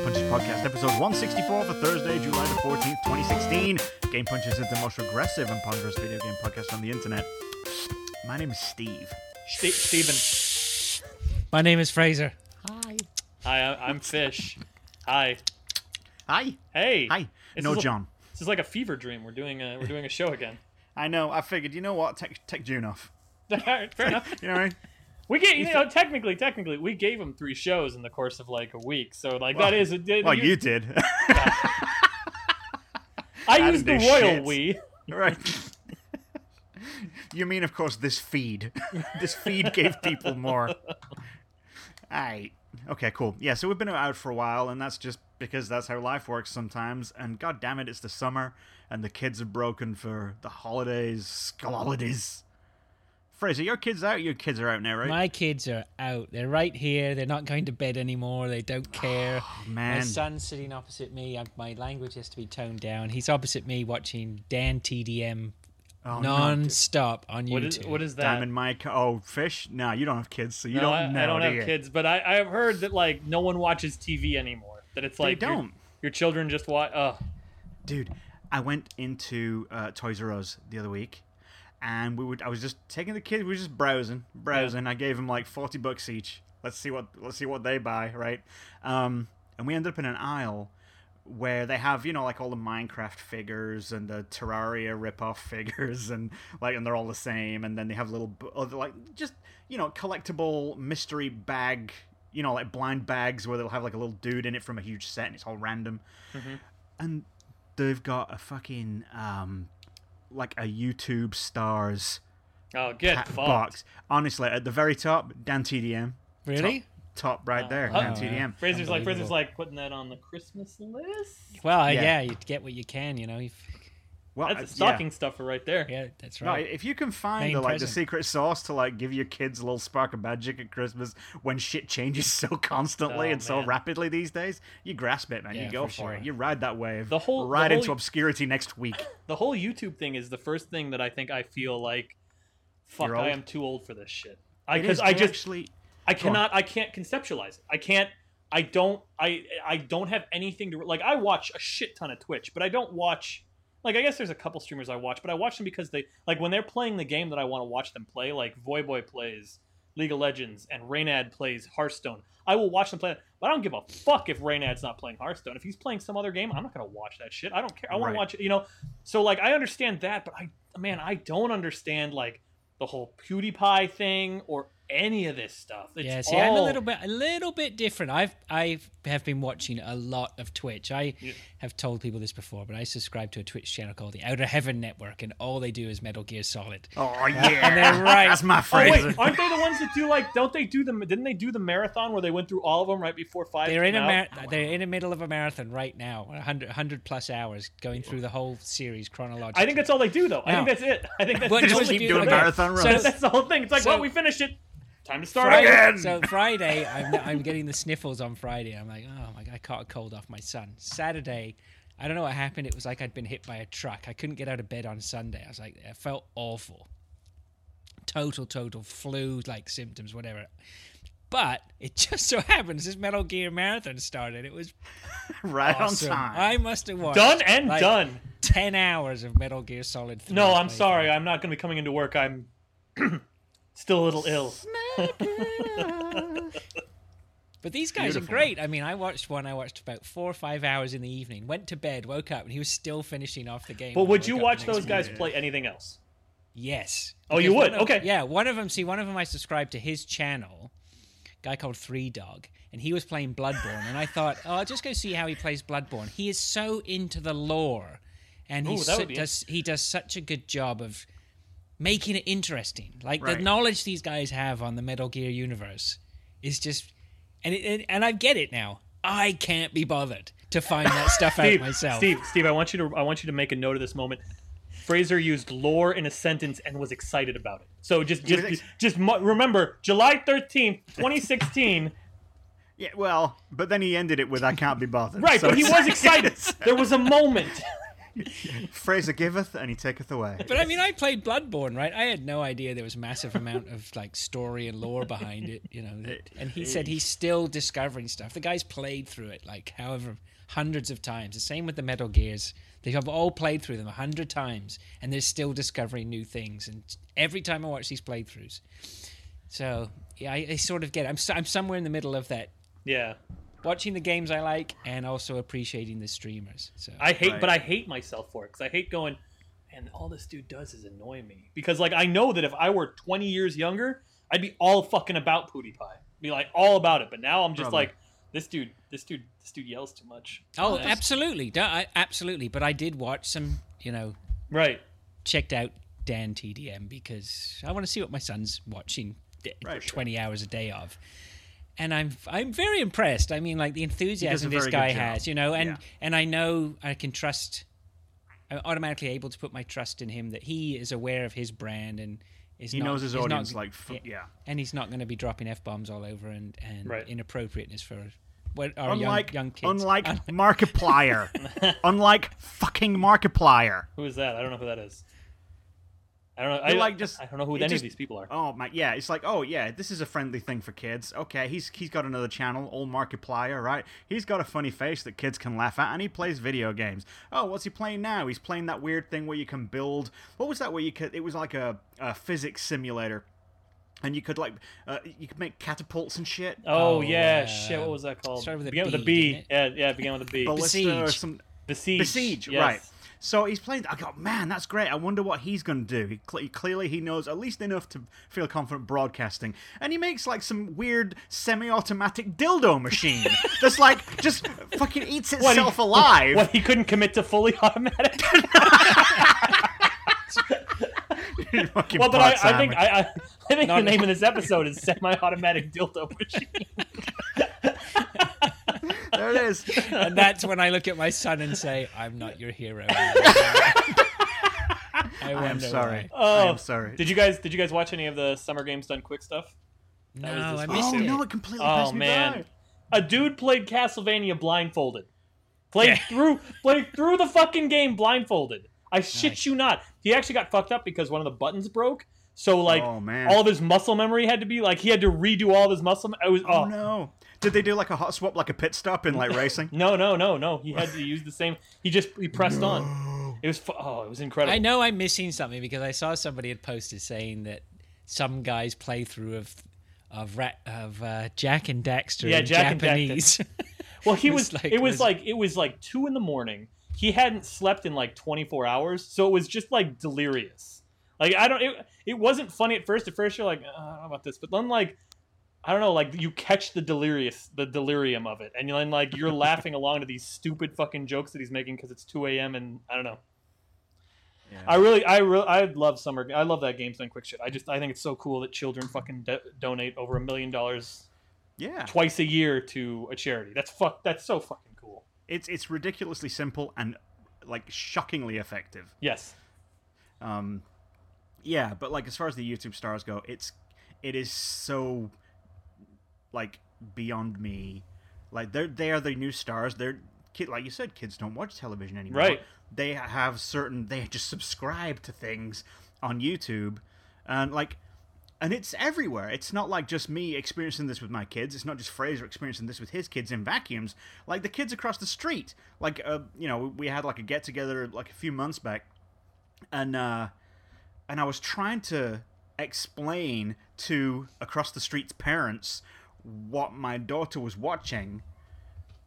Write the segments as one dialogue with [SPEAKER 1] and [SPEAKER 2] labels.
[SPEAKER 1] Podcast, episode 164 for Thursday, July the 14th, 2016. Game Punch is the most regressive and ponderous video game podcast on the internet. My name is Steve.
[SPEAKER 2] Ste Stephen,
[SPEAKER 3] My name is Fraser.
[SPEAKER 2] hi, I- I'm Fish. Hi,
[SPEAKER 1] Hi.
[SPEAKER 2] hey,
[SPEAKER 1] Hi.
[SPEAKER 2] This
[SPEAKER 1] no,
[SPEAKER 2] is a-
[SPEAKER 1] John.
[SPEAKER 2] This is like a fever dream. We're doing a we're doing a show again.
[SPEAKER 1] I know. I figured, you know what? Take, take June off.
[SPEAKER 2] Fair enough.
[SPEAKER 1] You know what I mean?
[SPEAKER 2] We get you know technically technically we gave him three shows in the course of like a week. So like that is a,
[SPEAKER 1] Well, you did.
[SPEAKER 2] I
[SPEAKER 1] I
[SPEAKER 2] used the
[SPEAKER 1] didn't do
[SPEAKER 2] royal
[SPEAKER 1] shit.
[SPEAKER 2] we.
[SPEAKER 1] right. you mean, of course, this feed. this feed gave people more. Aye. Okay, cool. Yeah, so we've been out for a while, and that's just because that's how life works sometimes. And god damn it, it's the summer, and the kids are broken for the holidays, school holidays. Fraser, your kids out? Your kids are out now, right?
[SPEAKER 3] My kids are out. They're right here. They're not going to bed anymore. They don't care.
[SPEAKER 1] Oh,
[SPEAKER 3] My
[SPEAKER 1] Man,
[SPEAKER 3] son's sitting opposite me. I, my language has to be toned down. He's opposite me watching Dan TDM
[SPEAKER 1] oh, no.
[SPEAKER 3] non-stop on YouTube.
[SPEAKER 2] What is what is that?
[SPEAKER 1] Diamond Mike. Oh, fish. Nah, you don't have kids, so you
[SPEAKER 2] no,
[SPEAKER 1] don't
[SPEAKER 2] I,
[SPEAKER 1] know.
[SPEAKER 2] I don't
[SPEAKER 1] do
[SPEAKER 2] have
[SPEAKER 1] you?
[SPEAKER 2] kids, but I I've heard that like no one watches TV anymore. That it's
[SPEAKER 1] They
[SPEAKER 2] like your-
[SPEAKER 1] don't.
[SPEAKER 2] Your, children just watch. Uh,
[SPEAKER 1] dude i went into uh, toys r us the other week and we would i was just taking the kids we were just browsing browsing i gave them like 40 bucks each let's see what let's see what they buy right um, and we ended up in an aisle where they have you know like all the minecraft figures and the terraria rip-off figures and like and they're all the same and then they have little b- other like just you know collectible mystery bag you know like blind bags where they'll have like a little dude in it from a huge set and it's all random and they've got a fucking um like a YouTube stars
[SPEAKER 2] oh, get
[SPEAKER 1] hat
[SPEAKER 2] fucked.
[SPEAKER 1] box. Honestly, at the very top, Dan TDM.
[SPEAKER 3] really?
[SPEAKER 1] Top, top right there,
[SPEAKER 2] Oh,
[SPEAKER 1] Dan
[SPEAKER 3] wow.
[SPEAKER 1] TDM.
[SPEAKER 2] Fraser's like Fraser's
[SPEAKER 3] Unbelievable.
[SPEAKER 2] like putting that on the Christmas list.
[SPEAKER 3] Well,
[SPEAKER 1] Yeah.
[SPEAKER 3] yeah. you get what you can. You know. You,
[SPEAKER 1] Well,
[SPEAKER 2] That's
[SPEAKER 1] uh,
[SPEAKER 2] a
[SPEAKER 1] yeah.
[SPEAKER 2] stocking stuffer right there.
[SPEAKER 3] yeah, that's
[SPEAKER 1] No,
[SPEAKER 3] right.
[SPEAKER 1] if you can find
[SPEAKER 3] Main
[SPEAKER 1] the, like the
[SPEAKER 3] present.
[SPEAKER 1] secret sauce to like give your kids a little spark of magic at Christmas when shit changes so constantly
[SPEAKER 2] Oh,
[SPEAKER 1] and so
[SPEAKER 2] man.
[SPEAKER 1] rapidly these days, you grasp it, man. you
[SPEAKER 3] Yeah,
[SPEAKER 1] go for,
[SPEAKER 3] for sure.
[SPEAKER 1] it. You ride that wave.
[SPEAKER 2] The whole- the
[SPEAKER 1] ride
[SPEAKER 2] whole-
[SPEAKER 1] into obscurity next week.
[SPEAKER 2] the whole YouTube thing is the first thing that I think I feel like, fuck,
[SPEAKER 1] You're old.
[SPEAKER 2] I am too old for this shit. I
[SPEAKER 1] It is
[SPEAKER 2] because I just
[SPEAKER 1] actually
[SPEAKER 2] I
[SPEAKER 1] on.
[SPEAKER 2] cannot I can't conceptualize it. I can't I don't I I don't have anything to like. I watch a shit ton of Twitch, but I don't watch like I guess there's a couple streamers I watch, but I watch them because they like when they're playing the game that I want to watch them play. Like Voyboy plays League of Legends and Raynad plays Hearthstone. I will watch them play, but I don't give a fuck if Raynad's not playing Hearthstone. If he's playing some other game, I'm not gonna watch that shit. I don't care. I want
[SPEAKER 1] Right.
[SPEAKER 2] to watch it, you know. So like I understand that, but I man, I don't understand like the whole PewDiePie thing or any of this stuff. It's
[SPEAKER 3] yeah, see, I'm a
[SPEAKER 2] all-
[SPEAKER 3] little bit a little bit different. I've I have been watching a lot of Twitch. I
[SPEAKER 2] Yeah.
[SPEAKER 3] have told people this before, but I subscribe to a Twitch channel called the Outer Heaven Network, and all they do is Metal Gear Solid.
[SPEAKER 1] Oh yeah.
[SPEAKER 3] they're right.
[SPEAKER 1] That's my
[SPEAKER 2] Oh
[SPEAKER 1] phrase.
[SPEAKER 2] wait, aren't they the ones that do like? Don't they do the? Didn't they do the marathon where they went through all of them right before five?
[SPEAKER 3] They're in a
[SPEAKER 2] came out?
[SPEAKER 3] mar- they're in the middle of a marathon right now, 100, 100 plus hours, going through the whole series chronologically.
[SPEAKER 2] I think that's all they do though. I think
[SPEAKER 3] No.
[SPEAKER 2] that's it. I think that's,
[SPEAKER 3] But
[SPEAKER 2] the
[SPEAKER 1] just
[SPEAKER 2] only-
[SPEAKER 3] only
[SPEAKER 1] keep doing
[SPEAKER 3] okay,
[SPEAKER 1] marathon runs.
[SPEAKER 3] So,
[SPEAKER 2] that's the whole thing. It's like,
[SPEAKER 3] So-
[SPEAKER 2] well, we finished it. Time to start
[SPEAKER 3] Friday,
[SPEAKER 2] over.
[SPEAKER 1] Again!
[SPEAKER 3] so Friday, I'm, I'm getting the sniffles on Friday. I'm like, oh my god, I caught a cold off my son. Saturday, I don't know what happened. It was like I'd been hit by a truck. I couldn't get out of bed on Sunday. I was like, I felt awful. Total, total flu like symptoms, whatever. But it just so happens this Metal Gear marathon started. It was
[SPEAKER 1] right
[SPEAKER 3] awesome.
[SPEAKER 1] on time.
[SPEAKER 3] I must have watched
[SPEAKER 2] Done and
[SPEAKER 3] like,
[SPEAKER 2] done.
[SPEAKER 3] 10 hours of Metal Gear Solid 3.
[SPEAKER 2] No, I'm
[SPEAKER 3] played.
[SPEAKER 2] sorry. I'm not going to be coming into work. I'm still a little ill.
[SPEAKER 3] But these guys
[SPEAKER 1] Beautiful.
[SPEAKER 3] are great. I mean, I watched one, I watched about four or five hours in the evening, went to bed, woke up, and he was still finishing off the game.
[SPEAKER 2] But
[SPEAKER 3] when I
[SPEAKER 2] would you
[SPEAKER 3] woke up
[SPEAKER 2] watch
[SPEAKER 3] the next
[SPEAKER 2] those guys
[SPEAKER 3] morning.
[SPEAKER 2] play anything else?
[SPEAKER 3] Yes.
[SPEAKER 2] Oh, you would?
[SPEAKER 3] one of-
[SPEAKER 2] Okay.
[SPEAKER 3] Yeah, one of them, see, one of them I subscribed to his channel, guy called Three Dog, and he was playing Bloodborne. and I thought, oh, I'll just go see how he plays Bloodborne. He is so into the lore, and he,
[SPEAKER 2] Ooh, that would be
[SPEAKER 3] does, he does such a good job of making it interesting. Like
[SPEAKER 1] Right.
[SPEAKER 3] the knowledge these guys have on the Metal Gear universe is just, and it, and, and I get it now. I can't be bothered to find that stuff out
[SPEAKER 2] Steve,
[SPEAKER 3] myself.
[SPEAKER 2] Steve, Steve, I want you to I want you to make a note of this moment. Fraser used lore in a sentence and was excited about it. So just just
[SPEAKER 1] ex-
[SPEAKER 2] just, mu- remember July 13th, 2016.
[SPEAKER 1] Yeah, well, but then he ended it with "I can't be bothered."
[SPEAKER 2] right,
[SPEAKER 1] So
[SPEAKER 2] but he
[SPEAKER 1] it's-
[SPEAKER 2] was excited.
[SPEAKER 1] it's,
[SPEAKER 2] there was a moment.
[SPEAKER 1] Fraser giveth and he taketh away.
[SPEAKER 3] But I mean, I played Bloodborne, right? I had no idea there was a massive amount of like story and lore behind it, you know. that- And he said he's still discovering stuff. The guy's played through it like however hundreds of times. The same with the Metal Gears. They have all played through them a hundred times, and they're still discovering new things. And every time I watch these playthroughs, so yeah, I, I sort of get. It. I'm s- I'm somewhere in the middle of that,
[SPEAKER 2] Yeah.
[SPEAKER 3] watching the games I like and also appreciating the streamers. So
[SPEAKER 2] I hate,
[SPEAKER 1] Right.
[SPEAKER 2] but I hate myself for it because I hate going. And all this dude does is annoy me because, like, I know that if I were 20 years younger, I'd be all fucking about PewDiePie, be like all about it. But now I'm just
[SPEAKER 1] Probably.
[SPEAKER 2] like, this dude, this dude, this dude yells too much.
[SPEAKER 3] oh,
[SPEAKER 2] This-
[SPEAKER 3] absolutely, Duh, I, absolutely. But I did watch some, you know,
[SPEAKER 2] right.
[SPEAKER 3] checked out Dan TDM because I want to see what my son's watching d-
[SPEAKER 1] Right, sure.
[SPEAKER 3] 20 hours a day of. And I'm I'm very impressed. I mean, like the enthusiasm
[SPEAKER 1] He does
[SPEAKER 3] this
[SPEAKER 1] a very
[SPEAKER 3] guy
[SPEAKER 1] good job.
[SPEAKER 3] has, you know, and
[SPEAKER 1] Yeah.
[SPEAKER 3] and I know I can trust. I'm automatically able to put my trust in him that he is aware of his brand and is
[SPEAKER 1] He
[SPEAKER 3] not-
[SPEAKER 1] knows his
[SPEAKER 3] is not-
[SPEAKER 1] audience like f- yeah.
[SPEAKER 3] and he's not going to be dropping f bombs all over and and
[SPEAKER 2] Right.
[SPEAKER 3] inappropriateness for what our
[SPEAKER 1] Unlike
[SPEAKER 3] young, young kids.
[SPEAKER 1] unlike Markiplier, unlike fucking Markiplier.
[SPEAKER 2] Who is that? I don't know who that is. I don't know. I,
[SPEAKER 1] They're like just-
[SPEAKER 2] I don't know who
[SPEAKER 1] it
[SPEAKER 2] any of
[SPEAKER 1] just-
[SPEAKER 2] these people are.
[SPEAKER 1] Oh my, yeah. It's like, oh yeah, this is a friendly thing for kids. Okay, he's he's got another channel, old Markiplier, right? He's got a funny face that kids can laugh at, and he plays video games. Oh, what's he playing now? He's playing that weird thing where you can build. What was that? Where you could? It was like a, a physics simulator, and you could like uh, you could make catapults and shit.
[SPEAKER 2] Oh,
[SPEAKER 3] Oh,
[SPEAKER 2] yeah,
[SPEAKER 3] uh,
[SPEAKER 2] shit. What was that called?
[SPEAKER 3] started with a
[SPEAKER 2] began with a
[SPEAKER 3] B,
[SPEAKER 2] B.
[SPEAKER 3] didn't
[SPEAKER 2] Yeah, yeah, it began with a B.
[SPEAKER 1] Ballista or
[SPEAKER 3] Besiege.
[SPEAKER 1] some
[SPEAKER 2] Besiege.
[SPEAKER 1] Besiege,
[SPEAKER 2] yes.
[SPEAKER 1] right. So he's playing. I go, man, that's great. I wonder what he's going to do. He, cle clearly, he knows at least enough to feel confident broadcasting, and he makes like some weird semi-automatic dildo machine that's like just fucking eats
[SPEAKER 2] What, he-
[SPEAKER 1] itself alive.
[SPEAKER 2] What he couldn't commit to fully automatic.
[SPEAKER 1] Fucking
[SPEAKER 2] Well, but I, I
[SPEAKER 1] part-timer.
[SPEAKER 2] think I, I, I think
[SPEAKER 3] No,
[SPEAKER 2] the
[SPEAKER 3] no.
[SPEAKER 2] name of this episode is "Semi-Automatic Dildo Machine."
[SPEAKER 1] there it is.
[SPEAKER 3] and that's when I look at my son and say, "I'm not your hero." I
[SPEAKER 1] I am
[SPEAKER 3] wonder
[SPEAKER 1] sorry.
[SPEAKER 3] why.
[SPEAKER 1] I
[SPEAKER 2] Oh,
[SPEAKER 1] am sorry.
[SPEAKER 2] Did you guys Did you guys watch any of the Summer Games Done Quick stuff?
[SPEAKER 3] No,
[SPEAKER 2] was this
[SPEAKER 3] I
[SPEAKER 2] week.
[SPEAKER 3] missed
[SPEAKER 1] oh
[SPEAKER 3] it.
[SPEAKER 1] no, it completely
[SPEAKER 2] Oh
[SPEAKER 1] passed me
[SPEAKER 2] man,
[SPEAKER 1] by.
[SPEAKER 2] a dude played Castlevania blindfolded. Played
[SPEAKER 3] Yeah.
[SPEAKER 2] through played through the fucking game blindfolded. I shit
[SPEAKER 3] Nice.
[SPEAKER 2] you not. He actually got fucked up because one of the buttons broke. So like
[SPEAKER 1] oh man.
[SPEAKER 2] all of his muscle memory had to be like he had to redo all of his muscle. me- It was
[SPEAKER 1] oh
[SPEAKER 2] oh
[SPEAKER 1] no. Did they do like a hot swap, like a pit stop in like racing?
[SPEAKER 2] no no no no. He had to use the same. He just he pressed on.
[SPEAKER 1] No.
[SPEAKER 2] It was fu- oh it was incredible.
[SPEAKER 3] I know I'm missing something because I saw somebody had posted saying that some guy's playthrough of of Ra- of uh, Jack and Daxter
[SPEAKER 2] Yeah,
[SPEAKER 3] in
[SPEAKER 2] Jack and Daxter.
[SPEAKER 3] Japanese.
[SPEAKER 2] Well, he
[SPEAKER 3] was
[SPEAKER 2] was.
[SPEAKER 3] like-
[SPEAKER 2] it was,
[SPEAKER 3] was-
[SPEAKER 2] like it was like two in the morning. He hadn't slept in like 24 hours, so it was just like delirious. Like I don't. It, it wasn't funny at first. At first, you're like, "Uh, I don't know about this, but then like, I don't know. Like you catch the delirious, the delirium of it, and then like you're laughing along to these stupid fucking jokes that he's making because it's 2 a.m. and I don't know.
[SPEAKER 1] Yeah.
[SPEAKER 2] I really, I really, I love summer. I love that games done quick shit. I just, I think it's so cool that children fucking do- donate over a million dollars
[SPEAKER 1] yeah.
[SPEAKER 2] twice a year to a charity. That's fuck. That's so fucking cool.
[SPEAKER 1] It's it's ridiculously simple and like shockingly effective.
[SPEAKER 2] Yes.
[SPEAKER 1] Um, yeah, but like as far as the YouTube stars go, it's it is so like beyond me. Like they're they are the new stars. They're kid like you said, kids don't watch television anymore.
[SPEAKER 2] Right.
[SPEAKER 1] They have certain they just subscribe to things on YouTube, and like. And it's everywhere. It's not like just me experiencing this with my kids. It's not just Fraser experiencing this with his kids in vacuums. Like the kids across the street. Like, uh, you know, we had like a get together like a few months back, and uh, and I was trying to explain to across the street's parents what my daughter was watching,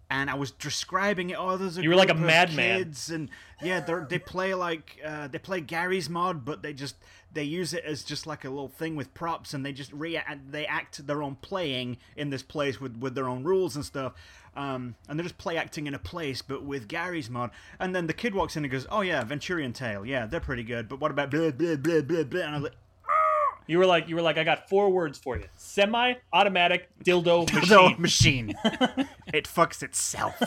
[SPEAKER 1] and I was describing it. Oh, there's a
[SPEAKER 2] You were like
[SPEAKER 1] group
[SPEAKER 2] a
[SPEAKER 1] of
[SPEAKER 2] madman.
[SPEAKER 1] kids, and yeah, they they play like uh, they play Gary's mod, but they just they use it as just like a little thing with props, and they just re they act their own playing in this place with with their own rules and stuff. Um, and they're just play acting in a place, but with Gary's mod. And then the kid walks in and goes, "Oh yeah, Venturian Tale, yeah, they're pretty good." But what about blah blah blah blah blah? And I was like,
[SPEAKER 2] You were like, you were like, I got four words for you: semi-automatic dildo machine.
[SPEAKER 1] "No machine, it fucks itself,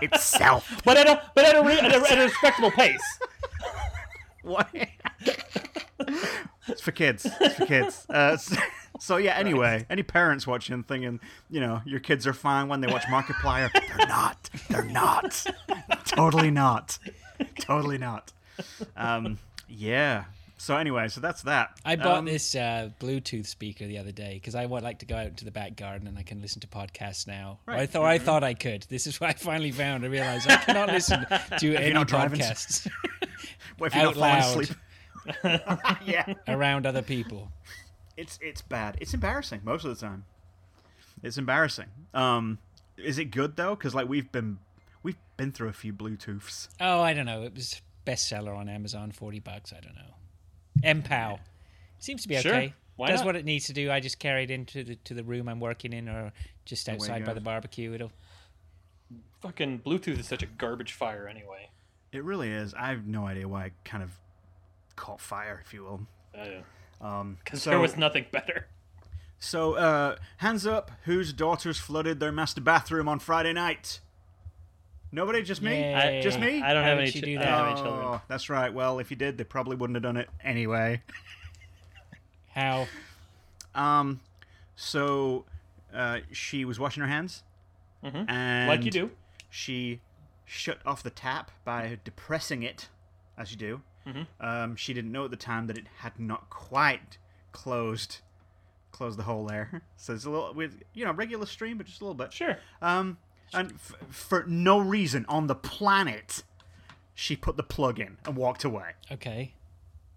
[SPEAKER 1] itself."
[SPEAKER 2] But at a but at a, re- at a at a respectable pace.
[SPEAKER 1] What? it's for kids. It's for kids. Uh, so, so yeah. Anyway, any parents watching thinking, you know, your kids are fine when they watch Markiplier. They're not. They're not. totally not. Totally not. Um, yeah. So anyway, so that's that.
[SPEAKER 3] I bought
[SPEAKER 1] Um,
[SPEAKER 3] this uh, Bluetooth speaker the other day because I would like to go out into the back garden and I can listen to podcasts now. Or I
[SPEAKER 1] Right.
[SPEAKER 3] thought I
[SPEAKER 2] Mm-hmm.
[SPEAKER 3] thought I could. This is what I finally found. I realized I cannot listen to any
[SPEAKER 1] not driving?
[SPEAKER 3] podcasts
[SPEAKER 1] What if you're
[SPEAKER 3] out
[SPEAKER 1] not falling
[SPEAKER 3] loud
[SPEAKER 1] asleep? yeah,
[SPEAKER 3] around other people.
[SPEAKER 1] it's it's bad. It's embarrassing most of the time. It's embarrassing. Um, is it good though? Because like we've been we've been through a few Bluetooths.
[SPEAKER 3] Oh, I don't know. It was bestseller on Amazon, forty bucks. I don't know. Empow seems to be okay.
[SPEAKER 2] Sure. Why
[SPEAKER 3] Does
[SPEAKER 2] not?
[SPEAKER 3] what it needs to do. I just carry it into the to the room I'm working in, or just
[SPEAKER 1] you
[SPEAKER 3] outside by
[SPEAKER 1] go.
[SPEAKER 3] the barbecue. It'll
[SPEAKER 2] Fucking Bluetooth is such a garbage fire anyway.
[SPEAKER 1] It really is. I have no idea why it kind of caught fire, if you will.
[SPEAKER 2] Because
[SPEAKER 1] Um, so,
[SPEAKER 2] there was nothing better.
[SPEAKER 1] so uh, hands up, whose daughters flooded their master bathroom on Friday night? Nobody, just me.
[SPEAKER 3] Yay.
[SPEAKER 2] I-
[SPEAKER 1] Just me?
[SPEAKER 2] I don't
[SPEAKER 3] How
[SPEAKER 2] have
[SPEAKER 3] did
[SPEAKER 2] any.
[SPEAKER 3] you
[SPEAKER 2] Ch-
[SPEAKER 3] do
[SPEAKER 2] I
[SPEAKER 3] that?
[SPEAKER 2] don't have any children.
[SPEAKER 1] Oh, that's right. Well, if you did, they probably wouldn't have done it anyway.
[SPEAKER 3] how
[SPEAKER 1] Um, so uh, she was washing her hands,
[SPEAKER 2] Mhm.
[SPEAKER 1] and
[SPEAKER 2] Like you do.
[SPEAKER 1] she shut off the tap by depressing it, as you do.
[SPEAKER 2] Mm-hmm.
[SPEAKER 1] Um, she didn't know at the time that it had not quite closed, closed the hole there. So it's a little with you know regular stream, but just a little bit.
[SPEAKER 2] Sure.
[SPEAKER 1] Um, and f- for no reason on the planet, she put the plug in and walked away.
[SPEAKER 3] okay.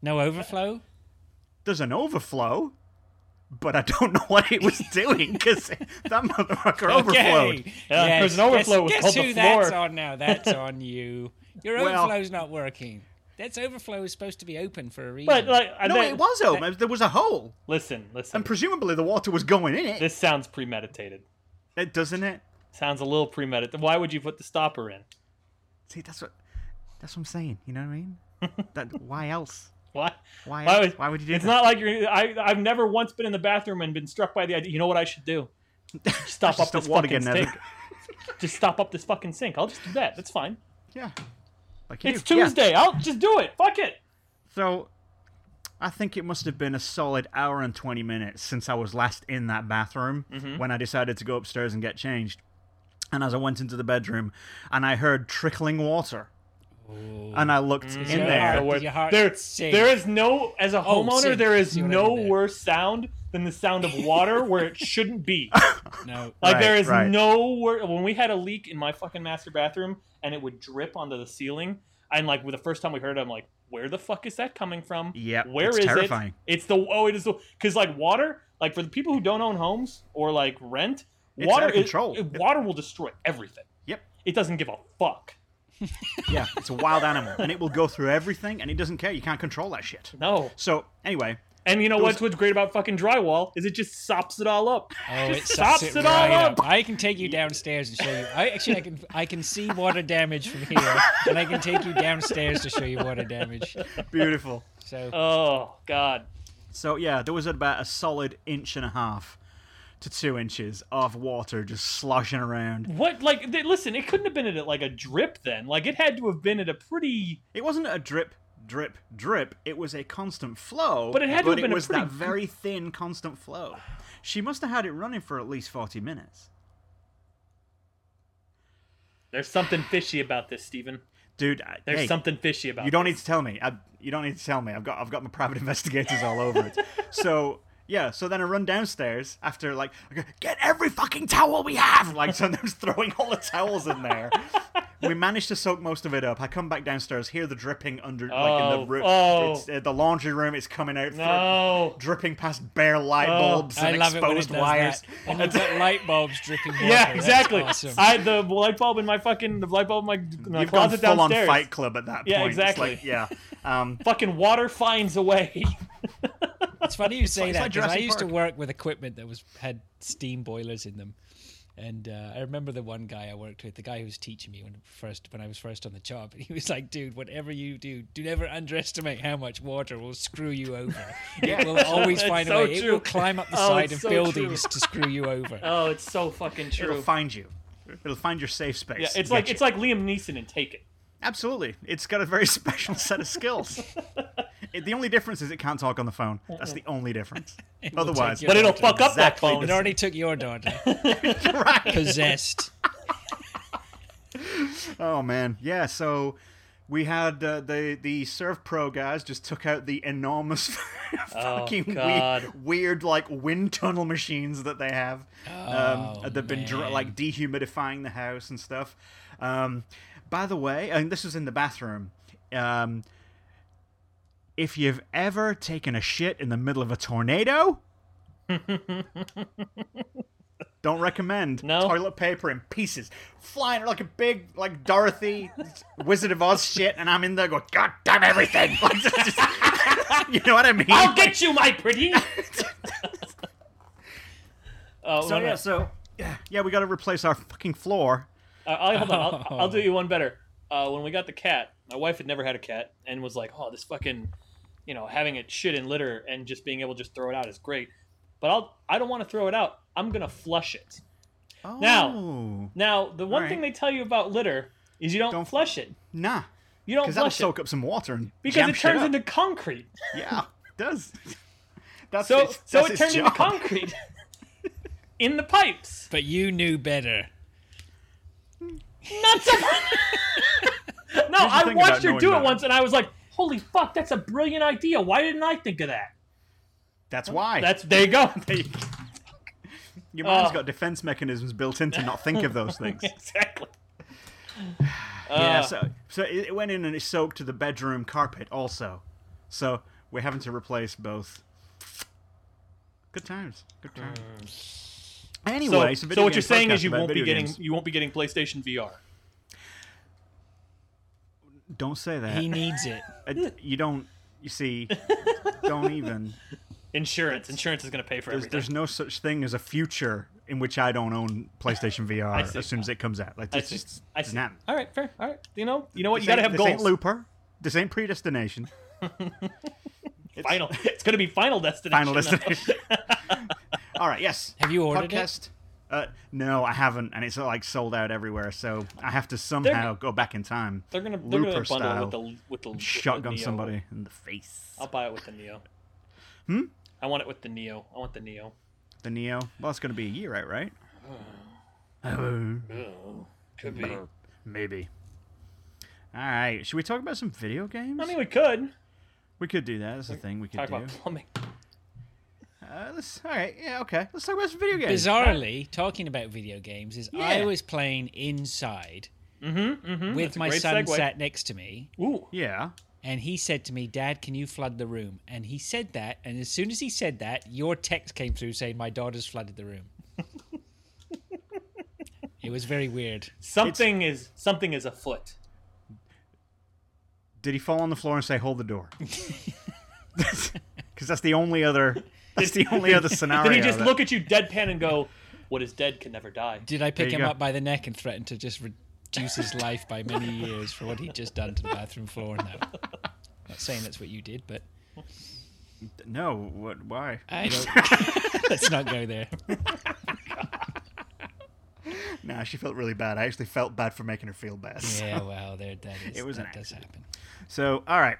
[SPEAKER 3] No overflow.
[SPEAKER 1] There's an overflow. But I don't know what it was doing because that motherfucker overflowed.
[SPEAKER 2] Yeah,
[SPEAKER 3] Yes,
[SPEAKER 2] there's an overflow.
[SPEAKER 3] Guess,
[SPEAKER 2] It's
[SPEAKER 3] guess
[SPEAKER 2] called the
[SPEAKER 3] who that's
[SPEAKER 2] floor.
[SPEAKER 3] on now? That's on you. Your
[SPEAKER 1] Well-
[SPEAKER 3] overflow's not working. That's overflow is supposed to be open for a reason.
[SPEAKER 2] But like, and
[SPEAKER 1] No,
[SPEAKER 2] then-
[SPEAKER 1] it was open. There was a hole,
[SPEAKER 2] Listen, listen.
[SPEAKER 1] and presumably the water was going in it.
[SPEAKER 2] this sounds premeditated.
[SPEAKER 1] It doesn't it?
[SPEAKER 2] Sounds a little premeditated. Why would you put the stopper in?
[SPEAKER 1] See, that's what that's what I'm saying. You know what I mean? that why else?
[SPEAKER 2] Why?
[SPEAKER 1] Why?
[SPEAKER 2] Why
[SPEAKER 1] else?
[SPEAKER 2] would,
[SPEAKER 1] why would you do
[SPEAKER 2] It's
[SPEAKER 1] that?
[SPEAKER 2] not like you're. I, I've never once been in the bathroom and been struck by the idea. You know what I should do? Stop up
[SPEAKER 1] Just
[SPEAKER 2] this
[SPEAKER 1] don't want
[SPEAKER 2] fucking
[SPEAKER 1] again,
[SPEAKER 2] sink. Just stop up this fucking sink. I'll just do that. That's fine.
[SPEAKER 1] Yeah. Like you
[SPEAKER 2] It's
[SPEAKER 1] do. Yeah.
[SPEAKER 2] Tuesday. I'll just do it. Fuck it.
[SPEAKER 1] So, I think it must have been a solid hour and twenty minutes since I was last in that bathroom
[SPEAKER 2] Mm-hmm.
[SPEAKER 1] when I decided to go upstairs and get changed. And as I went into the bedroom, and I heard trickling water,
[SPEAKER 3] Oh,
[SPEAKER 1] and I looked
[SPEAKER 2] Mm.
[SPEAKER 1] in
[SPEAKER 3] your
[SPEAKER 1] there.
[SPEAKER 3] heart- your heart
[SPEAKER 2] there,
[SPEAKER 3] sink?
[SPEAKER 2] there is no. As a
[SPEAKER 3] Oh,
[SPEAKER 2] homeowner,
[SPEAKER 3] sink.
[SPEAKER 2] there is
[SPEAKER 3] See what I did
[SPEAKER 2] no
[SPEAKER 3] there.
[SPEAKER 2] worse sound than the sound of water where it shouldn't be.
[SPEAKER 3] no.
[SPEAKER 2] Like
[SPEAKER 1] Right,
[SPEAKER 2] there is
[SPEAKER 1] right.
[SPEAKER 2] no word. When we had a leak in my fucking master bathroom and it would drip onto the ceiling, and like the first time we heard it, I'm like, where the fuck is that coming from?
[SPEAKER 1] Yep,
[SPEAKER 2] where is
[SPEAKER 1] it's terrifying.
[SPEAKER 2] it? It's the oh, it is the because like water, like for the people who don't own homes or like rent,
[SPEAKER 1] It's
[SPEAKER 2] water
[SPEAKER 1] out of
[SPEAKER 2] is-
[SPEAKER 1] control.
[SPEAKER 2] it- water will destroy everything.
[SPEAKER 1] Yep.
[SPEAKER 2] It doesn't give a fuck.
[SPEAKER 1] Yeah, it's a wild animal, and it will go through everything, and it doesn't care. You can't control that shit.
[SPEAKER 2] No.
[SPEAKER 1] So anyway,
[SPEAKER 2] And you know
[SPEAKER 1] was-
[SPEAKER 2] what's what's great about fucking drywall is it just sops it all up.
[SPEAKER 3] Oh, it
[SPEAKER 2] just
[SPEAKER 3] stops it, right up.
[SPEAKER 2] up.
[SPEAKER 3] I can take you downstairs and show you. I actually, I can, I can see water damage from here, and I can take you downstairs to show you water damage.
[SPEAKER 1] beautiful.
[SPEAKER 3] So
[SPEAKER 2] Oh god.
[SPEAKER 1] So yeah, there was about a solid inch and a half to two inches of water just sloshing around.
[SPEAKER 2] What like th- listen, it couldn't have been at like a drip then. Like it had to have been at a pretty
[SPEAKER 1] It wasn't a drip, drip, drip. It was a constant flow.
[SPEAKER 2] But it had to have been a
[SPEAKER 1] was that
[SPEAKER 2] pretty-
[SPEAKER 1] very thin, constant flow. She must have had it running for at least forty minutes,
[SPEAKER 2] There's something fishy about this, Steven.
[SPEAKER 1] dude. I,
[SPEAKER 2] There's
[SPEAKER 1] hey,
[SPEAKER 2] something fishy about
[SPEAKER 1] You don't need to tell me. I, you don't need to tell me. I've got I've got my private investigators all over it. So yeah. So then I run downstairs after like I go, get every fucking towel we have. Like sometimes throwing all the towels in there. We managed to soak most of it up. I come back downstairs, hear the dripping under like in
[SPEAKER 2] Oh,
[SPEAKER 1] the room.
[SPEAKER 2] oh.
[SPEAKER 1] It's, uh, the laundry room is coming out.
[SPEAKER 2] No.
[SPEAKER 1] through- Dripping past bare light
[SPEAKER 2] Oh,
[SPEAKER 1] bulbs
[SPEAKER 3] I
[SPEAKER 1] and
[SPEAKER 3] love it when it
[SPEAKER 1] exposed
[SPEAKER 3] does
[SPEAKER 1] wires.
[SPEAKER 3] that. And you've got light bulbs dripping. Water.
[SPEAKER 2] Yeah,
[SPEAKER 3] That's
[SPEAKER 2] exactly.
[SPEAKER 3] awesome.
[SPEAKER 2] I the light bulb in my fucking the light bulb in my, in my
[SPEAKER 1] You've gone
[SPEAKER 2] closet
[SPEAKER 1] full on
[SPEAKER 2] downstairs.
[SPEAKER 1] Fight Club at that
[SPEAKER 2] Yeah,
[SPEAKER 1] point. It's
[SPEAKER 2] exactly.
[SPEAKER 1] like, yeah. Um,
[SPEAKER 2] Fucking water finds a way.
[SPEAKER 3] It's funny you say
[SPEAKER 1] like- it's
[SPEAKER 3] that
[SPEAKER 1] like
[SPEAKER 3] 'cause I
[SPEAKER 1] Jurassic
[SPEAKER 3] used to
[SPEAKER 1] Park.
[SPEAKER 3] work with equipment that was had steam boilers in them, and uh, I remember the one guy I worked with, the guy who was teaching me when first when I was first on the job, and he was like, "Dude, whatever you do, do never underestimate how much water will screw you over. It will always
[SPEAKER 2] It's
[SPEAKER 3] find
[SPEAKER 2] so
[SPEAKER 3] a way. It
[SPEAKER 2] true.
[SPEAKER 3] will climb up the
[SPEAKER 2] Oh,
[SPEAKER 3] side
[SPEAKER 2] it's
[SPEAKER 3] of
[SPEAKER 2] so
[SPEAKER 3] buildings to screw you over."
[SPEAKER 2] Oh, it's so fucking
[SPEAKER 1] it'll
[SPEAKER 2] true.
[SPEAKER 1] find you. It'll find your safe space.
[SPEAKER 2] Yeah,
[SPEAKER 1] and
[SPEAKER 2] it's like
[SPEAKER 1] get you.
[SPEAKER 2] it's like Liam Neeson in Take It.
[SPEAKER 1] Absolutely. It's got a very special set of skills. It- the only difference is it can't talk on the phone. That's the only difference.
[SPEAKER 3] will
[SPEAKER 1] Otherwise,
[SPEAKER 3] take
[SPEAKER 2] But
[SPEAKER 3] your-
[SPEAKER 2] it'll fuck up that
[SPEAKER 1] Exactly.
[SPEAKER 2] phone.
[SPEAKER 3] It already took your daughter
[SPEAKER 1] right.
[SPEAKER 3] possessed.
[SPEAKER 1] Oh man. Yeah, so We had uh, the the Surf Pro guys just took out the enormous
[SPEAKER 3] Oh,
[SPEAKER 1] fucking we-
[SPEAKER 2] God.
[SPEAKER 1] weird like wind tunnel machines that they have.
[SPEAKER 3] Oh,
[SPEAKER 1] um, they've been dr-
[SPEAKER 3] man.
[SPEAKER 1] like dehumidifying the house and stuff. Um, by the way, and this was in the bathroom. Um, if you've ever taken a shit in the middle of a tornado, don't recommend.
[SPEAKER 2] No.
[SPEAKER 1] Toilet paper in pieces, flying like a big like Dorothy Wizard of Oz shit, and I'm in there going, God damn everything! Like, just- you know what I mean?
[SPEAKER 2] I'll get you, my pretty. Oh,
[SPEAKER 1] So
[SPEAKER 2] no, no.
[SPEAKER 1] yeah, so yeah, yeah, we got to replace our fucking floor.
[SPEAKER 2] Uh, I'll, hold on, I'll, I'll do you one better. Uh, when we got the cat, my wife had never had a cat and was like, "Oh, this fucking, you know, having it shit in litter and just being able to just throw it out is great." But I'll, I don't want to throw it out. I'm gonna flush it.
[SPEAKER 1] Oh.
[SPEAKER 2] Now, the one
[SPEAKER 1] Alright.
[SPEAKER 2] thing they tell you about litter is you don't,
[SPEAKER 1] Don't-
[SPEAKER 2] flush it.
[SPEAKER 1] nah,
[SPEAKER 2] You don't
[SPEAKER 1] because that'll
[SPEAKER 2] flush it
[SPEAKER 1] soak up some water and
[SPEAKER 2] because
[SPEAKER 1] jam
[SPEAKER 2] it
[SPEAKER 1] shit
[SPEAKER 2] turns
[SPEAKER 1] up.
[SPEAKER 2] into concrete.
[SPEAKER 1] yeah, it does. That's
[SPEAKER 2] So,
[SPEAKER 1] its-
[SPEAKER 2] so
[SPEAKER 1] that's
[SPEAKER 2] it
[SPEAKER 1] its
[SPEAKER 2] turned into
[SPEAKER 1] job.
[SPEAKER 2] concrete in the pipes.
[SPEAKER 3] But you knew better.
[SPEAKER 2] Not so. no, I
[SPEAKER 1] thing about
[SPEAKER 2] watched her
[SPEAKER 1] knowing
[SPEAKER 2] do it
[SPEAKER 1] better.
[SPEAKER 2] once, and I was like, "Holy fuck, that's a brilliant idea! Why didn't I think of that?"
[SPEAKER 1] That's why.
[SPEAKER 2] That's there you go.
[SPEAKER 1] Your mind's
[SPEAKER 2] Oh.
[SPEAKER 1] got defense mechanisms built in to not think of those things.
[SPEAKER 2] exactly.
[SPEAKER 1] yeah,
[SPEAKER 2] Uh,
[SPEAKER 1] so so it it went in and it soaked the bedroom carpet also. So we're having to replace both. Good times. Good times.
[SPEAKER 2] Hmm. so,
[SPEAKER 1] Anyway, it's a
[SPEAKER 2] so
[SPEAKER 1] video
[SPEAKER 2] what
[SPEAKER 1] game
[SPEAKER 2] you're saying
[SPEAKER 1] podcast
[SPEAKER 2] is you
[SPEAKER 1] about
[SPEAKER 2] won't be
[SPEAKER 1] video
[SPEAKER 2] getting
[SPEAKER 1] games.
[SPEAKER 2] you won't be getting PlayStation VR.
[SPEAKER 1] Don't say that.
[SPEAKER 3] He needs it.
[SPEAKER 1] Uh, you don't. You see, don't even.
[SPEAKER 2] Insurance, insurance is going to pay for
[SPEAKER 1] There's,
[SPEAKER 2] everything.
[SPEAKER 1] there's no such thing as a future in which I don't own PlayStation VR
[SPEAKER 2] see.
[SPEAKER 1] as soon as it comes out. Like
[SPEAKER 2] I
[SPEAKER 1] it's
[SPEAKER 2] see.
[SPEAKER 1] just
[SPEAKER 2] I see.
[SPEAKER 1] not.
[SPEAKER 2] All right, fair. All right. You know, you know what?
[SPEAKER 1] This
[SPEAKER 2] You got to
[SPEAKER 1] ain't-
[SPEAKER 2] have
[SPEAKER 1] this Ain't
[SPEAKER 2] goals.
[SPEAKER 1] Looper. This ain't predestination. It's-
[SPEAKER 2] Final. It's going to be final destination.
[SPEAKER 1] Final destination. All right. Yes.
[SPEAKER 3] Have you ordered it?
[SPEAKER 1] podcast? Uh, no, I haven't, and it's like sold out everywhere. So I have to somehow go back in time.
[SPEAKER 2] They're going to they're going
[SPEAKER 1] Looper
[SPEAKER 2] to bundle
[SPEAKER 1] style.
[SPEAKER 2] with the with the with the
[SPEAKER 1] shotgun
[SPEAKER 2] Neo.
[SPEAKER 1] somebody in the face.
[SPEAKER 2] I'll buy it with the Neo.
[SPEAKER 1] Hmm?
[SPEAKER 2] I want it with the Neo. I want the Neo.
[SPEAKER 1] The Neo. Well, it's going to be a year out, right?
[SPEAKER 2] Could be.
[SPEAKER 1] Maybe. All right. Should we talk about some video games?
[SPEAKER 2] I mean, we could
[SPEAKER 1] we could do that. That's the thing we could
[SPEAKER 2] talk
[SPEAKER 1] do.
[SPEAKER 2] about plumbing.
[SPEAKER 1] Uh, let's. All right. Yeah. Okay. Let's talk about some video games.
[SPEAKER 3] Bizarrely, talking about video games is I
[SPEAKER 1] Yeah. Hmm,
[SPEAKER 3] was playing inside
[SPEAKER 2] Mm-hmm. Mm-hmm.
[SPEAKER 3] with my son sat next to me,
[SPEAKER 2] Ooh.
[SPEAKER 1] Yeah.
[SPEAKER 3] and he said to me, "Dad, can you flood the room?" And he said that, and as soon as he said that, your text came through saying, "My daughter's flooded the room." it was very weird.
[SPEAKER 2] Something is something is afoot.
[SPEAKER 1] Did he fall on the floor and say, "Hold the door"? Because that's the only other. That's the only other scenario.
[SPEAKER 2] Did he just
[SPEAKER 1] that-
[SPEAKER 2] look at you deadpan and go, "What is dead can never die"?
[SPEAKER 3] Did I pick
[SPEAKER 1] you
[SPEAKER 3] him
[SPEAKER 1] go.
[SPEAKER 3] up by the neck and threaten to just reduce his life by many years for what he'd just done to the bathroom floor? No. Not saying that's what you did, but
[SPEAKER 1] No. What? Why?
[SPEAKER 3] I don't. Let's not go there.
[SPEAKER 1] Nah, she felt really bad. I actually felt bad for making her feel bad.
[SPEAKER 3] Yeah, well, there that is.
[SPEAKER 1] It was an
[SPEAKER 3] that does happen.
[SPEAKER 1] So, all right.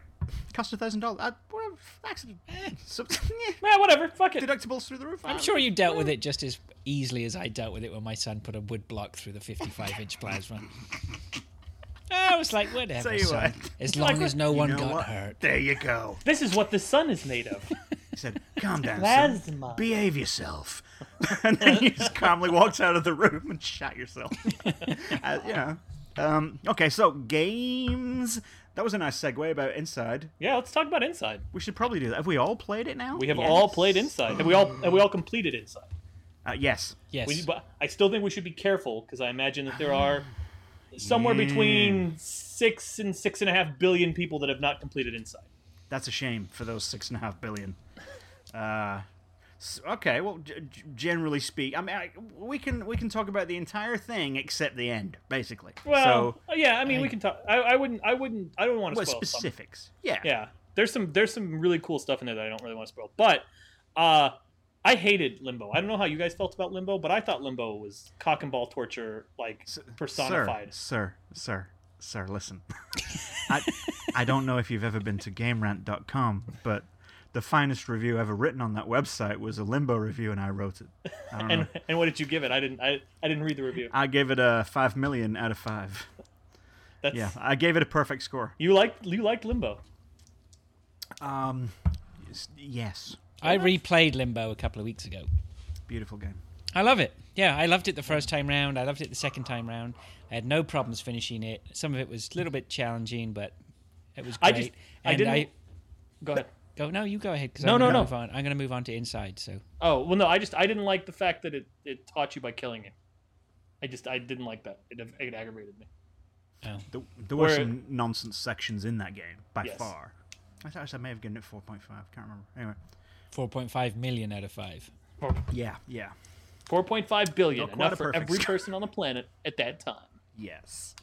[SPEAKER 1] Cost a thousand dollars. Uh, What a accident. Eh, some- yeah,
[SPEAKER 2] Man, whatever. Fuck it.
[SPEAKER 1] Deductibles through the roof.
[SPEAKER 3] I'm sure you dealt with it just as easily as I dealt with it when my son put a wood block through the 55 inch plasma. I was like, whatever,
[SPEAKER 1] Tell you
[SPEAKER 3] son.
[SPEAKER 1] what.
[SPEAKER 3] As long as no
[SPEAKER 1] You
[SPEAKER 3] one
[SPEAKER 1] know
[SPEAKER 3] got
[SPEAKER 1] what?
[SPEAKER 3] hurt.
[SPEAKER 1] There you go.
[SPEAKER 2] This is what the sun is made of.
[SPEAKER 1] He said, "Calm down,
[SPEAKER 2] Plasma.
[SPEAKER 1] son. Behave yourself." and then you just calmly walked out of the room and shot yourself. uh, you know. Um, okay, so games. That was a nice segue about Inside.
[SPEAKER 2] yeah, let's talk about Inside.
[SPEAKER 1] We should probably do that. Have we all played it now?
[SPEAKER 2] We have
[SPEAKER 1] Yes.
[SPEAKER 2] all played Inside. Have we all have we all completed Inside?
[SPEAKER 1] Uh, yes.
[SPEAKER 3] Yes.
[SPEAKER 2] We, but I still think we should be careful because I imagine that there are somewhere
[SPEAKER 1] Yeah.
[SPEAKER 2] between six and six and a half billion people that have not completed Inside.
[SPEAKER 1] That's a shame for those six and a half billion. Uh, s- okay. Well, g- g- generally speak, I mean, I, we can we can talk about the entire thing except the end, basically.
[SPEAKER 2] Well, uh,
[SPEAKER 1] so,
[SPEAKER 2] yeah, I mean, we
[SPEAKER 3] I-
[SPEAKER 2] can talk. I, I wouldn't. I wouldn't. I don't want to
[SPEAKER 1] what
[SPEAKER 2] spoil something.
[SPEAKER 1] specifics? Yeah.
[SPEAKER 2] Yeah, there's some there's some really cool stuff in there that I don't really want to spoil. But uh, I hated Limbo. I don't know how you guys felt about Limbo, but I thought Limbo was cock and ball torture like
[SPEAKER 1] S-
[SPEAKER 2] personified.
[SPEAKER 1] Sir, sir, sir, sir listen. I, I don't know if you've ever been to GameRant.com, but the finest review ever written on that website was a Limbo review, and I wrote it. I don't know.
[SPEAKER 2] And and what did you give it? I didn't. I, I didn't read the review.
[SPEAKER 1] I gave it a five million out of five.
[SPEAKER 2] That's
[SPEAKER 1] Yeah, I gave it a perfect score.
[SPEAKER 2] you liked you liked Limbo.
[SPEAKER 1] Um, s- yes,
[SPEAKER 3] I replayed Limbo a couple of weeks ago.
[SPEAKER 1] beautiful game.
[SPEAKER 3] I love it. Yeah, I loved it the first time round. I loved it the second time round. I had no problems finishing it. Some of it was a little bit challenging, but it was
[SPEAKER 2] I
[SPEAKER 3] great.
[SPEAKER 2] just- I
[SPEAKER 3] and
[SPEAKER 2] didn't-
[SPEAKER 3] I
[SPEAKER 2] Go ahead.
[SPEAKER 3] go no, you go ahead. 'cause
[SPEAKER 2] No,
[SPEAKER 3] I'm
[SPEAKER 2] no,
[SPEAKER 3] gonna
[SPEAKER 2] no.
[SPEAKER 3] Move on. I'm going to move on to inside. So
[SPEAKER 2] Oh well, no, I just I didn't like the fact that it it taught you by killing him. I just I didn't like that. It, it aggravated me.
[SPEAKER 1] There, there were
[SPEAKER 2] Where-
[SPEAKER 1] some nonsense sections in that game by
[SPEAKER 2] Yes.
[SPEAKER 1] far. I thought I said I may have given it four point five. Can't remember. Anyway,
[SPEAKER 3] 4.5 million out of five.
[SPEAKER 1] yeah, yeah,
[SPEAKER 2] Four point five billion,
[SPEAKER 1] Not quite
[SPEAKER 2] enough
[SPEAKER 1] a
[SPEAKER 2] for
[SPEAKER 1] perfect
[SPEAKER 2] every
[SPEAKER 1] score.
[SPEAKER 2] person on the planet at that time.
[SPEAKER 1] yes.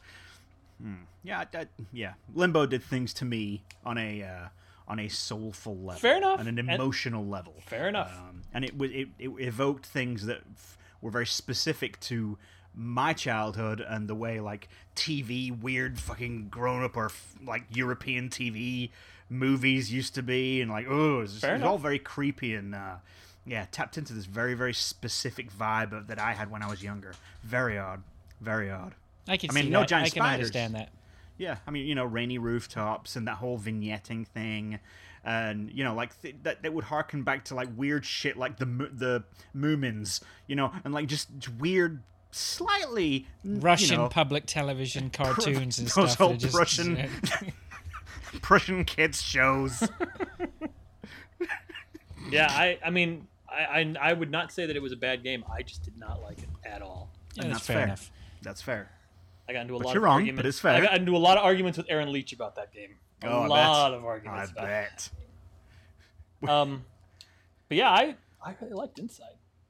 [SPEAKER 1] Hmm. Yeah, I, I, yeah. Limbo did things to me on a uh, on a soulful level,
[SPEAKER 2] Fair enough,
[SPEAKER 1] on an
[SPEAKER 2] and-
[SPEAKER 1] emotional level.
[SPEAKER 2] Fair enough.
[SPEAKER 1] um, and it was it, it evoked things that f- were very specific to my childhood and the way like TV weird fucking grown up or f- like European TV movies used to be and like oh it was, just-
[SPEAKER 2] Fair
[SPEAKER 1] it was all
[SPEAKER 2] enough.
[SPEAKER 1] very creepy and uh, yeah tapped into this very very specific vibe of, that I had when I was younger very odd very odd
[SPEAKER 3] I can
[SPEAKER 1] I mean,
[SPEAKER 3] see
[SPEAKER 1] no
[SPEAKER 3] that.
[SPEAKER 1] giant
[SPEAKER 3] I can
[SPEAKER 1] spiders.
[SPEAKER 3] understand that.
[SPEAKER 1] yeah, I mean, you know, rainy rooftops and that whole vignetting thing, and you know, like th- that that would harken back to like weird shit, like the Mo- the Moomins, you know, and like just weird, slightly n-
[SPEAKER 3] Russian
[SPEAKER 1] you know,
[SPEAKER 3] public television cartoons and
[SPEAKER 1] those
[SPEAKER 3] stuff. that are
[SPEAKER 1] old
[SPEAKER 3] just-
[SPEAKER 1] Russian- Prussian kids shows.
[SPEAKER 2] Yeah, I I mean I, I I would not say that it was a bad game. I just did not like it at all.
[SPEAKER 3] Yeah,
[SPEAKER 1] And
[SPEAKER 3] that's fair, enough.
[SPEAKER 1] That's fair.
[SPEAKER 2] I got into a lot
[SPEAKER 1] you're
[SPEAKER 2] of
[SPEAKER 1] wrong,
[SPEAKER 2] arguments.
[SPEAKER 1] but it's fair.
[SPEAKER 2] I got into a lot of arguments with Aaron Leach about that game. A
[SPEAKER 1] Oh, I bet.
[SPEAKER 2] lot of
[SPEAKER 1] I
[SPEAKER 2] arguments about it.
[SPEAKER 1] bet.
[SPEAKER 2] Um, but yeah, I I really liked Inside.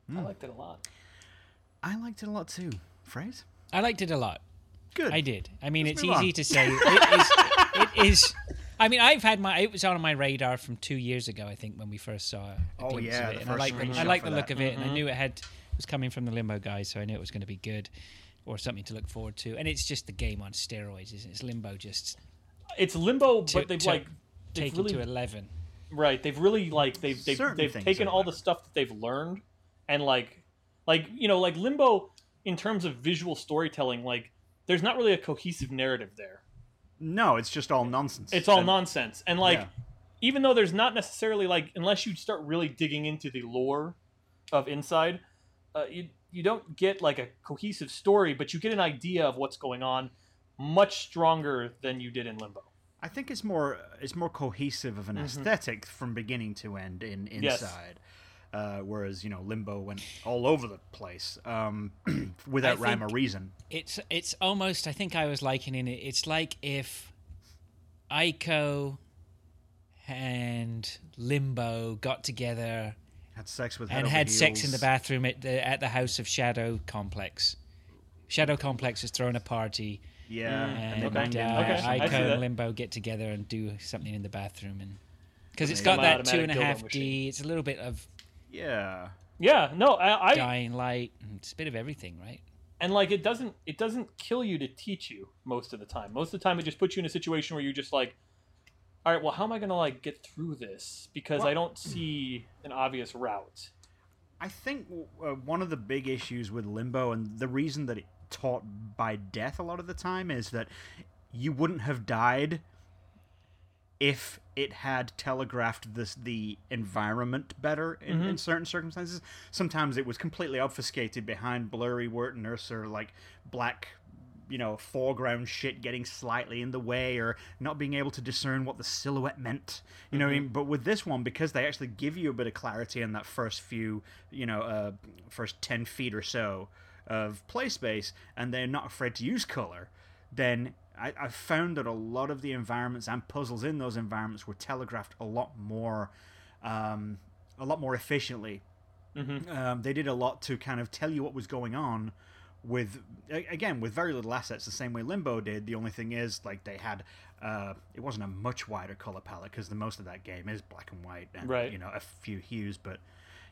[SPEAKER 1] Hmm.
[SPEAKER 2] I liked it a lot.
[SPEAKER 1] I liked it a lot too. Phrase.
[SPEAKER 3] I liked it a lot.
[SPEAKER 1] Good.
[SPEAKER 3] I did. I mean,
[SPEAKER 1] Let's
[SPEAKER 3] it's
[SPEAKER 1] move
[SPEAKER 3] easy
[SPEAKER 1] on.
[SPEAKER 3] to say. It is. It is. I mean, I've had my. It was on my radar from two years ago, I think, when we first saw. A
[SPEAKER 1] Oh,
[SPEAKER 3] glimpse
[SPEAKER 1] yeah,
[SPEAKER 3] of
[SPEAKER 1] the
[SPEAKER 3] it. and I
[SPEAKER 1] first
[SPEAKER 3] like the, I
[SPEAKER 1] screenshot
[SPEAKER 3] like
[SPEAKER 1] for
[SPEAKER 3] the look
[SPEAKER 1] that. Mm-hmm.
[SPEAKER 3] of it, and I knew it had it was coming from the Limbo guys, so I knew it was going to be good, or something to look forward to. And it's just the game on steroids, isn't it? It's Limbo just
[SPEAKER 2] It's Limbo,
[SPEAKER 3] to,
[SPEAKER 2] but they've
[SPEAKER 3] to
[SPEAKER 2] like they've
[SPEAKER 3] taken
[SPEAKER 2] really
[SPEAKER 3] to eleven.
[SPEAKER 2] right. They've really like they've they've,
[SPEAKER 1] Certain
[SPEAKER 2] they've
[SPEAKER 1] things
[SPEAKER 2] taken
[SPEAKER 1] are
[SPEAKER 2] all the
[SPEAKER 1] better.
[SPEAKER 2] stuff that they've learned and like like you know like Limbo in terms of visual storytelling like there's not really a cohesive narrative there.
[SPEAKER 1] No, it's just all nonsense.
[SPEAKER 2] It's all
[SPEAKER 1] And-
[SPEAKER 2] nonsense and like
[SPEAKER 1] Yeah.
[SPEAKER 2] even though there's not necessarily like unless you start really digging into the lore of Inside, uh, you you don't get like a cohesive story, but you get an idea of what's going on much stronger than you did in Limbo.
[SPEAKER 1] I think it's more it's more cohesive of an
[SPEAKER 3] Mm-hmm.
[SPEAKER 1] aesthetic from beginning to end in
[SPEAKER 2] Yes.
[SPEAKER 1] inside, uh, whereas you know Limbo went all over the place um, without
[SPEAKER 3] I
[SPEAKER 1] rhyme or
[SPEAKER 3] think-
[SPEAKER 1] reason.
[SPEAKER 3] It's it's almost. I think I was likening it. It's like if Ico and Limbo got together
[SPEAKER 1] Had sex with head
[SPEAKER 3] and
[SPEAKER 1] over
[SPEAKER 3] had sex in the
[SPEAKER 1] heels.
[SPEAKER 3] bathroom at the at the House of Shadow Complex. Shadow Complex is throwing a party,
[SPEAKER 1] Yeah, and
[SPEAKER 3] and
[SPEAKER 1] they
[SPEAKER 3] uh,
[SPEAKER 1] banged in
[SPEAKER 2] Hmm. Okay,
[SPEAKER 1] there.
[SPEAKER 2] I
[SPEAKER 3] Ico
[SPEAKER 2] see that.
[SPEAKER 3] and Limbo get together and do something in the bathroom, and because it's
[SPEAKER 1] Amazing.
[SPEAKER 3] got
[SPEAKER 2] My
[SPEAKER 3] that
[SPEAKER 2] automatic
[SPEAKER 3] two and a
[SPEAKER 2] dildo
[SPEAKER 3] half
[SPEAKER 2] machine.
[SPEAKER 3] D, it's a little bit of
[SPEAKER 1] Yeah,
[SPEAKER 2] Yeah, no, I, I
[SPEAKER 3] Dying Light, and it's a bit of everything, right?
[SPEAKER 2] and like it doesn't it doesn't kill you to teach you most of the time. Most of the time, it just puts you in a situation where you're just like, all right, well, how am I gonna like get through this because I
[SPEAKER 1] Well-
[SPEAKER 2] don't see an obvious route.
[SPEAKER 1] I think uh, one of the big issues with Limbo and the reason that it taught by death a lot of the time is that you wouldn't have died if it had telegraphed this the environment better in, in certain circumstances. Sometimes it was completely obfuscated behind blurry wordiness or like black you know foreground shit getting slightly in the way or not being able to discern what the silhouette meant you know what I mean? but with this one because they actually give you a bit of clarity in that first few you know uh, first 10 feet or so of play space and they're not afraid to use color then I, I've found that a lot of the environments and puzzles in those environments were telegraphed a lot more, um, a lot more efficiently.
[SPEAKER 2] Mm-hmm.
[SPEAKER 1] Um, they did a lot to kind of tell you what was going on, with a- again with very little assets, the same way Limbo did. The only thing is like they had, uh, it wasn't a much wider color palette because the most of that game is black and white, and,
[SPEAKER 2] Right.
[SPEAKER 1] You know, a few hues, but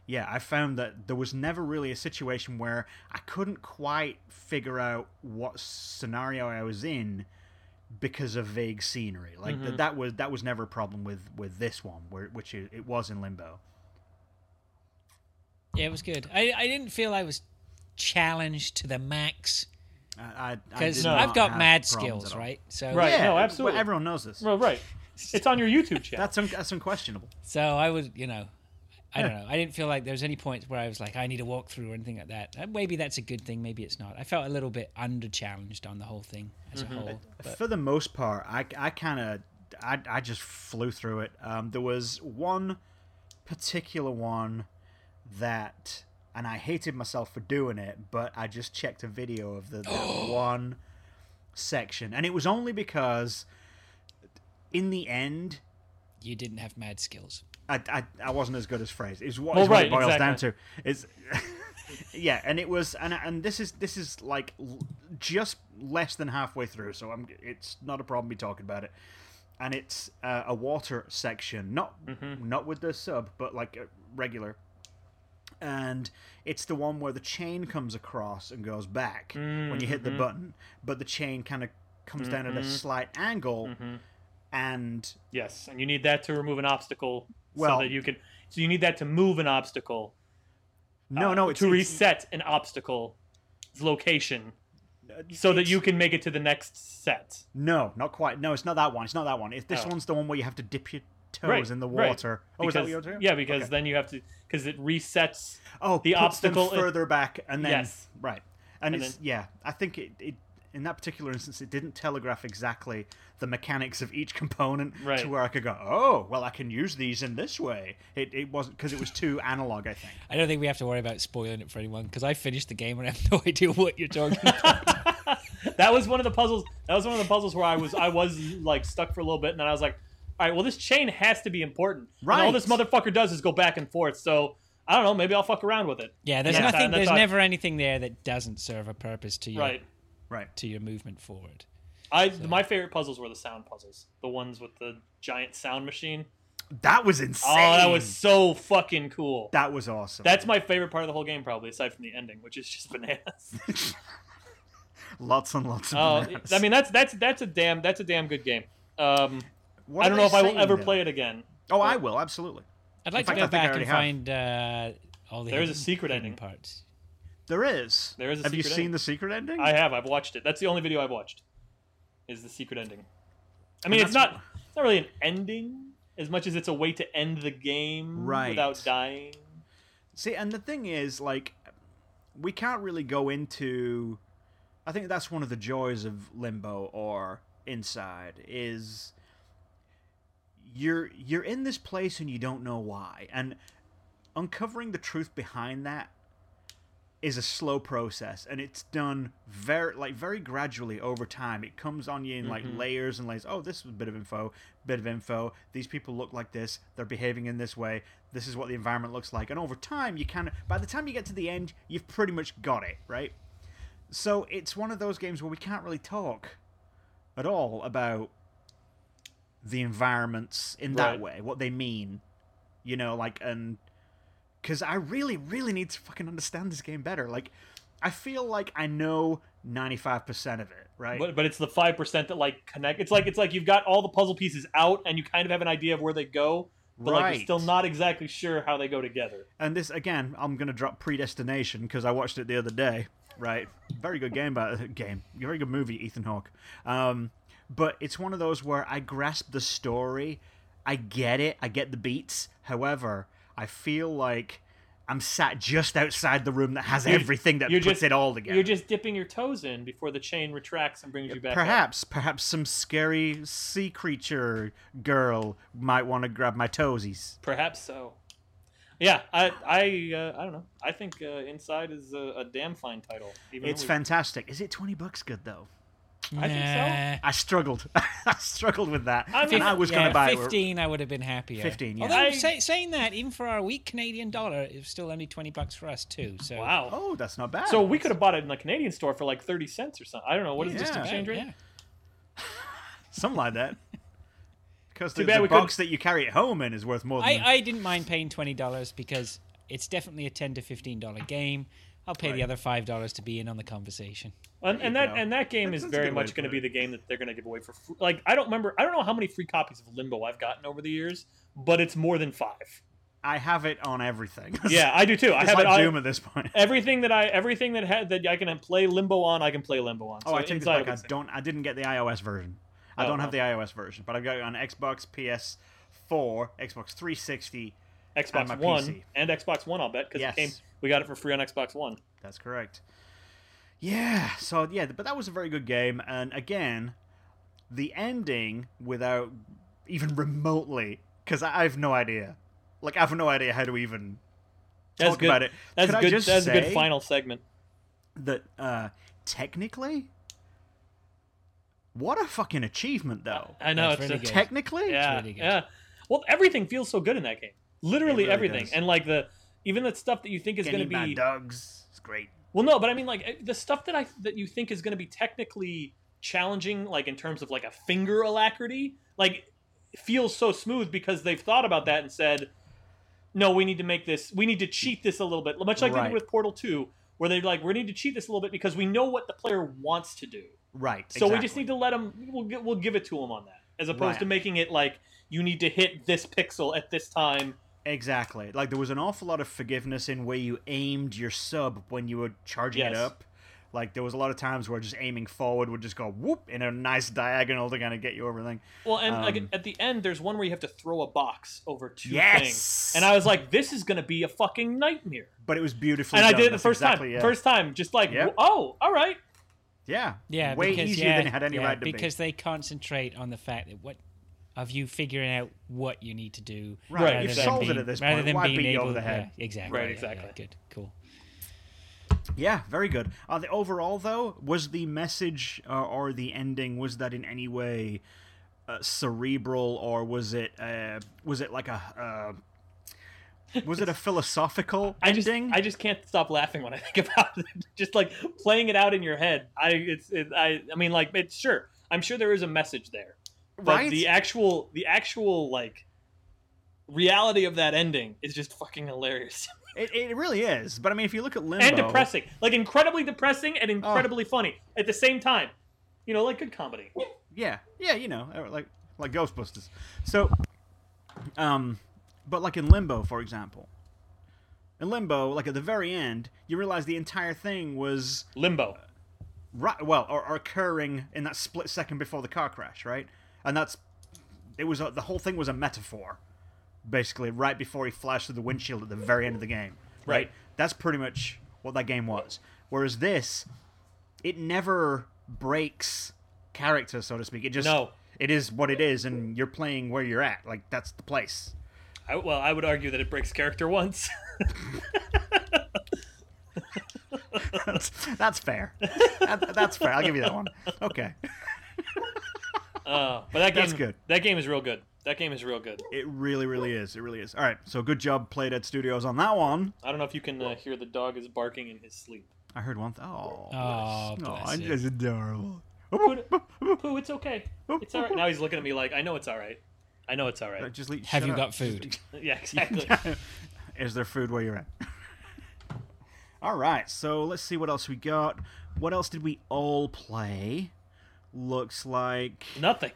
[SPEAKER 1] yeah, I found that there was never really a situation where I couldn't quite figure out what scenario I was in because of vague scenery. Like th- that was that was never a problem with with this one, where which it, it was in Limbo.
[SPEAKER 3] Yeah, it was good. I I didn't feel I was challenged to the max
[SPEAKER 1] I, I did
[SPEAKER 3] because
[SPEAKER 1] not
[SPEAKER 3] I've got
[SPEAKER 1] have
[SPEAKER 3] mad
[SPEAKER 1] problems at
[SPEAKER 3] skills,
[SPEAKER 1] all.
[SPEAKER 3] right? So
[SPEAKER 2] Right.
[SPEAKER 1] Yeah,
[SPEAKER 2] no,
[SPEAKER 1] well,
[SPEAKER 2] absolutely.
[SPEAKER 1] everyone knows this.
[SPEAKER 2] Well, right. It's on your YouTube channel.
[SPEAKER 1] That's un- that's unquestionable.
[SPEAKER 3] So I was, you know, I don't know. I didn't feel like there was any points where I was like, I need a walkthrough or anything like that. Uh, Maybe that's a good thing. Maybe it's not. I felt a little bit under challenged on the whole thing as
[SPEAKER 1] Mm-hmm.
[SPEAKER 3] a whole.
[SPEAKER 1] For the most part, I, I kind of I, I just flew through it. Um, there was one particular one that, and I hated myself for doing it, but I just checked a video of the, the one section, and it was only because in the end,
[SPEAKER 3] You didn't have mad skills.
[SPEAKER 1] I, I, I wasn't as good as phrase. Is what,
[SPEAKER 2] Well,
[SPEAKER 1] is what
[SPEAKER 2] right,
[SPEAKER 1] it boils
[SPEAKER 2] exactly.
[SPEAKER 1] down to. Is yeah, and it was, and and this is this is like l- just less than halfway through, so I'm it's not a problem me talking about it. And it's uh, a water section, not
[SPEAKER 2] Mm-hmm.
[SPEAKER 1] not with the sub, but like uh, regular. And it's the one where the chain comes across and goes back when you hit
[SPEAKER 2] Mm-hmm.
[SPEAKER 1] the button, but the chain kind of comes down at a slight
[SPEAKER 2] Mm.
[SPEAKER 1] angle, and
[SPEAKER 2] Mm-hmm. Yes, and you need that to remove an obstacle
[SPEAKER 1] Well-
[SPEAKER 2] so that you can. So you need that to move an obstacle.
[SPEAKER 1] no,
[SPEAKER 2] uh,
[SPEAKER 1] no, it's
[SPEAKER 2] to
[SPEAKER 1] it's-
[SPEAKER 2] reset an obstacle's location so that
[SPEAKER 1] uh, it's-
[SPEAKER 2] you can make it to the next set.
[SPEAKER 1] No, not quite. No, it's not that one. It's not that one. It's this
[SPEAKER 2] Oh.
[SPEAKER 1] one's the one where you have to dip your toes
[SPEAKER 2] Right,
[SPEAKER 1] in the
[SPEAKER 2] right.
[SPEAKER 1] water. Oh, is that what
[SPEAKER 2] Because-
[SPEAKER 1] you're doing?
[SPEAKER 2] Yeah, because
[SPEAKER 1] Okay.
[SPEAKER 2] then you have to because it resets.
[SPEAKER 1] oh,
[SPEAKER 2] the
[SPEAKER 1] puts them
[SPEAKER 2] obstacle is-
[SPEAKER 1] further back, and then
[SPEAKER 2] Yes.
[SPEAKER 1] right, and,
[SPEAKER 2] And
[SPEAKER 1] it's yeah. I think it, it in that particular instance it didn't telegraph exactly the mechanics of each component
[SPEAKER 2] Right.
[SPEAKER 1] to where I could go. Oh, well, I can use these in this way. It it wasn't because it was too analog. I think.
[SPEAKER 3] I don't think we have to worry about spoiling it for anyone because I finished the game and I have no idea what you're talking about.
[SPEAKER 2] That was one of the puzzles. That was one of the puzzles where I was I was like stuck for a little bit, and then I was like, all right, well this chain has to be important. And all
[SPEAKER 1] Right.
[SPEAKER 2] this motherfucker does is go back and forth. So I don't know. Maybe I'll fuck around with it.
[SPEAKER 3] Yeah, there's
[SPEAKER 2] Yeah,
[SPEAKER 3] nothing.
[SPEAKER 2] that-
[SPEAKER 3] There's
[SPEAKER 2] that's-
[SPEAKER 3] never anything there that doesn't serve a purpose to your
[SPEAKER 2] Right.
[SPEAKER 1] Right.
[SPEAKER 3] to your movement forward.
[SPEAKER 2] I my favorite puzzles were the sound puzzles, the ones with the giant sound machine.
[SPEAKER 1] That was insane.
[SPEAKER 2] Oh, that was so fucking cool.
[SPEAKER 1] that was awesome.
[SPEAKER 2] That's my favorite part of the whole game, probably aside from the ending, which is just bananas.
[SPEAKER 1] lots and lots of.
[SPEAKER 2] Oh,
[SPEAKER 1] bananas.
[SPEAKER 2] I mean, that's that's that's a damn that's a damn good game. Um,
[SPEAKER 1] What
[SPEAKER 2] I
[SPEAKER 1] are
[SPEAKER 2] don't
[SPEAKER 1] they
[SPEAKER 2] know if I will
[SPEAKER 1] saying
[SPEAKER 2] ever
[SPEAKER 1] there?
[SPEAKER 2] play it again.
[SPEAKER 1] Oh, I will absolutely.
[SPEAKER 3] I'd like
[SPEAKER 1] In fact,
[SPEAKER 3] to
[SPEAKER 1] I
[SPEAKER 3] go
[SPEAKER 1] think I
[SPEAKER 3] back and
[SPEAKER 1] already have.
[SPEAKER 3] find uh, all the
[SPEAKER 2] There is a
[SPEAKER 3] hidden-
[SPEAKER 2] secret
[SPEAKER 3] hidden
[SPEAKER 2] ending.
[SPEAKER 3] parts.
[SPEAKER 1] There is.
[SPEAKER 2] There is a
[SPEAKER 1] Have you
[SPEAKER 2] secret
[SPEAKER 1] seen
[SPEAKER 2] ending.
[SPEAKER 1] the secret ending?
[SPEAKER 2] I have. I've watched it. That's the only video I've watched. Is the secret ending? I mean,
[SPEAKER 1] And
[SPEAKER 2] it's
[SPEAKER 1] that's-
[SPEAKER 2] not it's not really an ending as much as it's a way to end the game
[SPEAKER 1] Right.
[SPEAKER 2] without dying.
[SPEAKER 1] See, and the thing is, like, we can't really go into. I think that's one of the joys of Limbo or Inside is you're you're in this place and you don't know why, and uncovering the truth behind that is a slow process and it's done very like very gradually over time it comes on you in like layers and layers oh this was a bit of info bit of info these people look like this they're behaving in this way this is what the environment looks like and over time you kind of by the time you get to the end you've pretty much got it right so it's one of those games where we can't really talk at all about the environments in that
[SPEAKER 2] Right.
[SPEAKER 1] way what they mean you know like and because I really, really need to fucking understand this game better. Like, I feel like I know 95% of it, right?
[SPEAKER 2] But but it's the five percent that like connect. It's like it's like you've got all the puzzle pieces out and you kind of have an idea of where they go, but like
[SPEAKER 1] Right.
[SPEAKER 2] you're still not exactly sure how they go together.
[SPEAKER 1] and this, again, I'm going to drop Predestination because I watched it the other day, right? Very good game, but game. Very good movie, Ethan Hawke. Um, but it's one of those where I grasp the story, I get it, I get the beats. However, I feel like I'm sat just outside the room that has
[SPEAKER 2] You're-
[SPEAKER 1] everything that
[SPEAKER 2] you're
[SPEAKER 1] puts
[SPEAKER 2] just-
[SPEAKER 1] it all together.
[SPEAKER 2] You're just dipping your toes in before the chain retracts and brings you back. up.
[SPEAKER 1] Perhaps, perhaps some scary sea creature girl might want to grab my toesies.
[SPEAKER 2] Perhaps so. Yeah, I I uh, I don't know. I think uh, Inside is a, a damn fine title. Even
[SPEAKER 1] It's
[SPEAKER 2] though we-
[SPEAKER 1] fantastic. Is it twenty bucks good though?
[SPEAKER 2] I think so.
[SPEAKER 3] Nah.
[SPEAKER 1] I struggled. I struggled with that,
[SPEAKER 2] I mean-
[SPEAKER 1] and I was going
[SPEAKER 3] yeah,
[SPEAKER 1] to buy it.
[SPEAKER 3] 15 i would have been happier
[SPEAKER 1] 15, yeah.
[SPEAKER 3] although
[SPEAKER 2] I-
[SPEAKER 3] say, saying that even for our weak canadian dollar it was still only 20 bucks for us too so
[SPEAKER 2] Wow.
[SPEAKER 1] Oh, that's not bad.
[SPEAKER 2] so we could have bought it in the Canadian store for like thirty cents or something. I don't know what is
[SPEAKER 1] Yeah.
[SPEAKER 2] this
[SPEAKER 1] Yeah.
[SPEAKER 2] exchange rate.
[SPEAKER 3] Yeah.
[SPEAKER 1] something like that. Because
[SPEAKER 2] Too
[SPEAKER 1] the,
[SPEAKER 2] bad
[SPEAKER 1] the
[SPEAKER 2] we
[SPEAKER 1] box that you carry at home in is worth more than.
[SPEAKER 3] I, I didn't mind paying $20 because it's definitely a 10 to 15 dollar game i'll pay the other five dollars to be in on the conversation
[SPEAKER 2] And, and
[SPEAKER 1] There you
[SPEAKER 2] that
[SPEAKER 1] go.
[SPEAKER 2] and that game
[SPEAKER 1] That-
[SPEAKER 2] is
[SPEAKER 1] that's a
[SPEAKER 2] very
[SPEAKER 1] good way
[SPEAKER 2] much
[SPEAKER 1] to
[SPEAKER 2] going to
[SPEAKER 1] put
[SPEAKER 2] be
[SPEAKER 1] it.
[SPEAKER 2] the game that they're going to give away for free. Like I don't remember. I don't know how many free copies of Limbo I've gotten over the years, but it's more than five.
[SPEAKER 1] I have it on everything.
[SPEAKER 2] Yeah, I do too. I
[SPEAKER 1] It's
[SPEAKER 2] have it
[SPEAKER 1] like
[SPEAKER 2] on
[SPEAKER 1] Doom at this point.
[SPEAKER 2] everything that I everything that had that I can play Limbo on. I can play Limbo on.
[SPEAKER 1] Oh,
[SPEAKER 2] So
[SPEAKER 1] I take this
[SPEAKER 2] inside of
[SPEAKER 1] back. I
[SPEAKER 2] this thing.
[SPEAKER 1] don't. I didn't get the iOS version. I
[SPEAKER 2] Oh,
[SPEAKER 1] don't have
[SPEAKER 2] oh.
[SPEAKER 1] the iOS version, but I've got it on Xbox, PS4, Xbox 360. and my
[SPEAKER 2] Xbox One
[SPEAKER 1] PC.
[SPEAKER 2] and Xbox One. I'll bet because
[SPEAKER 1] Yes.
[SPEAKER 2] it came. We got it for free on Xbox One.
[SPEAKER 1] That's correct. Yeah. So yeah, but that was a very good game, and again, the ending without even remotely, because I, I have no idea. Like I have no idea how to even
[SPEAKER 2] That's
[SPEAKER 1] talk
[SPEAKER 2] good.
[SPEAKER 1] about it.
[SPEAKER 2] That's
[SPEAKER 1] Could I
[SPEAKER 2] good.
[SPEAKER 1] just
[SPEAKER 2] that's a good
[SPEAKER 1] say-
[SPEAKER 2] final segment.
[SPEAKER 1] That uh, technically, what a fucking achievement, though.
[SPEAKER 2] I know
[SPEAKER 3] That's
[SPEAKER 2] it's
[SPEAKER 3] really
[SPEAKER 2] a,
[SPEAKER 3] good.
[SPEAKER 1] technically,
[SPEAKER 2] Uh, yeah,
[SPEAKER 3] really good.
[SPEAKER 2] yeah. Well, everything feels so good in that game. Literally
[SPEAKER 1] really
[SPEAKER 2] everything,
[SPEAKER 1] does.
[SPEAKER 2] and like the even the stuff that you think is
[SPEAKER 1] Getting
[SPEAKER 2] going to
[SPEAKER 1] eaten by
[SPEAKER 2] be
[SPEAKER 1] dogs. It's great.
[SPEAKER 2] Well, no, but I mean, like eh, the stuff that I that you think is going to be technically challenging, like in terms of like a finger alacrity, like feels so smooth because they've thought about that and said, no, we need to make this, we need to cheat this a little bit, much like they
[SPEAKER 1] Right.
[SPEAKER 2] did with Portal Two, where they're like, we need to cheat this a little bit because we know what the player wants to do,
[SPEAKER 1] Right.
[SPEAKER 2] so we just
[SPEAKER 1] exactly.
[SPEAKER 2] need to let them, we'll gi- we'll give it to them on that, as opposed
[SPEAKER 1] Right.
[SPEAKER 2] to making it like you need to hit this pixel at this time.
[SPEAKER 1] Exactly. Like there was an awful lot of forgiveness in where you aimed your sub when you were charging it
[SPEAKER 2] Yes.
[SPEAKER 1] up. Like there was a lot of times where just aiming forward would just go whoop in a nice diagonal to kind of get you over everything.
[SPEAKER 2] Well, and like
[SPEAKER 1] Um,
[SPEAKER 2] at the end, there's one where you have to throw a box over two things.
[SPEAKER 1] Yes.
[SPEAKER 2] And I was like, this is going to be a fucking nightmare.
[SPEAKER 1] but it was beautifully.
[SPEAKER 2] And I
[SPEAKER 1] done.
[SPEAKER 2] did it the
[SPEAKER 1] That's
[SPEAKER 2] first
[SPEAKER 1] exactly
[SPEAKER 2] time.
[SPEAKER 1] it.
[SPEAKER 2] First time, just like,
[SPEAKER 1] Yep.
[SPEAKER 2] oh, all right.
[SPEAKER 1] Yeah.
[SPEAKER 3] Yeah,
[SPEAKER 1] Way
[SPEAKER 3] because,
[SPEAKER 1] easier
[SPEAKER 3] yeah,
[SPEAKER 1] than it had any
[SPEAKER 3] yeah,
[SPEAKER 1] right to
[SPEAKER 3] because they concentrate on the fact that what of you figuring out what you need to do.
[SPEAKER 1] Right,
[SPEAKER 3] rather
[SPEAKER 2] you've
[SPEAKER 3] than
[SPEAKER 1] solved it
[SPEAKER 3] being-
[SPEAKER 1] at this
[SPEAKER 3] rather
[SPEAKER 1] point.
[SPEAKER 3] than
[SPEAKER 1] Why
[SPEAKER 3] being
[SPEAKER 1] beat you
[SPEAKER 3] able,
[SPEAKER 1] over the head?
[SPEAKER 3] Yeah, exactly.
[SPEAKER 2] Right,
[SPEAKER 3] yeah, yeah,
[SPEAKER 2] exactly.
[SPEAKER 3] good. Cool.
[SPEAKER 1] be. Yeah. Very good. Uh, the overall though was the message uh, or the ending was that in any way uh, cerebral or was it uh, was it like a uh, was it a philosophical
[SPEAKER 2] I just,
[SPEAKER 1] ending?
[SPEAKER 2] I just can't stop laughing when I think about it. Just like playing it out in your head. I, it's, it, I, I mean, like, it's sure. I'm sure there is a message there, but
[SPEAKER 1] right.
[SPEAKER 2] the actual, the actual like reality of that ending is just fucking hilarious
[SPEAKER 1] It, it really is. But I mean, if you look at Limbo,
[SPEAKER 2] and depressing. Like incredibly depressing and incredibly funny at the same time. You know, like good comedy.
[SPEAKER 1] yeah, yeah, you know, uh, like like Ghostbusters. So, um, but like in Limbo, for example, in Limbo, like at the very end, you realize the entire thing was
[SPEAKER 2] Limbo.
[SPEAKER 1] right, well, or, or occurring in that split second before the car crash, right? And that's it was a, the whole thing was a metaphor, basically, right before he flashed through the windshield at the very end of the game,
[SPEAKER 2] Right.
[SPEAKER 1] That's pretty much what that game was. Whereas this, it never breaks character, so to speak. It just
[SPEAKER 2] No.
[SPEAKER 1] it is what it is, and you're playing where you're at. Like that's the place.
[SPEAKER 2] I, well, I would argue that it breaks character once.
[SPEAKER 1] that's, that's fair. That- that's fair. I'll give you that one. Okay.
[SPEAKER 2] Uh, but that game,
[SPEAKER 1] That's good.
[SPEAKER 2] That game is real good. That game is real good.
[SPEAKER 1] It really, really is. It really is. All right. So good job, Playdead Studios, on that one.
[SPEAKER 2] I don't know if you can uh, hear the dog is barking in his sleep.
[SPEAKER 1] I heard one. Th- oh,
[SPEAKER 3] Oh,
[SPEAKER 1] oh,
[SPEAKER 3] bless it.
[SPEAKER 1] it's adorable.
[SPEAKER 2] Poo, it's okay. It's all right. Now he's looking at me like, I know it's all right. I know it's all right.
[SPEAKER 1] Just leave,
[SPEAKER 3] Have you got food?
[SPEAKER 2] Yeah, exactly.
[SPEAKER 1] Is there food where you're at? all right. So let's see what else we got. What else did we all play? Looks like
[SPEAKER 2] nothing.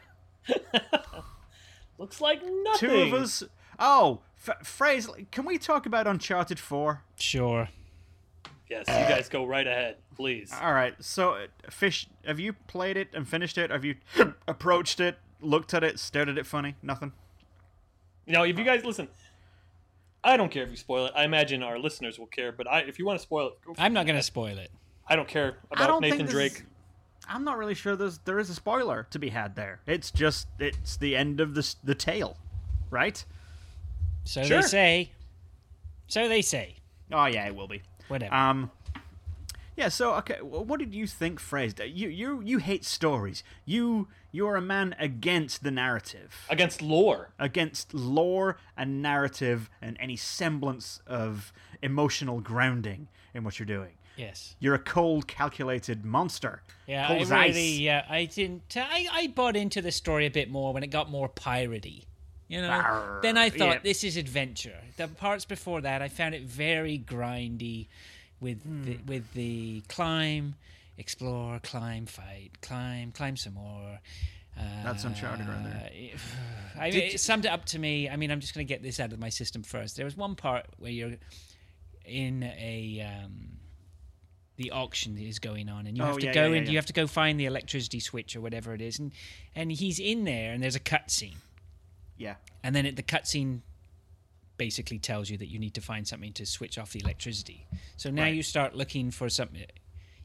[SPEAKER 2] Looks like nothing.
[SPEAKER 1] two of us. Oh, F- Fraser, can we talk about Uncharted Four?
[SPEAKER 3] Sure.
[SPEAKER 2] Yes, you guys go right ahead, please.
[SPEAKER 1] All right. So, uh, Fish, have you played it and finished it? Have you approached it, looked at it, stared at it funny? Nothing.
[SPEAKER 2] Now, if you guys listen, I don't care if you spoil it. I imagine our listeners will care, but I, if you want to spoil it, go
[SPEAKER 3] I'm not going to spoil it.
[SPEAKER 2] I don't care
[SPEAKER 1] I
[SPEAKER 2] about
[SPEAKER 1] don't
[SPEAKER 2] Nathan
[SPEAKER 1] think this
[SPEAKER 2] Drake.
[SPEAKER 1] is- I'm not really sure there's there is a spoiler to be had there. It's just it's the end of the s- the tale, right?
[SPEAKER 3] So
[SPEAKER 2] Sure.
[SPEAKER 3] they say. So they say.
[SPEAKER 1] Oh yeah, it will be.
[SPEAKER 3] Whatever.
[SPEAKER 1] Um, yeah. So okay, wh- what did you think, Fraser? You you you hate stories. You you're a man against the narrative,
[SPEAKER 2] Against lore.
[SPEAKER 1] against lore and narrative and any semblance of emotional grounding in what you're doing.
[SPEAKER 3] yes.
[SPEAKER 1] You're a cold, calculated monster.
[SPEAKER 3] Yeah,
[SPEAKER 1] cold
[SPEAKER 3] I
[SPEAKER 1] as ice.
[SPEAKER 3] really, yeah, I didn't. I, I bought into the story a bit more when it got more piratey. You know,
[SPEAKER 1] Arr,
[SPEAKER 3] then I thought
[SPEAKER 1] yeah.
[SPEAKER 3] this is adventure. The parts before that, I found it very grindy, with
[SPEAKER 1] Hmm.
[SPEAKER 3] the, with the climb, explore, climb, fight, climb, climb some more. Uh,
[SPEAKER 1] That's Uncharted right there.
[SPEAKER 3] Uh, I,
[SPEAKER 1] Did
[SPEAKER 3] it
[SPEAKER 1] you-
[SPEAKER 3] summed it up to me. I mean, I'm just going to get this out of my system first. There was one part where you're in a um, the auction is going on, and you
[SPEAKER 1] Oh,
[SPEAKER 3] have to
[SPEAKER 1] yeah,
[SPEAKER 3] go
[SPEAKER 1] yeah, yeah,
[SPEAKER 3] and you
[SPEAKER 1] yeah.
[SPEAKER 3] have to go find the electricity switch or whatever it is, and and he's in there, and there's a cutscene,
[SPEAKER 1] Yeah.
[SPEAKER 3] and then it, the cutscene basically tells you that you need to find something to switch off the electricity. So now
[SPEAKER 1] Right.
[SPEAKER 3] you start looking for something.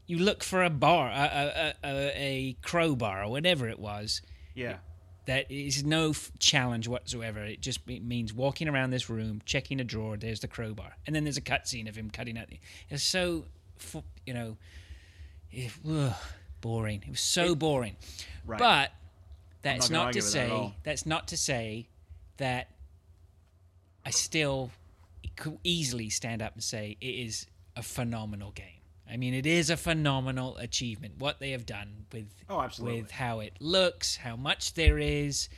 [SPEAKER 3] You look for a bar, a, a, a, a crowbar or whatever it was,
[SPEAKER 1] Yeah.
[SPEAKER 3] that is no f- challenge whatsoever. It just me- means walking around this room, checking a drawer. There's the crowbar, and then there's a cutscene of him cutting out. The, it's so, fu- you know, it, ugh, boring. It was so boring.
[SPEAKER 1] Right.
[SPEAKER 3] But that's
[SPEAKER 1] not gonna
[SPEAKER 3] not, to
[SPEAKER 1] argue with that at
[SPEAKER 3] say
[SPEAKER 1] all.
[SPEAKER 3] that's not to say that I still could easily stand up and say it is a phenomenal game. I mean, it is a phenomenal achievement what they have done with
[SPEAKER 1] Oh, absolutely.
[SPEAKER 3] with how it looks, how much there is,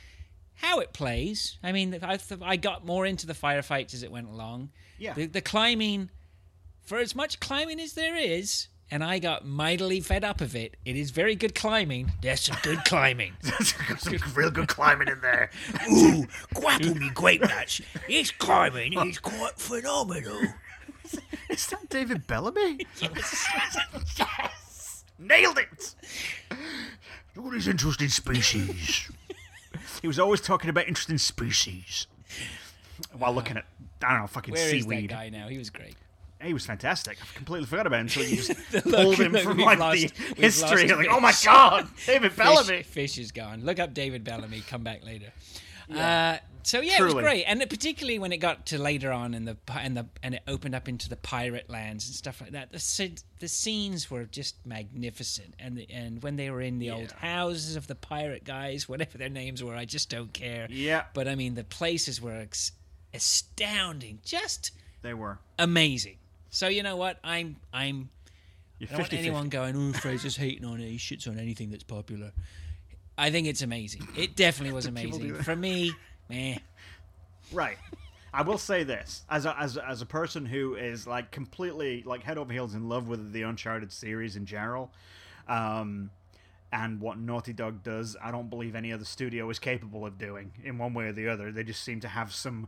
[SPEAKER 3] how it plays. I mean, I, th- I got more into the firefights as it went along.
[SPEAKER 1] Yeah.
[SPEAKER 3] The, the climbing, for as much climbing as there is, and I got mightily fed up of it. It is very good climbing. There's some good climbing.
[SPEAKER 1] Some real good climbing in there.
[SPEAKER 3] Ooh, grapple me grape nuts. His climbing is quite phenomenal.
[SPEAKER 1] Is that David Bellamy? yes! Nailed it!
[SPEAKER 4] Look at these interesting species.
[SPEAKER 1] He was always talking about interesting sp-
[SPEAKER 4] species.
[SPEAKER 1] while looking at, I don't know, fucking
[SPEAKER 3] Where is that
[SPEAKER 1] seaweed.
[SPEAKER 3] guy now? He was great.
[SPEAKER 1] He was fantastic. I completely forgot about him until you just
[SPEAKER 3] look
[SPEAKER 1] pulled him
[SPEAKER 3] that
[SPEAKER 1] from
[SPEAKER 3] we've
[SPEAKER 1] like
[SPEAKER 3] lost-
[SPEAKER 1] the
[SPEAKER 3] we've
[SPEAKER 1] history. Like,
[SPEAKER 3] lost Fish.
[SPEAKER 1] oh my god, David Bellamy.
[SPEAKER 3] Fish, Fish is gone. Look up David Bellamy. Come back later. Uh, so yeah, it was
[SPEAKER 1] Truly.
[SPEAKER 3] great, and it, particularly when it got to later on, and the pi- and the and it opened up into the pirate lands and stuff like that. The sce- the scenes were just magnificent, and the, and when they were in the old houses of the pirate guys, whatever their names were, I just don't care.
[SPEAKER 1] Yeah.
[SPEAKER 3] but I mean the places were ex- astounding, just
[SPEAKER 1] They were.
[SPEAKER 3] amazing. So you know what? I'm I'm
[SPEAKER 1] You're
[SPEAKER 3] I don't
[SPEAKER 1] 50
[SPEAKER 3] want anyone going, oh, Fraser's hating on it. He shits on anything that's popular. I think it's amazing. It definitely was
[SPEAKER 1] people do
[SPEAKER 3] amazing.
[SPEAKER 1] that?
[SPEAKER 3] For me, meh.
[SPEAKER 1] Right. I will say this as a, as a- as a person who is like completely like head over heels in love with the Uncharted series in general, um, and what Naughty Dog does, I don't believe any other studio is capable of doing in one way or the other. They just seem to have some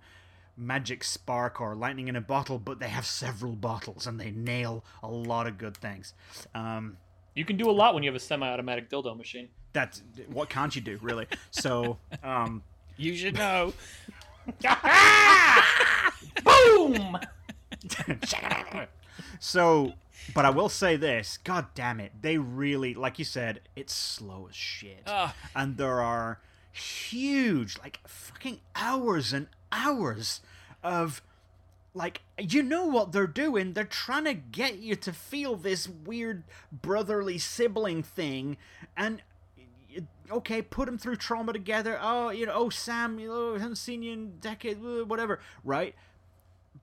[SPEAKER 1] magic spark or lightning in a bottle, but they have several bottles and they nail a lot of good things. Um,
[SPEAKER 2] You can do a lot when you have a semi-automatic dildo machine.
[SPEAKER 1] that's what can't you do really? So um,
[SPEAKER 3] You should know.
[SPEAKER 1] Ah!
[SPEAKER 2] Boom!
[SPEAKER 1] So, but I will say this: God damn it, they really, like you said, it's slow as shit,
[SPEAKER 3] Ah.
[SPEAKER 1] and there are huge, like fucking hours and hours of. Like you know what they're doing? They're trying to get you to feel this weird brotherly sibling thing, and y- okay, put them through trauma together. Oh, you know, oh Sam, you know, haven't seen you in decades, whatever, right?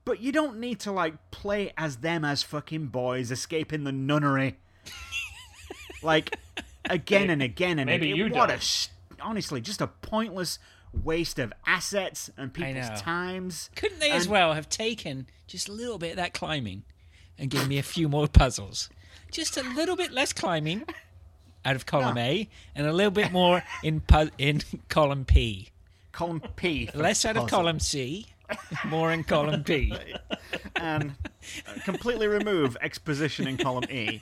[SPEAKER 1] But you don't need to like play as them as fucking boys escaping the nunnery. like again and again and
[SPEAKER 2] Maybe
[SPEAKER 1] again.
[SPEAKER 2] you
[SPEAKER 1] what a
[SPEAKER 2] don't.
[SPEAKER 1] sh- honestly just a pointless waste of assets and people's
[SPEAKER 3] know.
[SPEAKER 1] times.
[SPEAKER 3] Couldn't they as
[SPEAKER 1] And-
[SPEAKER 3] well have taken just a little bit of that climbing and given me a few more puzzles? Just a little bit less climbing out of column A and a little bit more in pu- in column P.
[SPEAKER 1] Column P. for
[SPEAKER 3] Less out of
[SPEAKER 1] puzzle.
[SPEAKER 3] column C, more in column B.
[SPEAKER 1] and uh, completely remove exposition in column E.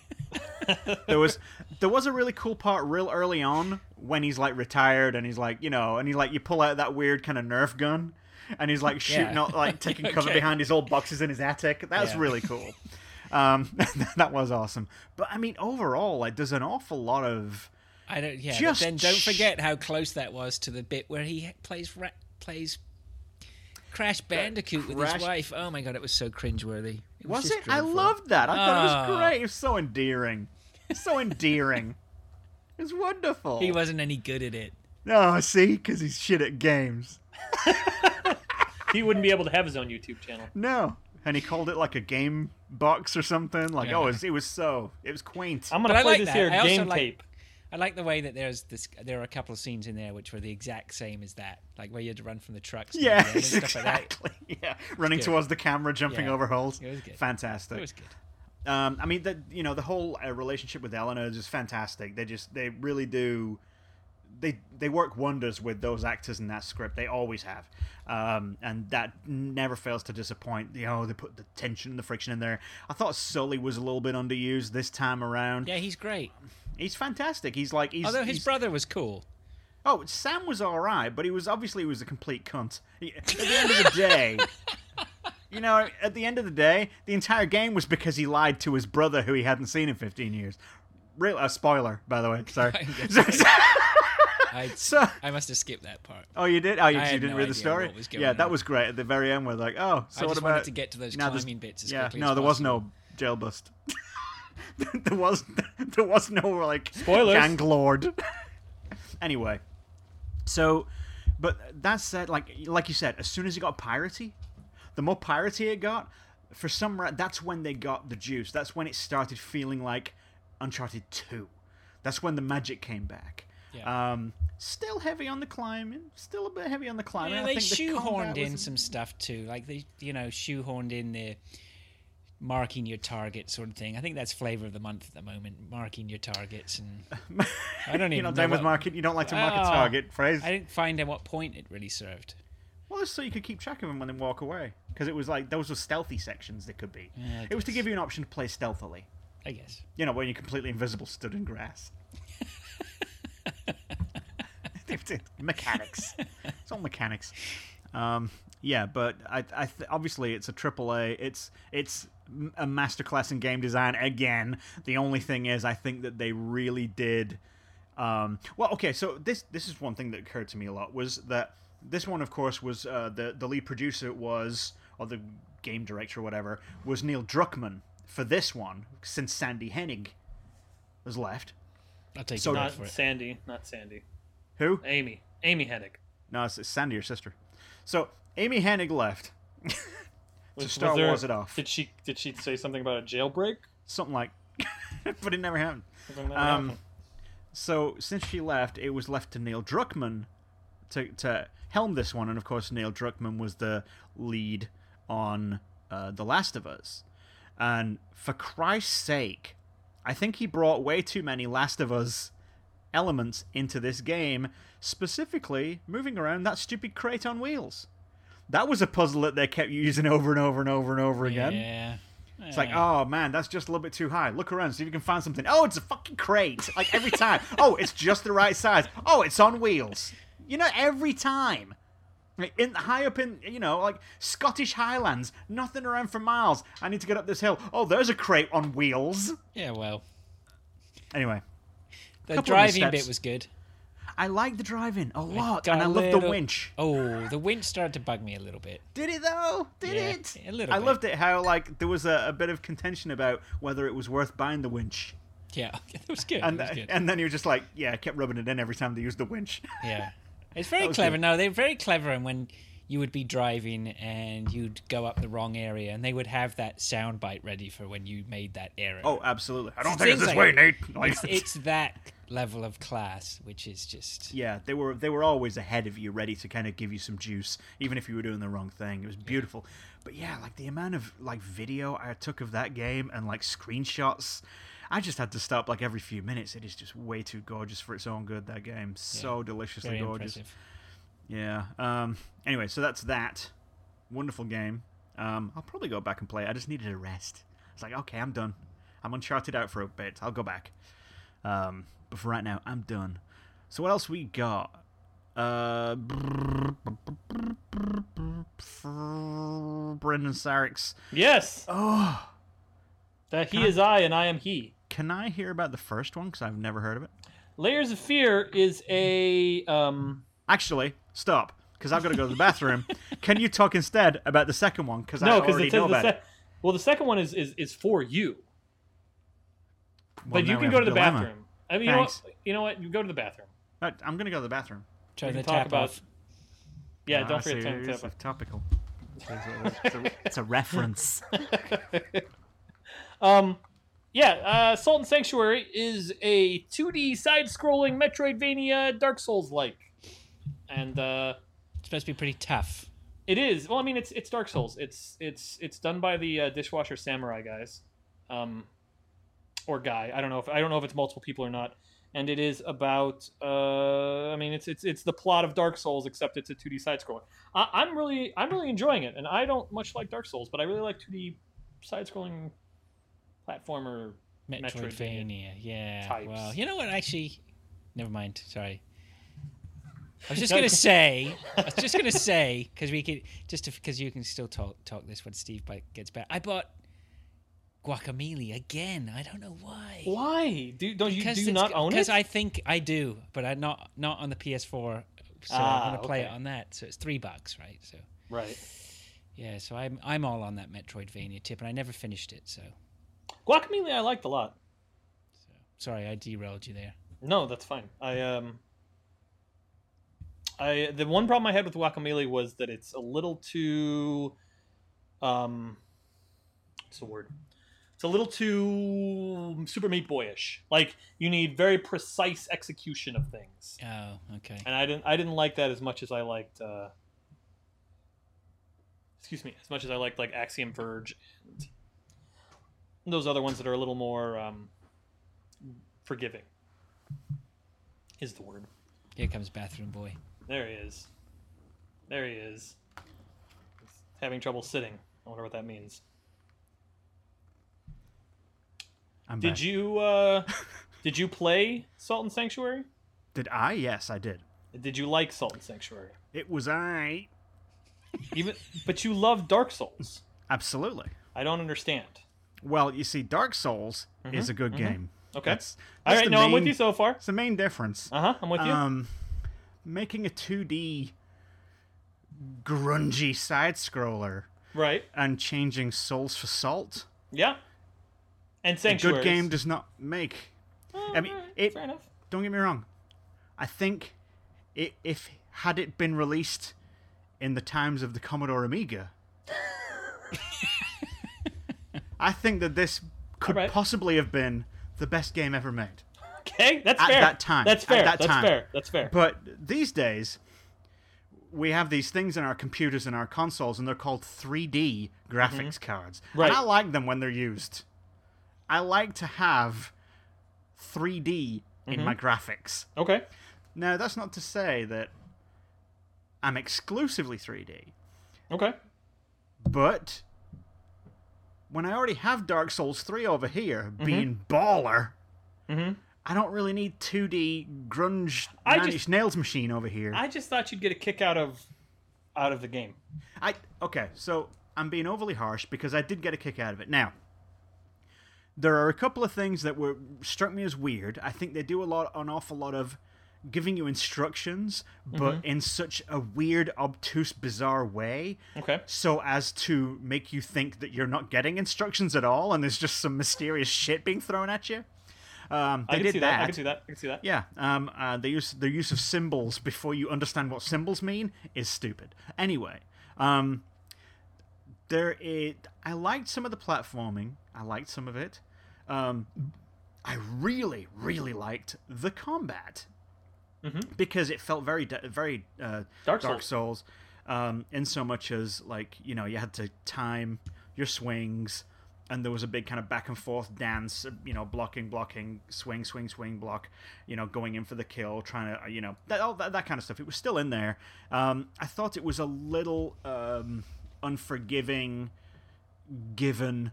[SPEAKER 1] There was there was a really cool part real early on when he's like retired and he's like you know and he like you pull out that weird kind of Nerf gun and he's like shooting
[SPEAKER 3] Yeah.
[SPEAKER 1] out like taking cover
[SPEAKER 3] Okay.
[SPEAKER 1] behind his old boxes in his attic. That was
[SPEAKER 3] Yeah.
[SPEAKER 1] really cool. Um, that was awesome. But I mean overall, like there's an awful lot of
[SPEAKER 3] I don't. Yeah.
[SPEAKER 1] Just
[SPEAKER 3] but then don't
[SPEAKER 1] sh-
[SPEAKER 3] forget how close that was to the bit where he plays ra- plays Crash Bandicoot with
[SPEAKER 1] Uh, Crash-
[SPEAKER 3] his wife. Oh my god, it was so cringeworthy. It was,
[SPEAKER 1] was,
[SPEAKER 3] just
[SPEAKER 1] it? I
[SPEAKER 3] dreadful.
[SPEAKER 1] loved that. I thought it
[SPEAKER 3] Oh.
[SPEAKER 1] was great. It was so endearing. It was so endearing. It was wonderful.
[SPEAKER 3] He wasn't any good at it.
[SPEAKER 1] No, see, because he's shit at games.
[SPEAKER 2] He wouldn't be able to have his own YouTube channel.
[SPEAKER 1] No, and he called it like a game box or something. Like, oh, it was, it was so, it was quaint.
[SPEAKER 2] I'm gonna
[SPEAKER 3] But I
[SPEAKER 2] play
[SPEAKER 3] like
[SPEAKER 2] this
[SPEAKER 3] that.
[SPEAKER 2] here
[SPEAKER 3] I also
[SPEAKER 2] game
[SPEAKER 3] like-
[SPEAKER 2] tape.
[SPEAKER 3] I like the way that there's this. There are a couple of scenes in there which were the exact same as that, like where you had to run from the trucks. and
[SPEAKER 1] yeah,
[SPEAKER 3] the end and stuff like that.
[SPEAKER 1] exactly. Yeah, running
[SPEAKER 3] good.
[SPEAKER 1] towards the camera, jumping
[SPEAKER 3] Yeah.
[SPEAKER 1] over holes.
[SPEAKER 3] It was good.
[SPEAKER 1] Fantastic.
[SPEAKER 3] It was good.
[SPEAKER 1] um, I mean, the, you know, the whole uh, relationship with Eleanor is just fantastic. They just, they really do. they they work wonders with those actors in that script. They always have, um, and that never fails to disappoint. You know, they put the tension and the friction in there. I thought Sully was a little bit underused this time around.
[SPEAKER 3] Yeah, he's great.
[SPEAKER 1] He's fantastic. He's like he's
[SPEAKER 3] Although his
[SPEAKER 1] he's-
[SPEAKER 3] brother was cool.
[SPEAKER 1] Oh, Sam was all right, but he was obviously he was a complete cunt. He- At the end of the day, you know, at the end of the day, the entire game was because he lied to his brother, who he hadn't seen in 15 years. Real a spoiler, by the way. Sorry.
[SPEAKER 3] I
[SPEAKER 1] so,
[SPEAKER 3] I must have skipped that part.
[SPEAKER 1] oh, you did? Oh, you,
[SPEAKER 3] I
[SPEAKER 1] you
[SPEAKER 3] had
[SPEAKER 1] didn't
[SPEAKER 3] no
[SPEAKER 1] read the
[SPEAKER 3] idea
[SPEAKER 1] story?
[SPEAKER 3] what was
[SPEAKER 1] yeah,
[SPEAKER 3] going
[SPEAKER 1] that
[SPEAKER 3] on.
[SPEAKER 1] was great. At the very end, we're like, oh, so
[SPEAKER 3] I
[SPEAKER 1] what
[SPEAKER 3] just
[SPEAKER 1] about?
[SPEAKER 3] wanted to get to those
[SPEAKER 1] now there's-
[SPEAKER 3] climbing bits as
[SPEAKER 1] yeah,
[SPEAKER 3] quickly
[SPEAKER 1] no,
[SPEAKER 3] as
[SPEAKER 1] there was
[SPEAKER 3] possible.
[SPEAKER 1] no jail bust. there was there was no like
[SPEAKER 2] Spoilers.
[SPEAKER 1] gang lord. anyway, so but that said, like like you said, as soon as it got piratey, the more piratey it got, for some ra- that's when they got the juice. That's when it started feeling like Uncharted Two. That's when the magic came back.
[SPEAKER 3] Yeah.
[SPEAKER 1] Um, still heavy on the climbing, still a bit heavy on the climbing.
[SPEAKER 3] Yeah,
[SPEAKER 1] I
[SPEAKER 3] they
[SPEAKER 1] think the combat
[SPEAKER 3] shoehorned
[SPEAKER 1] was
[SPEAKER 3] in
[SPEAKER 1] a-
[SPEAKER 3] some stuff too, like they, you know, shoehorned in the marking your target sort of thing. I think that's flavor of the month at the moment, marking your targets, and I don't
[SPEAKER 1] You're
[SPEAKER 3] even
[SPEAKER 1] not
[SPEAKER 3] know
[SPEAKER 1] down with
[SPEAKER 3] what-
[SPEAKER 1] market. You don't like to market
[SPEAKER 3] Well,
[SPEAKER 1] target phrase.
[SPEAKER 3] I didn't find out what point it really served.
[SPEAKER 1] Well, it's so you could keep track of them when they walk away, because it was like those were stealthy sections. They could be.
[SPEAKER 3] Yeah, I
[SPEAKER 1] it was to
[SPEAKER 3] guess.
[SPEAKER 1] give you an option to play stealthily.
[SPEAKER 3] I guess.
[SPEAKER 1] You know, when you're completely invisible, stood in grass. mechanics. It's all mechanics. Um, yeah, but I, I th- obviously it's a triple A. It's it's m- a masterclass in game design again. The only thing is, I think that they really did. Um, well, okay, so this this is one thing that occurred to me a lot was that this one, of course, was uh, the the lead producer was or the game director or whatever was Neil Druckmann for this one since Sandy Hennig was left.
[SPEAKER 3] I'll take
[SPEAKER 1] So
[SPEAKER 3] your word
[SPEAKER 2] Not
[SPEAKER 3] for it.
[SPEAKER 2] Sandy, not Sandy.
[SPEAKER 1] Who?
[SPEAKER 2] Amy, Amy Hennig.
[SPEAKER 1] No, it's, it's Sandy, your sister. So Amy Hennig left.
[SPEAKER 2] Was-
[SPEAKER 1] Star
[SPEAKER 2] was there-
[SPEAKER 1] Wars it off.
[SPEAKER 2] Did she did she say something about a jailbreak?
[SPEAKER 1] something like but it never happened
[SPEAKER 2] Something like that
[SPEAKER 1] um,
[SPEAKER 2] happened.
[SPEAKER 1] so since she left it was left to neil druckmann to, to helm this one and of course neil druckmann was the lead on uh, the last of us and for christ's sake i think he brought way too many last of us elements into this game specifically moving around that stupid crate on wheels that was a puzzle that they kept using over and over and over and over again
[SPEAKER 3] Yeah.
[SPEAKER 1] it's like, oh man, that's just a little bit too high. Look around, see if you can find something. Oh, it's a fucking crate. Like every time. oh, it's just the right size. Oh, it's on wheels. You know, every time. Like, In high up in you know like Scottish Highlands, nothing around for miles. I need to get up this hill. Oh, there's a crate on wheels.
[SPEAKER 3] yeah. Well,
[SPEAKER 1] Anyway,
[SPEAKER 3] the
[SPEAKER 1] couple of missteps.
[SPEAKER 3] driving bit was good.
[SPEAKER 1] I like the driving a lot,
[SPEAKER 3] Got
[SPEAKER 1] and I
[SPEAKER 3] a
[SPEAKER 1] love the
[SPEAKER 3] little-
[SPEAKER 1] winch.
[SPEAKER 3] Oh, the winch started to bug me a little bit.
[SPEAKER 1] Did it though? Did
[SPEAKER 3] Yeah,
[SPEAKER 1] it?
[SPEAKER 3] a little
[SPEAKER 1] I
[SPEAKER 3] bit.
[SPEAKER 1] loved it how like there was a, a bit of contention about whether it was worth buying the winch.
[SPEAKER 3] Yeah, it was good.
[SPEAKER 1] and
[SPEAKER 3] it was Oh, good.
[SPEAKER 1] and then he was just like, yeah, I kept rubbing it in every time they used the winch.
[SPEAKER 3] Yeah. It's very
[SPEAKER 1] was
[SPEAKER 3] clever.
[SPEAKER 1] good.
[SPEAKER 3] No, they're very clever. And when you would be driving and you'd go up the wrong area, and they would have that sound bite ready for when you made that error.
[SPEAKER 1] oh, absolutely. I
[SPEAKER 4] I
[SPEAKER 1] don't.
[SPEAKER 4] don't think it's
[SPEAKER 3] Things
[SPEAKER 4] this way,
[SPEAKER 3] like-
[SPEAKER 4] Nate. Like,
[SPEAKER 3] It's, it's that level of class, which is just.
[SPEAKER 1] Yeah, they were they were always ahead of you, ready to kind of give you some juice, even if you were doing the wrong thing. It was beautiful. But yeah, like the amount of like video I took of that game and like screenshots. I just had to stop like every few minutes. It is just way too gorgeous for its own good. That game, so deliciously
[SPEAKER 3] Very
[SPEAKER 1] gorgeous.
[SPEAKER 3] impressive.
[SPEAKER 1] Yeah. Um. Anyway, so that's that. Wonderful game. Um. I'll probably go back and play. it. I just needed a rest. It's like okay, I'm done. I'm uncharted out for a bit. I'll go back. Um. But for right now, I'm done. So what else we got? Uh. Brendan Sarix.
[SPEAKER 2] yes,
[SPEAKER 1] Oh.
[SPEAKER 2] that he is I and I am he.
[SPEAKER 1] Can I hear about the first one? Because I've never heard of it.
[SPEAKER 2] Layers of Fear is a um.
[SPEAKER 1] Actually, stop. Because I've got to go to the bathroom. Can you talk instead about the second one? Because I
[SPEAKER 2] No, because
[SPEAKER 1] already
[SPEAKER 2] it
[SPEAKER 1] know
[SPEAKER 2] says the
[SPEAKER 1] about it.
[SPEAKER 2] sec- well, the second one is is, is for you,
[SPEAKER 1] Well,
[SPEAKER 2] but you
[SPEAKER 1] now we have
[SPEAKER 2] can go
[SPEAKER 1] a
[SPEAKER 2] to the
[SPEAKER 1] dilemma.
[SPEAKER 2] bathroom. I mean, you know, what,
[SPEAKER 1] Thanks.
[SPEAKER 2] you know what? You go to the bathroom.
[SPEAKER 1] Right, I'm gonna go to the bathroom.
[SPEAKER 3] Turn
[SPEAKER 2] We
[SPEAKER 3] the
[SPEAKER 2] can talk
[SPEAKER 3] tap
[SPEAKER 2] about-
[SPEAKER 3] off.
[SPEAKER 2] Yeah,
[SPEAKER 1] Ah,
[SPEAKER 2] don't forget
[SPEAKER 1] see,
[SPEAKER 2] to turn the
[SPEAKER 1] it's
[SPEAKER 2] tap off.
[SPEAKER 1] topical. It's a, it's a reference.
[SPEAKER 2] Um, yeah, uh, Salt and Sanctuary is a 2D side-scrolling Metroidvania, Dark Souls-like, and uh,
[SPEAKER 3] It's supposed to be pretty tough.
[SPEAKER 2] it is. Well, I mean, it's it's Dark Souls. It's it's it's done by the uh, dishwasher samurai guys, um, or guy. I don't know if I don't know if it's multiple people or not. and it is about uh, I mean it's it's it's the plot of Dark Souls except it's a 2D side scroller. I, I'm really I'm really enjoying it, and I don't much like Dark Souls, but I really like 2D side scrolling platformer. Metroidvania
[SPEAKER 3] Metroidvania. Yeah.
[SPEAKER 2] types.
[SPEAKER 3] Well, you know what? Actually, never mind. Sorry. I was just
[SPEAKER 2] No,
[SPEAKER 3] gonna
[SPEAKER 2] go-
[SPEAKER 3] say. I was just gonna say because we could just because you can still talk talk this when Steve bu- gets back. I bought Guacamole again. I don't know why.
[SPEAKER 2] Why do don't you do
[SPEAKER 3] Because
[SPEAKER 2] you
[SPEAKER 3] it's-
[SPEAKER 2] not own it?
[SPEAKER 3] Because I think I do, but I not not on the PS4. So
[SPEAKER 2] Ah,
[SPEAKER 3] I'm gonna play
[SPEAKER 2] okay.
[SPEAKER 3] it on that. So it's three bucks, right? So
[SPEAKER 2] right.
[SPEAKER 3] yeah. So I'm I'm all on that Metroidvania tip, and I never finished it. So,
[SPEAKER 2] Guacamole I liked a lot.
[SPEAKER 3] so sorry, I derailed you there.
[SPEAKER 2] No, that's fine. I um I the one problem I had with Guacamole was that it's a little too um what's the word? It's a little too Super Meat Boyish. Like you need very precise execution of things.
[SPEAKER 3] Oh, okay.
[SPEAKER 2] And I didn't I didn't like that as much as I liked uh excuse me, as much as I liked like Axiom Verge and those other ones that are a little more um forgiving is the word.
[SPEAKER 3] Here comes bathroom boy.
[SPEAKER 2] There he is. There he is. He's having trouble sitting. I wonder what that means.
[SPEAKER 1] I'm
[SPEAKER 2] Did
[SPEAKER 1] back.
[SPEAKER 2] you uh did you play Salt and Sanctuary?
[SPEAKER 1] Did I? Yes, I did.
[SPEAKER 2] Did you like Salt and Sanctuary?
[SPEAKER 1] It was I.
[SPEAKER 2] Even but you love Dark Souls.
[SPEAKER 1] Absolutely.
[SPEAKER 2] I don't understand.
[SPEAKER 1] Well, you see, Dark Souls is a good game.
[SPEAKER 2] Mm-hmm. Okay.
[SPEAKER 1] That's,
[SPEAKER 2] All
[SPEAKER 1] that's
[SPEAKER 2] right,
[SPEAKER 1] the
[SPEAKER 2] no, I'm with
[SPEAKER 1] main-
[SPEAKER 2] you so far.
[SPEAKER 1] It's the main difference.
[SPEAKER 2] Uh huh. I'm with you.
[SPEAKER 1] Um, making a 2D grungy side scroller
[SPEAKER 2] right.
[SPEAKER 1] and changing souls for salt.
[SPEAKER 2] Yeah. And
[SPEAKER 1] A
[SPEAKER 2] sanctuary.
[SPEAKER 1] good game does not make. I mean, it.
[SPEAKER 2] fair enough.
[SPEAKER 1] Don't get me wrong. I think it, if had it been released in the times of the Commodore Amiga, I think that this could
[SPEAKER 2] Alright.
[SPEAKER 1] possibly have been the best game ever made.
[SPEAKER 2] Okay, that's
[SPEAKER 1] At
[SPEAKER 2] fair.
[SPEAKER 1] that time.
[SPEAKER 2] That's
[SPEAKER 1] At
[SPEAKER 2] fair.
[SPEAKER 1] that
[SPEAKER 2] that's
[SPEAKER 1] time.
[SPEAKER 2] fair. That's fair.
[SPEAKER 1] But these days, we have these things in our computers and our consoles, and they're called 3D graphics cards.
[SPEAKER 2] Mm-hmm. Right.
[SPEAKER 1] And I like them when they're used. I like to have 3D
[SPEAKER 2] Mm-hmm.
[SPEAKER 1] in my graphics.
[SPEAKER 2] okay.
[SPEAKER 1] Now, that's not to say that I'm exclusively 3D,
[SPEAKER 2] Okay.
[SPEAKER 1] but when I already have Dark Souls 3 over here
[SPEAKER 2] Mm-hmm.
[SPEAKER 1] being baller,
[SPEAKER 2] Mhm.
[SPEAKER 1] I don't really need 2D grunge
[SPEAKER 2] I
[SPEAKER 1] Nine
[SPEAKER 2] just-
[SPEAKER 1] Inch Nails machine over here.
[SPEAKER 2] I just thought you'd get a kick out of out of the game.
[SPEAKER 1] I okay, so I'm being overly harsh because I did get a kick out of it. Now, there are a couple of things that were struck me as weird. I think they do a lot, an awful lot of giving you instructions,
[SPEAKER 2] Mm-hmm.
[SPEAKER 1] but in such a weird, obtuse, bizarre way,
[SPEAKER 2] Okay.
[SPEAKER 1] so as to make you think that you're not getting instructions at all, and there's just some mysterious shit being thrown at you. Um, they
[SPEAKER 2] I can
[SPEAKER 1] did
[SPEAKER 2] see that. I can see that. I can see that.
[SPEAKER 1] yeah, um, uh, the use the use of symbols before you understand what symbols mean is stupid. Anyway, um, there is. I liked some of the platforming. I liked some of it. Um, I really, really liked the combat
[SPEAKER 2] Mhm.
[SPEAKER 1] because it felt very, de- very uh,
[SPEAKER 2] Dark
[SPEAKER 1] Dark
[SPEAKER 2] Souls.
[SPEAKER 1] Souls, um, in so much as like you know you had to time your swings, and there was a big kind of back and forth dance, uh, you know, blocking, blocking, swing, swing, swing, block, you know, going in for the kill, trying to uh, you know that all that, that kind of stuff. It was still in there. Um, I thought it was a little um, unforgiving, given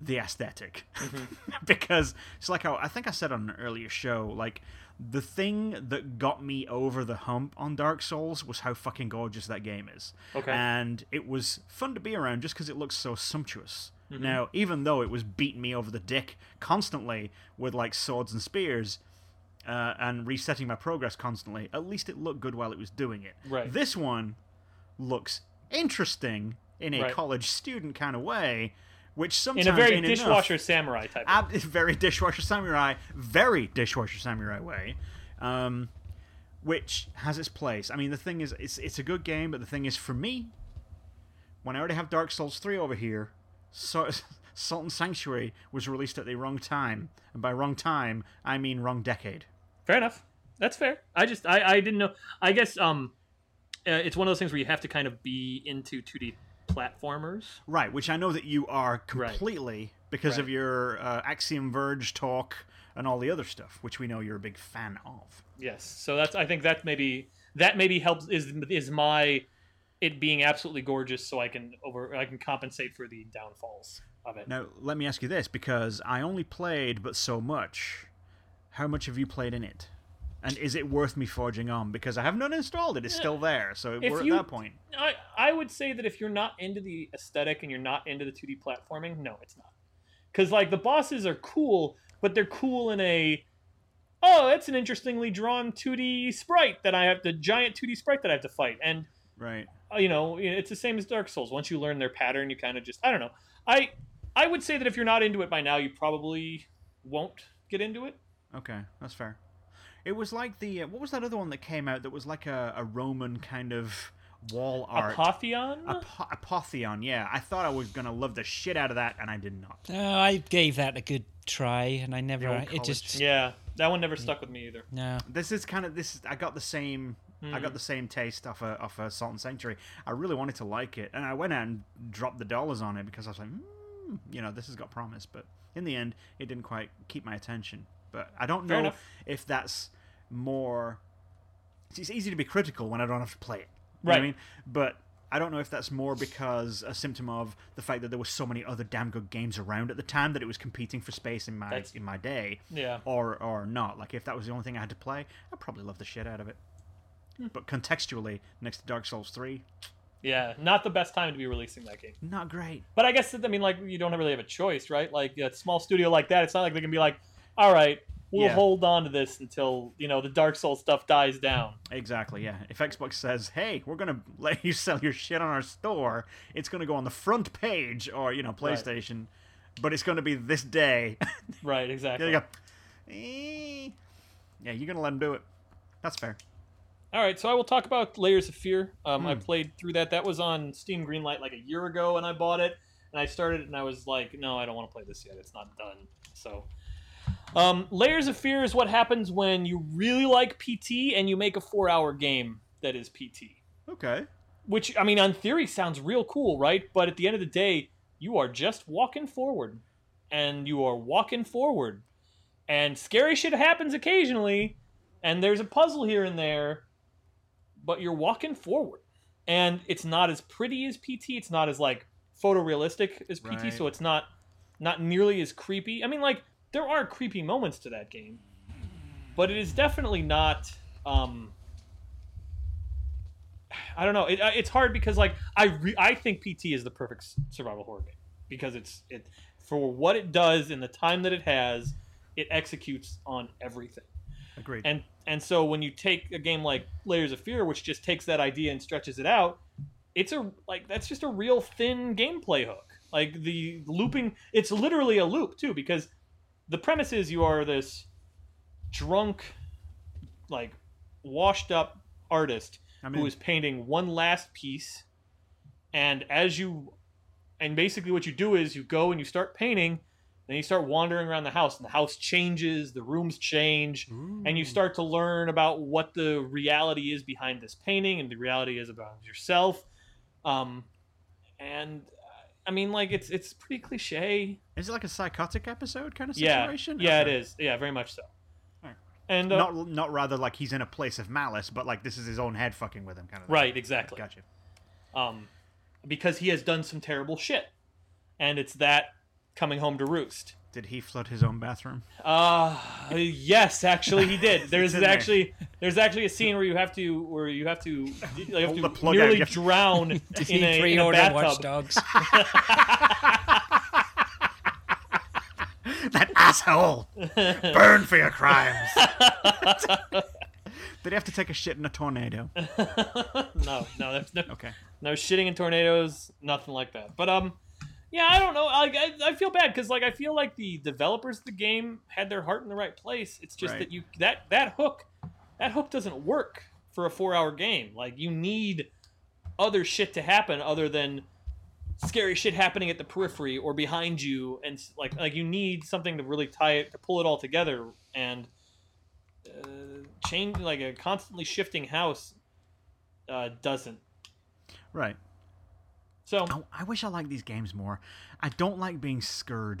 [SPEAKER 1] the aesthetic
[SPEAKER 2] Mm-hmm.
[SPEAKER 1] because it's like how I think I said on an earlier show like the thing that got me over the hump on Dark Souls was how fucking gorgeous that game is.
[SPEAKER 2] Okay.
[SPEAKER 1] And it was fun to be around just because it looks so sumptuous.
[SPEAKER 2] Mm-hmm.
[SPEAKER 1] Now, even though it was beating me over the dick constantly with like swords and spears uh, and resetting my progress constantly, at least it looked good while it was doing it.
[SPEAKER 2] Right.
[SPEAKER 1] This one looks interesting in a
[SPEAKER 2] Right.
[SPEAKER 1] college student kind of way, which sometimes
[SPEAKER 2] In a very
[SPEAKER 1] ain't enough.
[SPEAKER 2] dishwasher samurai type.
[SPEAKER 1] Ab-
[SPEAKER 2] of-
[SPEAKER 1] very dishwasher samurai, very dishwasher samurai way, um, which has its place. I mean, the thing is, it's it's a good game, but the thing is, for me, when I already have Dark Souls three over here, so, Salt and Sanctuary was released at the wrong time, and by wrong time, I mean wrong decade.
[SPEAKER 2] fair enough. That's fair. I just I I didn't know. I guess um, uh, it's one of those things where you have to kind of be into 2D platformers.
[SPEAKER 1] Right, which I know that you are
[SPEAKER 2] Right.
[SPEAKER 1] completely because of
[SPEAKER 2] Right.
[SPEAKER 1] your uh, Axiom Verge talk and all the other stuff, which we know you're a big fan of.
[SPEAKER 2] Yes. So that's I think that maybe that maybe helps is is my it being absolutely gorgeous so I can over I can compensate for the downfalls of it.
[SPEAKER 1] Now, let me ask you this because I only played but so much. How much have you played in it? And is it worth me forging on? Because I haven't uninstalled it; it's still there. So
[SPEAKER 2] If
[SPEAKER 1] we're
[SPEAKER 2] you-
[SPEAKER 1] at that point.
[SPEAKER 2] I, I would say that if you're not into the aesthetic and you're not into the 2D platforming, no, it's not. Because like the bosses are cool, but they're cool in a oh that's an interestingly drawn 2D sprite that I have the giant 2D sprite that I have to fight, and
[SPEAKER 1] Right.
[SPEAKER 2] uh, you know it's the same as Dark Souls. Once you learn their pattern, you kind of just I don't know. I I would say that if you're not into it by now, you probably won't get into it.
[SPEAKER 1] Okay, that's fair. It was like the uh, what was that other one that came out that was like a, a Roman kind of wall art.
[SPEAKER 2] Apotheon.
[SPEAKER 1] Apo- Apotheon, yeah. I thought I was gonna love the shit out of that, and I did not.
[SPEAKER 3] No, I gave that a good try, and I never.
[SPEAKER 1] old
[SPEAKER 3] It
[SPEAKER 1] college
[SPEAKER 3] just
[SPEAKER 2] yeah, that one
[SPEAKER 1] Mm.
[SPEAKER 2] never stuck with me either.
[SPEAKER 3] no.
[SPEAKER 1] This is kind of this. is- I got the same. I
[SPEAKER 2] Hmm.
[SPEAKER 1] got the same taste off a off a Salt and Sanctuary. I really wanted to like it, and I went out and dropped the dollars on it because I was like, mm, you know, this has got promise. But in the end, it didn't quite keep my attention. But I don't
[SPEAKER 2] Fair
[SPEAKER 1] know
[SPEAKER 2] enough.
[SPEAKER 1] if that's more. It's easy to be critical when I don't have to play it. You know what I
[SPEAKER 2] Right.
[SPEAKER 1] mean, but I don't know if that's more because a symptom of the fact that there were so many other damn good games around at the time that it was competing for space in my
[SPEAKER 2] That's-
[SPEAKER 1] in my day
[SPEAKER 2] Yeah.
[SPEAKER 1] or or not. Like if that was the only thing I had to play, I'd probably love the shit out of it. But contextually, next to Dark Souls three,
[SPEAKER 2] Yeah, not the best time to be releasing that game.
[SPEAKER 1] not great.
[SPEAKER 2] But I guess that, I mean, like, you don't really have a choice, right? Like a small studio like that, it's not like they can be like, all right, we'll
[SPEAKER 1] Yeah.
[SPEAKER 2] hold on to this until you know the Dark Souls stuff dies down.
[SPEAKER 1] Exactly, yeah. If Xbox says, "Hey, we're gonna let you sell your shit on our store," it's gonna go on the front page, or you know, PlayStation. But it's gonna be this day.
[SPEAKER 2] Right,
[SPEAKER 1] there
[SPEAKER 2] exactly.
[SPEAKER 1] you go. Eh. Yeah, you're gonna let them do it. That's fair.
[SPEAKER 2] All right, so I will talk about Layers of Fear. Um, I played through that. That was on Steam Greenlight like a year ago, and I bought it. And I started, it and I was like, no, I don't want to play this yet. It's not done. So, um, Layers of Fear is what happens when you really like PT and you make a four-hour game that is PT.
[SPEAKER 1] Okay.
[SPEAKER 2] which I mean, on theory, sounds real cool, right? But at the end of the day, you are just walking forward, and you are walking forward, and scary shit happens occasionally, and there's a puzzle here and there, but you're walking forward, and it's not as pretty as PT. It's not as like photorealistic as PT,
[SPEAKER 1] Right.
[SPEAKER 2] so it's not not nearly as creepy. I mean, like there are creepy moments to that game, but it is definitely not. Um, I don't know. It, uh, it's hard because like I re- I think PT is the perfect s- survival horror game because it's it for what it does in the time that it has, it executes on everything.
[SPEAKER 1] Agreed.
[SPEAKER 2] And and so when you take a game like Layers of Fear, which just takes that idea and stretches it out, it's a like that's just a real thin gameplay hook. Like the looping, it's literally a loop too because the premise is you are this drunk, like washed up artist
[SPEAKER 1] I
[SPEAKER 2] who
[SPEAKER 1] mean,
[SPEAKER 2] is painting one last piece and as you and basically what you do is you go and you start painting then you start wandering around the house and the house changes the rooms change and you start to learn about what the reality is behind this painting and the reality is about yourself um, and uh, i mean like it's it's pretty cliche
[SPEAKER 1] is it like a psychotic episode kind of
[SPEAKER 2] yeah
[SPEAKER 1] situation?
[SPEAKER 2] yeah
[SPEAKER 1] Okay.
[SPEAKER 2] it is yeah very much so
[SPEAKER 1] Alright.
[SPEAKER 2] and uh,
[SPEAKER 1] Not not rather like he's in a place of malice, but like this is his own head fucking with him kind of. thing.
[SPEAKER 2] right exactly
[SPEAKER 1] Gotcha.
[SPEAKER 2] um, because he has done some terrible shit, and it's that coming home to roost.
[SPEAKER 1] Did he flood his own bathroom?
[SPEAKER 2] Uh, yes, actually, he did. There's
[SPEAKER 1] in there.
[SPEAKER 2] actually there's actually a scene where you have to where you have to like, you have
[SPEAKER 1] Pull the
[SPEAKER 2] to
[SPEAKER 1] plug out,
[SPEAKER 2] nearly
[SPEAKER 1] you have to-
[SPEAKER 2] drown in
[SPEAKER 3] Did he
[SPEAKER 2] a, in a
[SPEAKER 3] pre-order Watch
[SPEAKER 2] bathtub.
[SPEAKER 3] Dogs?
[SPEAKER 1] That asshole! Burn for your crimes! Did he have to take a shit in a tornado?
[SPEAKER 2] no, no, there's no
[SPEAKER 1] Okay.
[SPEAKER 2] no shitting in tornadoes, nothing like that. But um, yeah, I don't know. I I, I feel bad because like I feel like the developers of the game had their heart in the right place. It's just
[SPEAKER 1] Right.
[SPEAKER 2] that you that that hook, that hook doesn't work for a four-hour game. Like you need other shit to happen other than scary shit happening at the periphery or behind you and s- like like you need something to really tie it to pull it all together and uh, change like a constantly shifting house uh, doesn't
[SPEAKER 1] Right.
[SPEAKER 2] So
[SPEAKER 1] I, I wish I liked these games more. I don't like being scurred.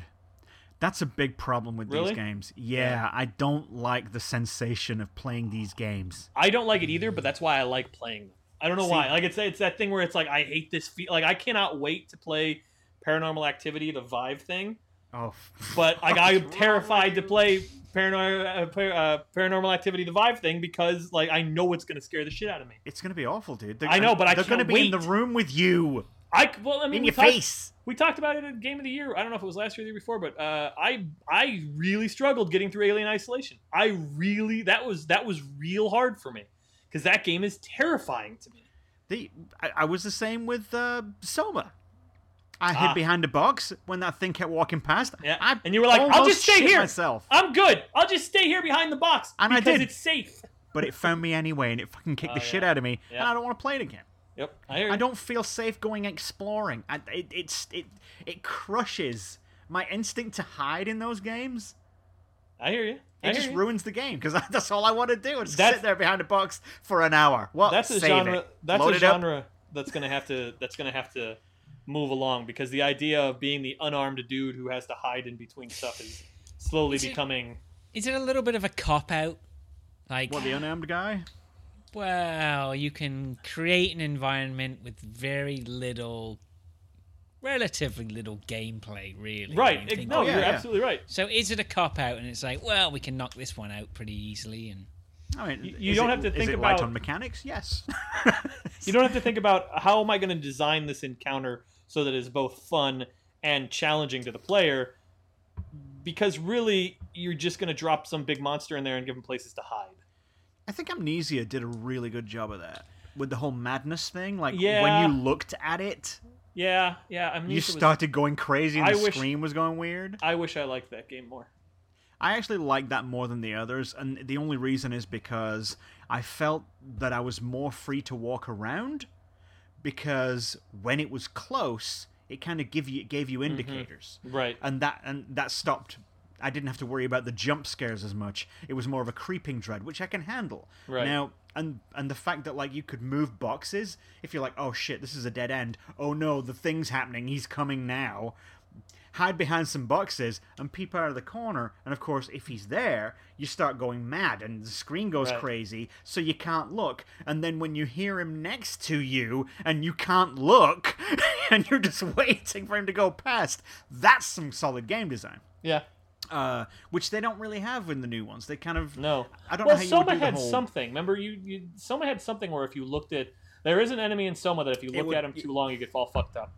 [SPEAKER 1] That's a big problem with
[SPEAKER 2] Really?
[SPEAKER 1] these games. Yeah, I don't like the sensation of playing these games.
[SPEAKER 2] I don't like it either, but that's why I like playing them. I don't know
[SPEAKER 1] See-
[SPEAKER 2] why. Like it's it's that thing where it's like I hate this feel. Like I cannot wait to play Paranormal Activity, the Vive thing.
[SPEAKER 1] Oh,
[SPEAKER 2] But like
[SPEAKER 1] I,
[SPEAKER 2] I'm terrified to play Paranormal uh, par- uh, Paranormal Activity, the Vive thing because like I know it's gonna scare the shit out of me.
[SPEAKER 1] it's gonna be awful, dude. They're,
[SPEAKER 2] I know, but I
[SPEAKER 1] they're gonna
[SPEAKER 2] can't
[SPEAKER 1] be in
[SPEAKER 2] wait.
[SPEAKER 1] the room with you,
[SPEAKER 2] I c- well I mean
[SPEAKER 1] in
[SPEAKER 2] we
[SPEAKER 1] your
[SPEAKER 2] talked-
[SPEAKER 1] face.
[SPEAKER 2] We talked about it at Game of the Year. I don't know if it was last year or the year before, but uh, I I really struggled getting through Alien Isolation. I really that was that was real hard for me because that game is terrifying to me.
[SPEAKER 1] The, I, I was the same with uh, Soma. I
[SPEAKER 2] Ah.
[SPEAKER 1] hid behind a box when that thing kept walking past.
[SPEAKER 2] Yeah,
[SPEAKER 1] I
[SPEAKER 2] and you were like, "I'll
[SPEAKER 1] almost
[SPEAKER 2] just stay
[SPEAKER 1] shit
[SPEAKER 2] here."
[SPEAKER 1] myself,
[SPEAKER 2] I'm good. I'll just stay here behind the box
[SPEAKER 1] And I
[SPEAKER 2] because
[SPEAKER 1] did.
[SPEAKER 2] it's safe.
[SPEAKER 1] but it found me anyway, and it fucking kicked
[SPEAKER 2] Oh,
[SPEAKER 1] the
[SPEAKER 2] yeah.
[SPEAKER 1] shit out of me, and
[SPEAKER 2] Yeah.
[SPEAKER 1] I don't want to play it again.
[SPEAKER 2] Yep, I hear you.
[SPEAKER 1] I don't feel safe going exploring. I, it, it's it it crushes my instinct to hide in those games.
[SPEAKER 2] I hear you. I
[SPEAKER 1] It
[SPEAKER 2] hear
[SPEAKER 1] just
[SPEAKER 2] you.
[SPEAKER 1] ruins the game because that's all I want to do is
[SPEAKER 2] That's-
[SPEAKER 1] sit there behind a box for an hour. Well,
[SPEAKER 2] that's a
[SPEAKER 1] save
[SPEAKER 2] genre.
[SPEAKER 1] It.
[SPEAKER 2] That's
[SPEAKER 1] Load
[SPEAKER 2] a
[SPEAKER 1] it up.
[SPEAKER 2] genre that's gonna have to that's gonna have to move along because the idea of being the unarmed dude who has to hide in between stuff is slowly
[SPEAKER 3] Is it-
[SPEAKER 2] becoming.
[SPEAKER 3] Is it a little bit of a cop out? Like,
[SPEAKER 1] What the unarmed guy?
[SPEAKER 3] well, you can create an environment with very little, relatively little gameplay, really. when
[SPEAKER 2] Right.
[SPEAKER 3] you
[SPEAKER 2] it-
[SPEAKER 3] think
[SPEAKER 2] no,
[SPEAKER 3] of it.
[SPEAKER 1] yeah,
[SPEAKER 2] you're
[SPEAKER 1] yeah.
[SPEAKER 2] absolutely right.
[SPEAKER 3] So is it a cop out? And it's like, well, we can knock this one out pretty easily, and
[SPEAKER 1] I mean,
[SPEAKER 2] You- you
[SPEAKER 1] is
[SPEAKER 2] don't
[SPEAKER 1] it-
[SPEAKER 2] have to
[SPEAKER 1] is
[SPEAKER 2] think
[SPEAKER 1] it light
[SPEAKER 2] about-
[SPEAKER 1] on mechanics. Yes.
[SPEAKER 2] You don't have to think about how am I going to design this encounter so that it's both fun and challenging to the player, because really you're just going to drop some big monster in there and give them places to hide.
[SPEAKER 1] I think Amnesia did a really good job of that with the whole madness thing. Like
[SPEAKER 2] Yeah.
[SPEAKER 1] when you looked at it,
[SPEAKER 2] Yeah, yeah. I mean,
[SPEAKER 1] you started going crazy and
[SPEAKER 2] I
[SPEAKER 1] the
[SPEAKER 2] wish-
[SPEAKER 1] screen was going weird.
[SPEAKER 2] I wish I liked that game more.
[SPEAKER 1] I actually like that more than the others, and the only reason is because I felt that I was more free to walk around because when it was close, it kind of give you it gave you
[SPEAKER 2] Mm-hmm.
[SPEAKER 1] indicators,
[SPEAKER 2] Right.
[SPEAKER 1] and that and that stopped. I didn't have to worry about the jump scares as much. It was more of a creeping dread, which I can handle
[SPEAKER 2] Right.
[SPEAKER 1] now. And and the fact that like you could move boxes if you're like, oh shit, this is a dead end. Oh no, the thing's happening. He's coming now hide behind some boxes and peep out of the corner. And of course, if he's there, you start going mad and the screen goes
[SPEAKER 2] Right.
[SPEAKER 1] crazy, so you can't look. And then when you hear him next to you and you can't look and you're just waiting for him to go past, that's some solid game design.
[SPEAKER 2] Yeah.
[SPEAKER 1] Uh, which they don't really have in the new ones. They kind of
[SPEAKER 2] No.
[SPEAKER 1] I don't
[SPEAKER 2] well,
[SPEAKER 1] know how you would
[SPEAKER 2] Soma
[SPEAKER 1] do the
[SPEAKER 2] had
[SPEAKER 1] whole-
[SPEAKER 2] something. Remember, you, you Soma had something where if you looked at there is an enemy in Soma that if you look
[SPEAKER 1] would-
[SPEAKER 2] at him too long, you could fall fucked up.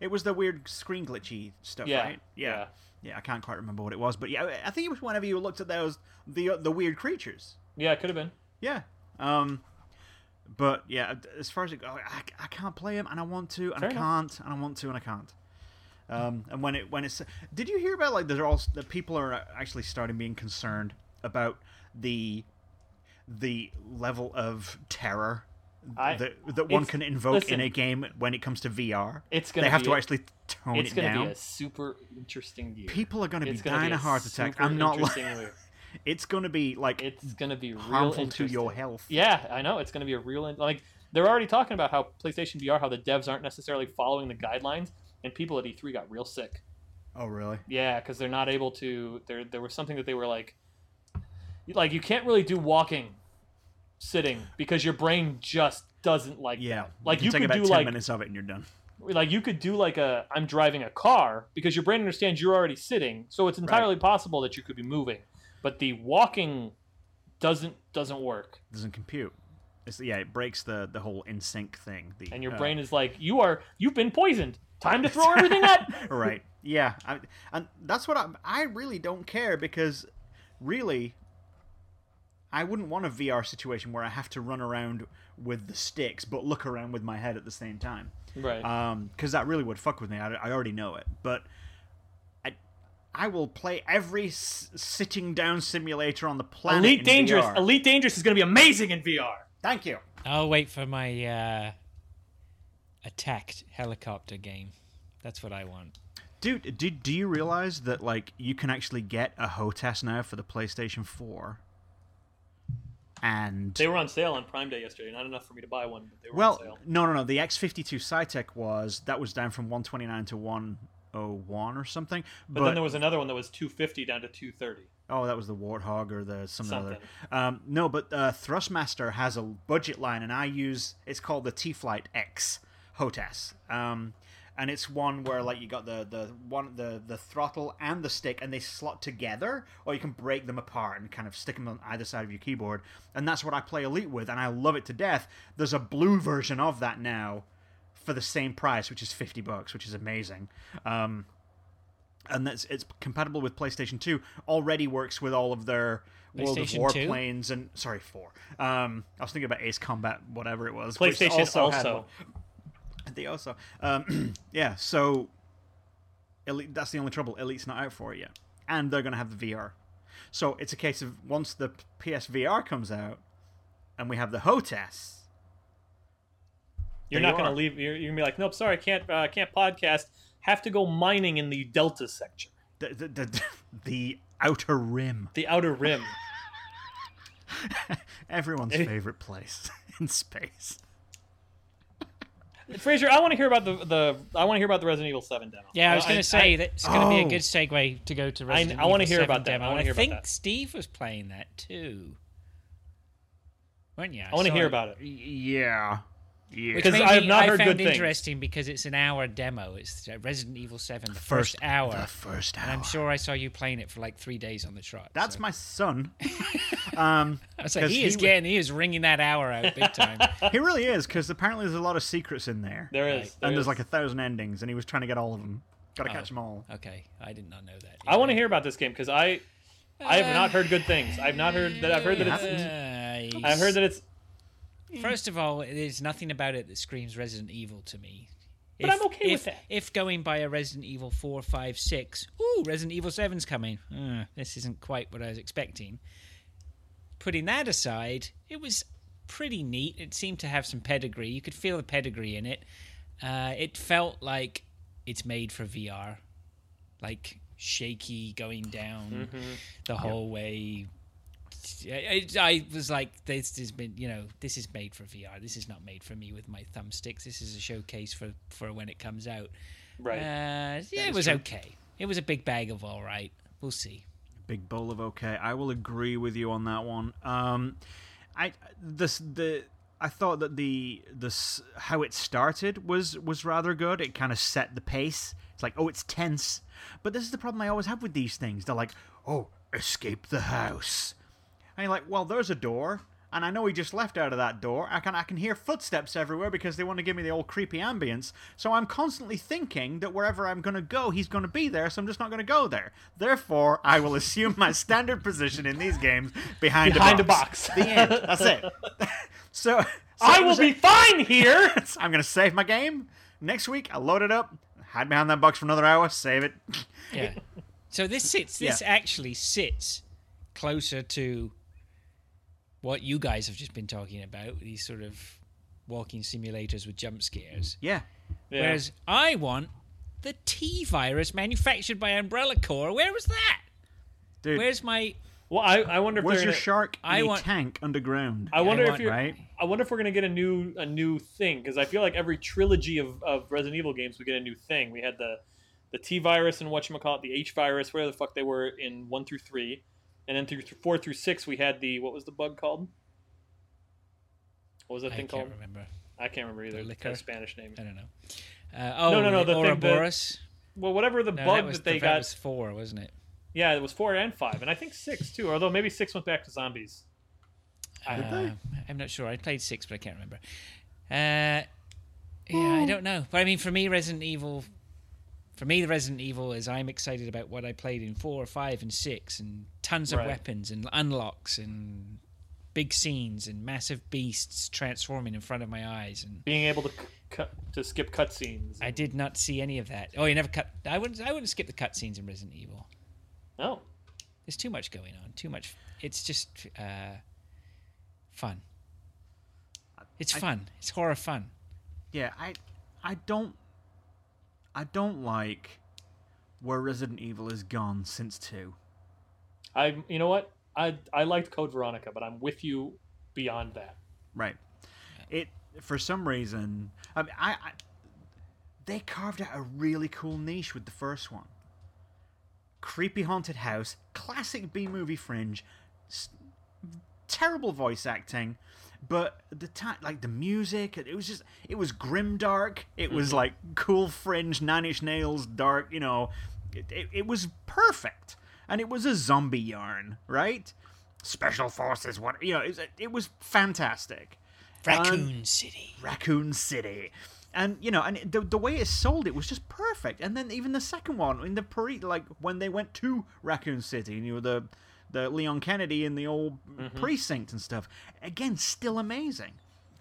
[SPEAKER 1] It was the weird screen glitchy stuff,
[SPEAKER 2] Yeah,
[SPEAKER 1] right?
[SPEAKER 2] yeah.
[SPEAKER 1] yeah. I can't quite remember what it was, but yeah, I think it was whenever you looked at those the the weird creatures.
[SPEAKER 2] Yeah, it could have been.
[SPEAKER 1] Yeah. Um, but yeah, as far as it goes, I, I can't play him, and I want to, and
[SPEAKER 2] Fair
[SPEAKER 1] I
[SPEAKER 2] enough.
[SPEAKER 1] can't, and I want to, and I can't. Um, and when it when it's did you hear about like there's all the people are actually starting being concerned about the the level of terror
[SPEAKER 2] I-
[SPEAKER 1] that, that one
[SPEAKER 2] it's-
[SPEAKER 1] can invoke
[SPEAKER 2] listen.
[SPEAKER 1] in a game when it comes to VR.
[SPEAKER 2] It's gonna.
[SPEAKER 1] They have
[SPEAKER 2] be
[SPEAKER 1] to
[SPEAKER 2] a-
[SPEAKER 1] actually tone
[SPEAKER 2] It's
[SPEAKER 1] it
[SPEAKER 2] gonna
[SPEAKER 1] down.
[SPEAKER 2] be a super interesting year.
[SPEAKER 1] People are going to be
[SPEAKER 2] it's gonna
[SPEAKER 1] dying
[SPEAKER 2] be
[SPEAKER 1] of heart attack. I'm
[SPEAKER 2] super
[SPEAKER 1] not.
[SPEAKER 2] interesting
[SPEAKER 1] Like,
[SPEAKER 2] year.
[SPEAKER 1] it's going to be like
[SPEAKER 2] It's gonna be real
[SPEAKER 1] harmful to your
[SPEAKER 2] interesting.
[SPEAKER 1] health.
[SPEAKER 2] Yeah, I know. It's gonna be a real in- like they're already talking about how PlayStation VR, how the devs aren't necessarily following the guidelines, and people at E3 got real sick.
[SPEAKER 1] Oh really?
[SPEAKER 2] Yeah, because they're not able to. There, there was something that they were like, like you can't really do walking, sitting because your brain just doesn't like.
[SPEAKER 1] Yeah,
[SPEAKER 2] that. like
[SPEAKER 1] can
[SPEAKER 2] you
[SPEAKER 1] take
[SPEAKER 2] could
[SPEAKER 1] about
[SPEAKER 2] do
[SPEAKER 1] 10
[SPEAKER 2] like,
[SPEAKER 1] minutes of it and you're done.
[SPEAKER 2] like you could do like a I'm driving a car because your brain understands you're already sitting, so it's entirely possible that you could be moving, but the walking doesn't doesn't work,
[SPEAKER 1] doesn't compute. It's, yeah, it breaks the the whole in sync thing. The,
[SPEAKER 2] and your
[SPEAKER 1] uh,
[SPEAKER 2] brain is like you are you've been poisoned. Time to throw everything up.
[SPEAKER 1] right. Yeah, I, and that's what I I really don't care because really I wouldn't want a VR situation where I have to run around with the sticks but look around with my head at the same time.
[SPEAKER 2] Right.
[SPEAKER 1] Um, because that really would fuck with me. I, I already know it, but I I will play every s- sitting down simulator on the planet.
[SPEAKER 2] Elite
[SPEAKER 1] in
[SPEAKER 2] Dangerous.
[SPEAKER 1] VR.
[SPEAKER 2] Elite Dangerous is going to be amazing in VR.
[SPEAKER 1] Thank you.
[SPEAKER 3] I'll wait for my uh, attacked helicopter game. That's what I want.
[SPEAKER 1] Dude, do, do you realize that like you can actually get a HOTAS now for the PlayStation 4? and
[SPEAKER 2] They were on sale on Prime Day yesterday. Not enough for me to buy one, but they were on
[SPEAKER 1] well,
[SPEAKER 2] sale.
[SPEAKER 1] no, no, no. The X52 SciTech was that was down from 129 to 101 or something.
[SPEAKER 2] But, then there was another one that was 250 down to 230.
[SPEAKER 1] Oh, that was the Warthog or the some
[SPEAKER 2] Something.
[SPEAKER 1] other. Um, no, but uh, Thrustmaster has a budget line, and I use it's called the T Flight X HOTAS, um, and it's one where like you got the the one the the throttle and the stick, and they slot together, or you can break them apart and kind of stick them on either side of your keyboard, and that's what I play Elite with, and I love it to death. There's a blue version of that now for the same price, which is fifty bucks, which is amazing. Um, and that's it's compatible with PlayStation 2. Already works with all of their World of
[SPEAKER 3] PlayStation
[SPEAKER 1] War
[SPEAKER 3] 2?
[SPEAKER 1] planes and sorry four. Um, I was thinking about Ace Combat, whatever it was. which
[SPEAKER 2] PlayStation also.
[SPEAKER 1] had one. they also, um, yeah. So, Elite, that's the only trouble. Elite's not out for it yet, and they're going to have the VR. So it's a case of once the PSVR comes out, and we have the HOTAS. There
[SPEAKER 2] You're
[SPEAKER 1] you
[SPEAKER 2] not going
[SPEAKER 1] are.
[SPEAKER 2] to leave. You're, you're going to be like, nope, sorry, can't uh, can't podcast. Have to go mining in the Delta section,
[SPEAKER 1] The, the, the, the outer rim,
[SPEAKER 2] the outer rim.
[SPEAKER 1] everyone's
[SPEAKER 2] Eh.
[SPEAKER 1] favorite place in space.
[SPEAKER 2] Fraser, I want to hear about the, the I want to hear about the Resident Evil 7 demo.
[SPEAKER 3] Yeah, I was
[SPEAKER 2] Uh,
[SPEAKER 3] going to say that it's going to be
[SPEAKER 1] Oh.
[SPEAKER 3] a good segue to go to Resident
[SPEAKER 2] I wanna
[SPEAKER 3] Evil
[SPEAKER 2] hear
[SPEAKER 3] 7
[SPEAKER 2] about that. I
[SPEAKER 3] demo.
[SPEAKER 2] wanna
[SPEAKER 3] and
[SPEAKER 2] hear
[SPEAKER 3] I
[SPEAKER 2] about
[SPEAKER 3] think
[SPEAKER 2] that.
[SPEAKER 3] Steve was playing that too, weren't you?
[SPEAKER 2] I want to
[SPEAKER 3] saw
[SPEAKER 2] hear about it.
[SPEAKER 1] Yeah. Yeah.
[SPEAKER 3] Which
[SPEAKER 2] Because
[SPEAKER 3] maybe
[SPEAKER 2] I have not
[SPEAKER 3] I
[SPEAKER 2] heard
[SPEAKER 3] found
[SPEAKER 2] good things.
[SPEAKER 3] interesting because it's an hour demo. It's uh, Resident Evil Seven, the first, hour,
[SPEAKER 1] The first hour.
[SPEAKER 3] and I'm sure I saw you playing it for like three days on the trot.
[SPEAKER 1] That's
[SPEAKER 3] so.
[SPEAKER 1] my son. um,
[SPEAKER 3] I was like,
[SPEAKER 1] 'cause
[SPEAKER 3] he is
[SPEAKER 1] he wa-
[SPEAKER 3] getting, he is ringing that hour out big time.
[SPEAKER 1] he really is because apparently there's a lot of secrets in there,
[SPEAKER 2] There is.
[SPEAKER 3] Right.
[SPEAKER 2] there
[SPEAKER 1] and there's
[SPEAKER 2] is.
[SPEAKER 1] like a thousand endings, and he was trying to get all of them. Got to 'em
[SPEAKER 3] Oh.
[SPEAKER 1] catch them all.
[SPEAKER 3] okay, I did not know that.
[SPEAKER 2] I want to hear about this game because I I have not heard good things. I've not heard that. I've heard that it's.
[SPEAKER 3] it's.
[SPEAKER 2] I've heard that it's. Hmm.
[SPEAKER 3] First of all, there's nothing about it that screams Resident Evil to me.
[SPEAKER 2] But I'm okay with
[SPEAKER 3] if-
[SPEAKER 2] that.
[SPEAKER 3] If going by a Resident Evil 4, 5, 6, ooh, Resident Evil 7's coming. Uh, this isn't quite what I was expecting. Putting that aside, it was pretty neat. It seemed to have some pedigree. You could feel the pedigree in it. Uh, it felt like it's made for VR. Like shaky going down the hallway, I, I I was like, this has been, you know, this is made for VR. This is not made for me with my thumbsticks. This is a showcase for for when it comes out.
[SPEAKER 2] Right.
[SPEAKER 3] Uh, yeah, it was okay. It was a big bag of all right. We'll see.
[SPEAKER 1] Big bowl of okay. I will agree with you on that one. Um, I this the. I thought that the this how it started was was rather good. It kind of set the pace. It's like, oh, it's tense. But this is the problem I always have with these things. They're like, oh, escape the house. And you're like, well, there's a door, and I know he just left out of that door. I can I can hear footsteps everywhere because they want to give me the old creepy ambience. So I'm constantly thinking that wherever I'm going to go, he's going to be there. So I'm just not going to go there. Therefore, I will assume my standard position in these games behind,
[SPEAKER 2] Behind
[SPEAKER 1] a
[SPEAKER 2] a
[SPEAKER 1] box.
[SPEAKER 2] box.
[SPEAKER 1] The end. That's it. so, so
[SPEAKER 2] I
[SPEAKER 1] it
[SPEAKER 2] will
[SPEAKER 1] was
[SPEAKER 2] be
[SPEAKER 1] a-
[SPEAKER 2] fine here.
[SPEAKER 1] I'm going to save my game next week. I load it up. Hide behind that box for another hour. Save it.
[SPEAKER 3] Yeah. so this sits. This
[SPEAKER 1] Yeah.
[SPEAKER 3] actually sits closer to what you guys have just been talking about. These sort of walking simulators with jump scares.
[SPEAKER 1] Yeah.
[SPEAKER 2] Yeah.
[SPEAKER 3] Whereas I want the T virus manufactured by Umbrella Corps. Where was that?
[SPEAKER 1] Dude,
[SPEAKER 3] Where's my
[SPEAKER 2] well, I, I wonder if
[SPEAKER 1] where's
[SPEAKER 2] they're
[SPEAKER 1] your
[SPEAKER 2] gonna-
[SPEAKER 1] shark in
[SPEAKER 3] I
[SPEAKER 1] a
[SPEAKER 3] want-
[SPEAKER 1] tank underground?
[SPEAKER 2] I wonder if
[SPEAKER 3] want-
[SPEAKER 2] you're.
[SPEAKER 1] right?
[SPEAKER 2] I wonder if we're gonna get a new a new thing because I feel like every trilogy of, of Resident Evil games we get a new thing. We had the the T virus and what call it the H virus, where the fuck they were in one through three, and then through th- four through six we had the what was the bug called? What was that
[SPEAKER 3] I
[SPEAKER 2] thing
[SPEAKER 3] can't
[SPEAKER 2] called?
[SPEAKER 3] remember.
[SPEAKER 2] I can't remember either.
[SPEAKER 3] The
[SPEAKER 2] It
[SPEAKER 3] liquor?
[SPEAKER 2] had a Spanish name.
[SPEAKER 3] I don't know. Uh, oh,
[SPEAKER 2] No, no, no,
[SPEAKER 3] The
[SPEAKER 2] the thing that-
[SPEAKER 3] Ouroboros.
[SPEAKER 2] Well, whatever the
[SPEAKER 3] no,
[SPEAKER 2] bug
[SPEAKER 3] that was
[SPEAKER 2] that they
[SPEAKER 3] the,
[SPEAKER 2] got.
[SPEAKER 3] That was four, wasn't it?
[SPEAKER 2] Yeah, it was four and five, and I think six too. Although maybe six went back to zombies. I don't
[SPEAKER 3] Uh, I'm not sure. I played six, but I can't remember. Uh, yeah, I don't know. But I mean, for me, Resident Evil. For me, the Resident Evil is I'm excited about what I played in four or five and six, and tons of
[SPEAKER 2] Right.
[SPEAKER 3] weapons and unlocks and big scenes and massive beasts transforming in front of my eyes. And
[SPEAKER 2] Being able to c- cut to skip cutscenes.
[SPEAKER 3] I did not see any of that. Oh, you never cut. I wouldn't. I wouldn't skip the cutscenes in Resident Evil.
[SPEAKER 2] Oh,
[SPEAKER 3] there's too much going on too much it's just uh, fun it's fun it's horror fun
[SPEAKER 1] Yeah, I I don't I don't like where Resident Evil has gone since two.
[SPEAKER 2] I. You know what? I I liked Code Veronica, but I'm with you beyond that.
[SPEAKER 1] Right. It for some reason I, mean, I I they carved out a really cool niche with the first one. Creepy haunted house, classic B movie fringe, s- terrible voice acting, but the time like the music, it was just it was grim dark. It was like cool fringe, Nine Inch Nails dark. You know, it, it, it was perfect, and it was a zombie yarn, right? Special forces, what you know, it was, it was fantastic.
[SPEAKER 3] Raccoon City.
[SPEAKER 1] Raccoon City. And you know, and the, the way it sold it was just perfect. And then even the second one in the parade, like when they went to Raccoon City, and you know the the Leon Kennedy in the old
[SPEAKER 2] Mm-hmm.
[SPEAKER 1] precinct and stuff. Again, still amazing.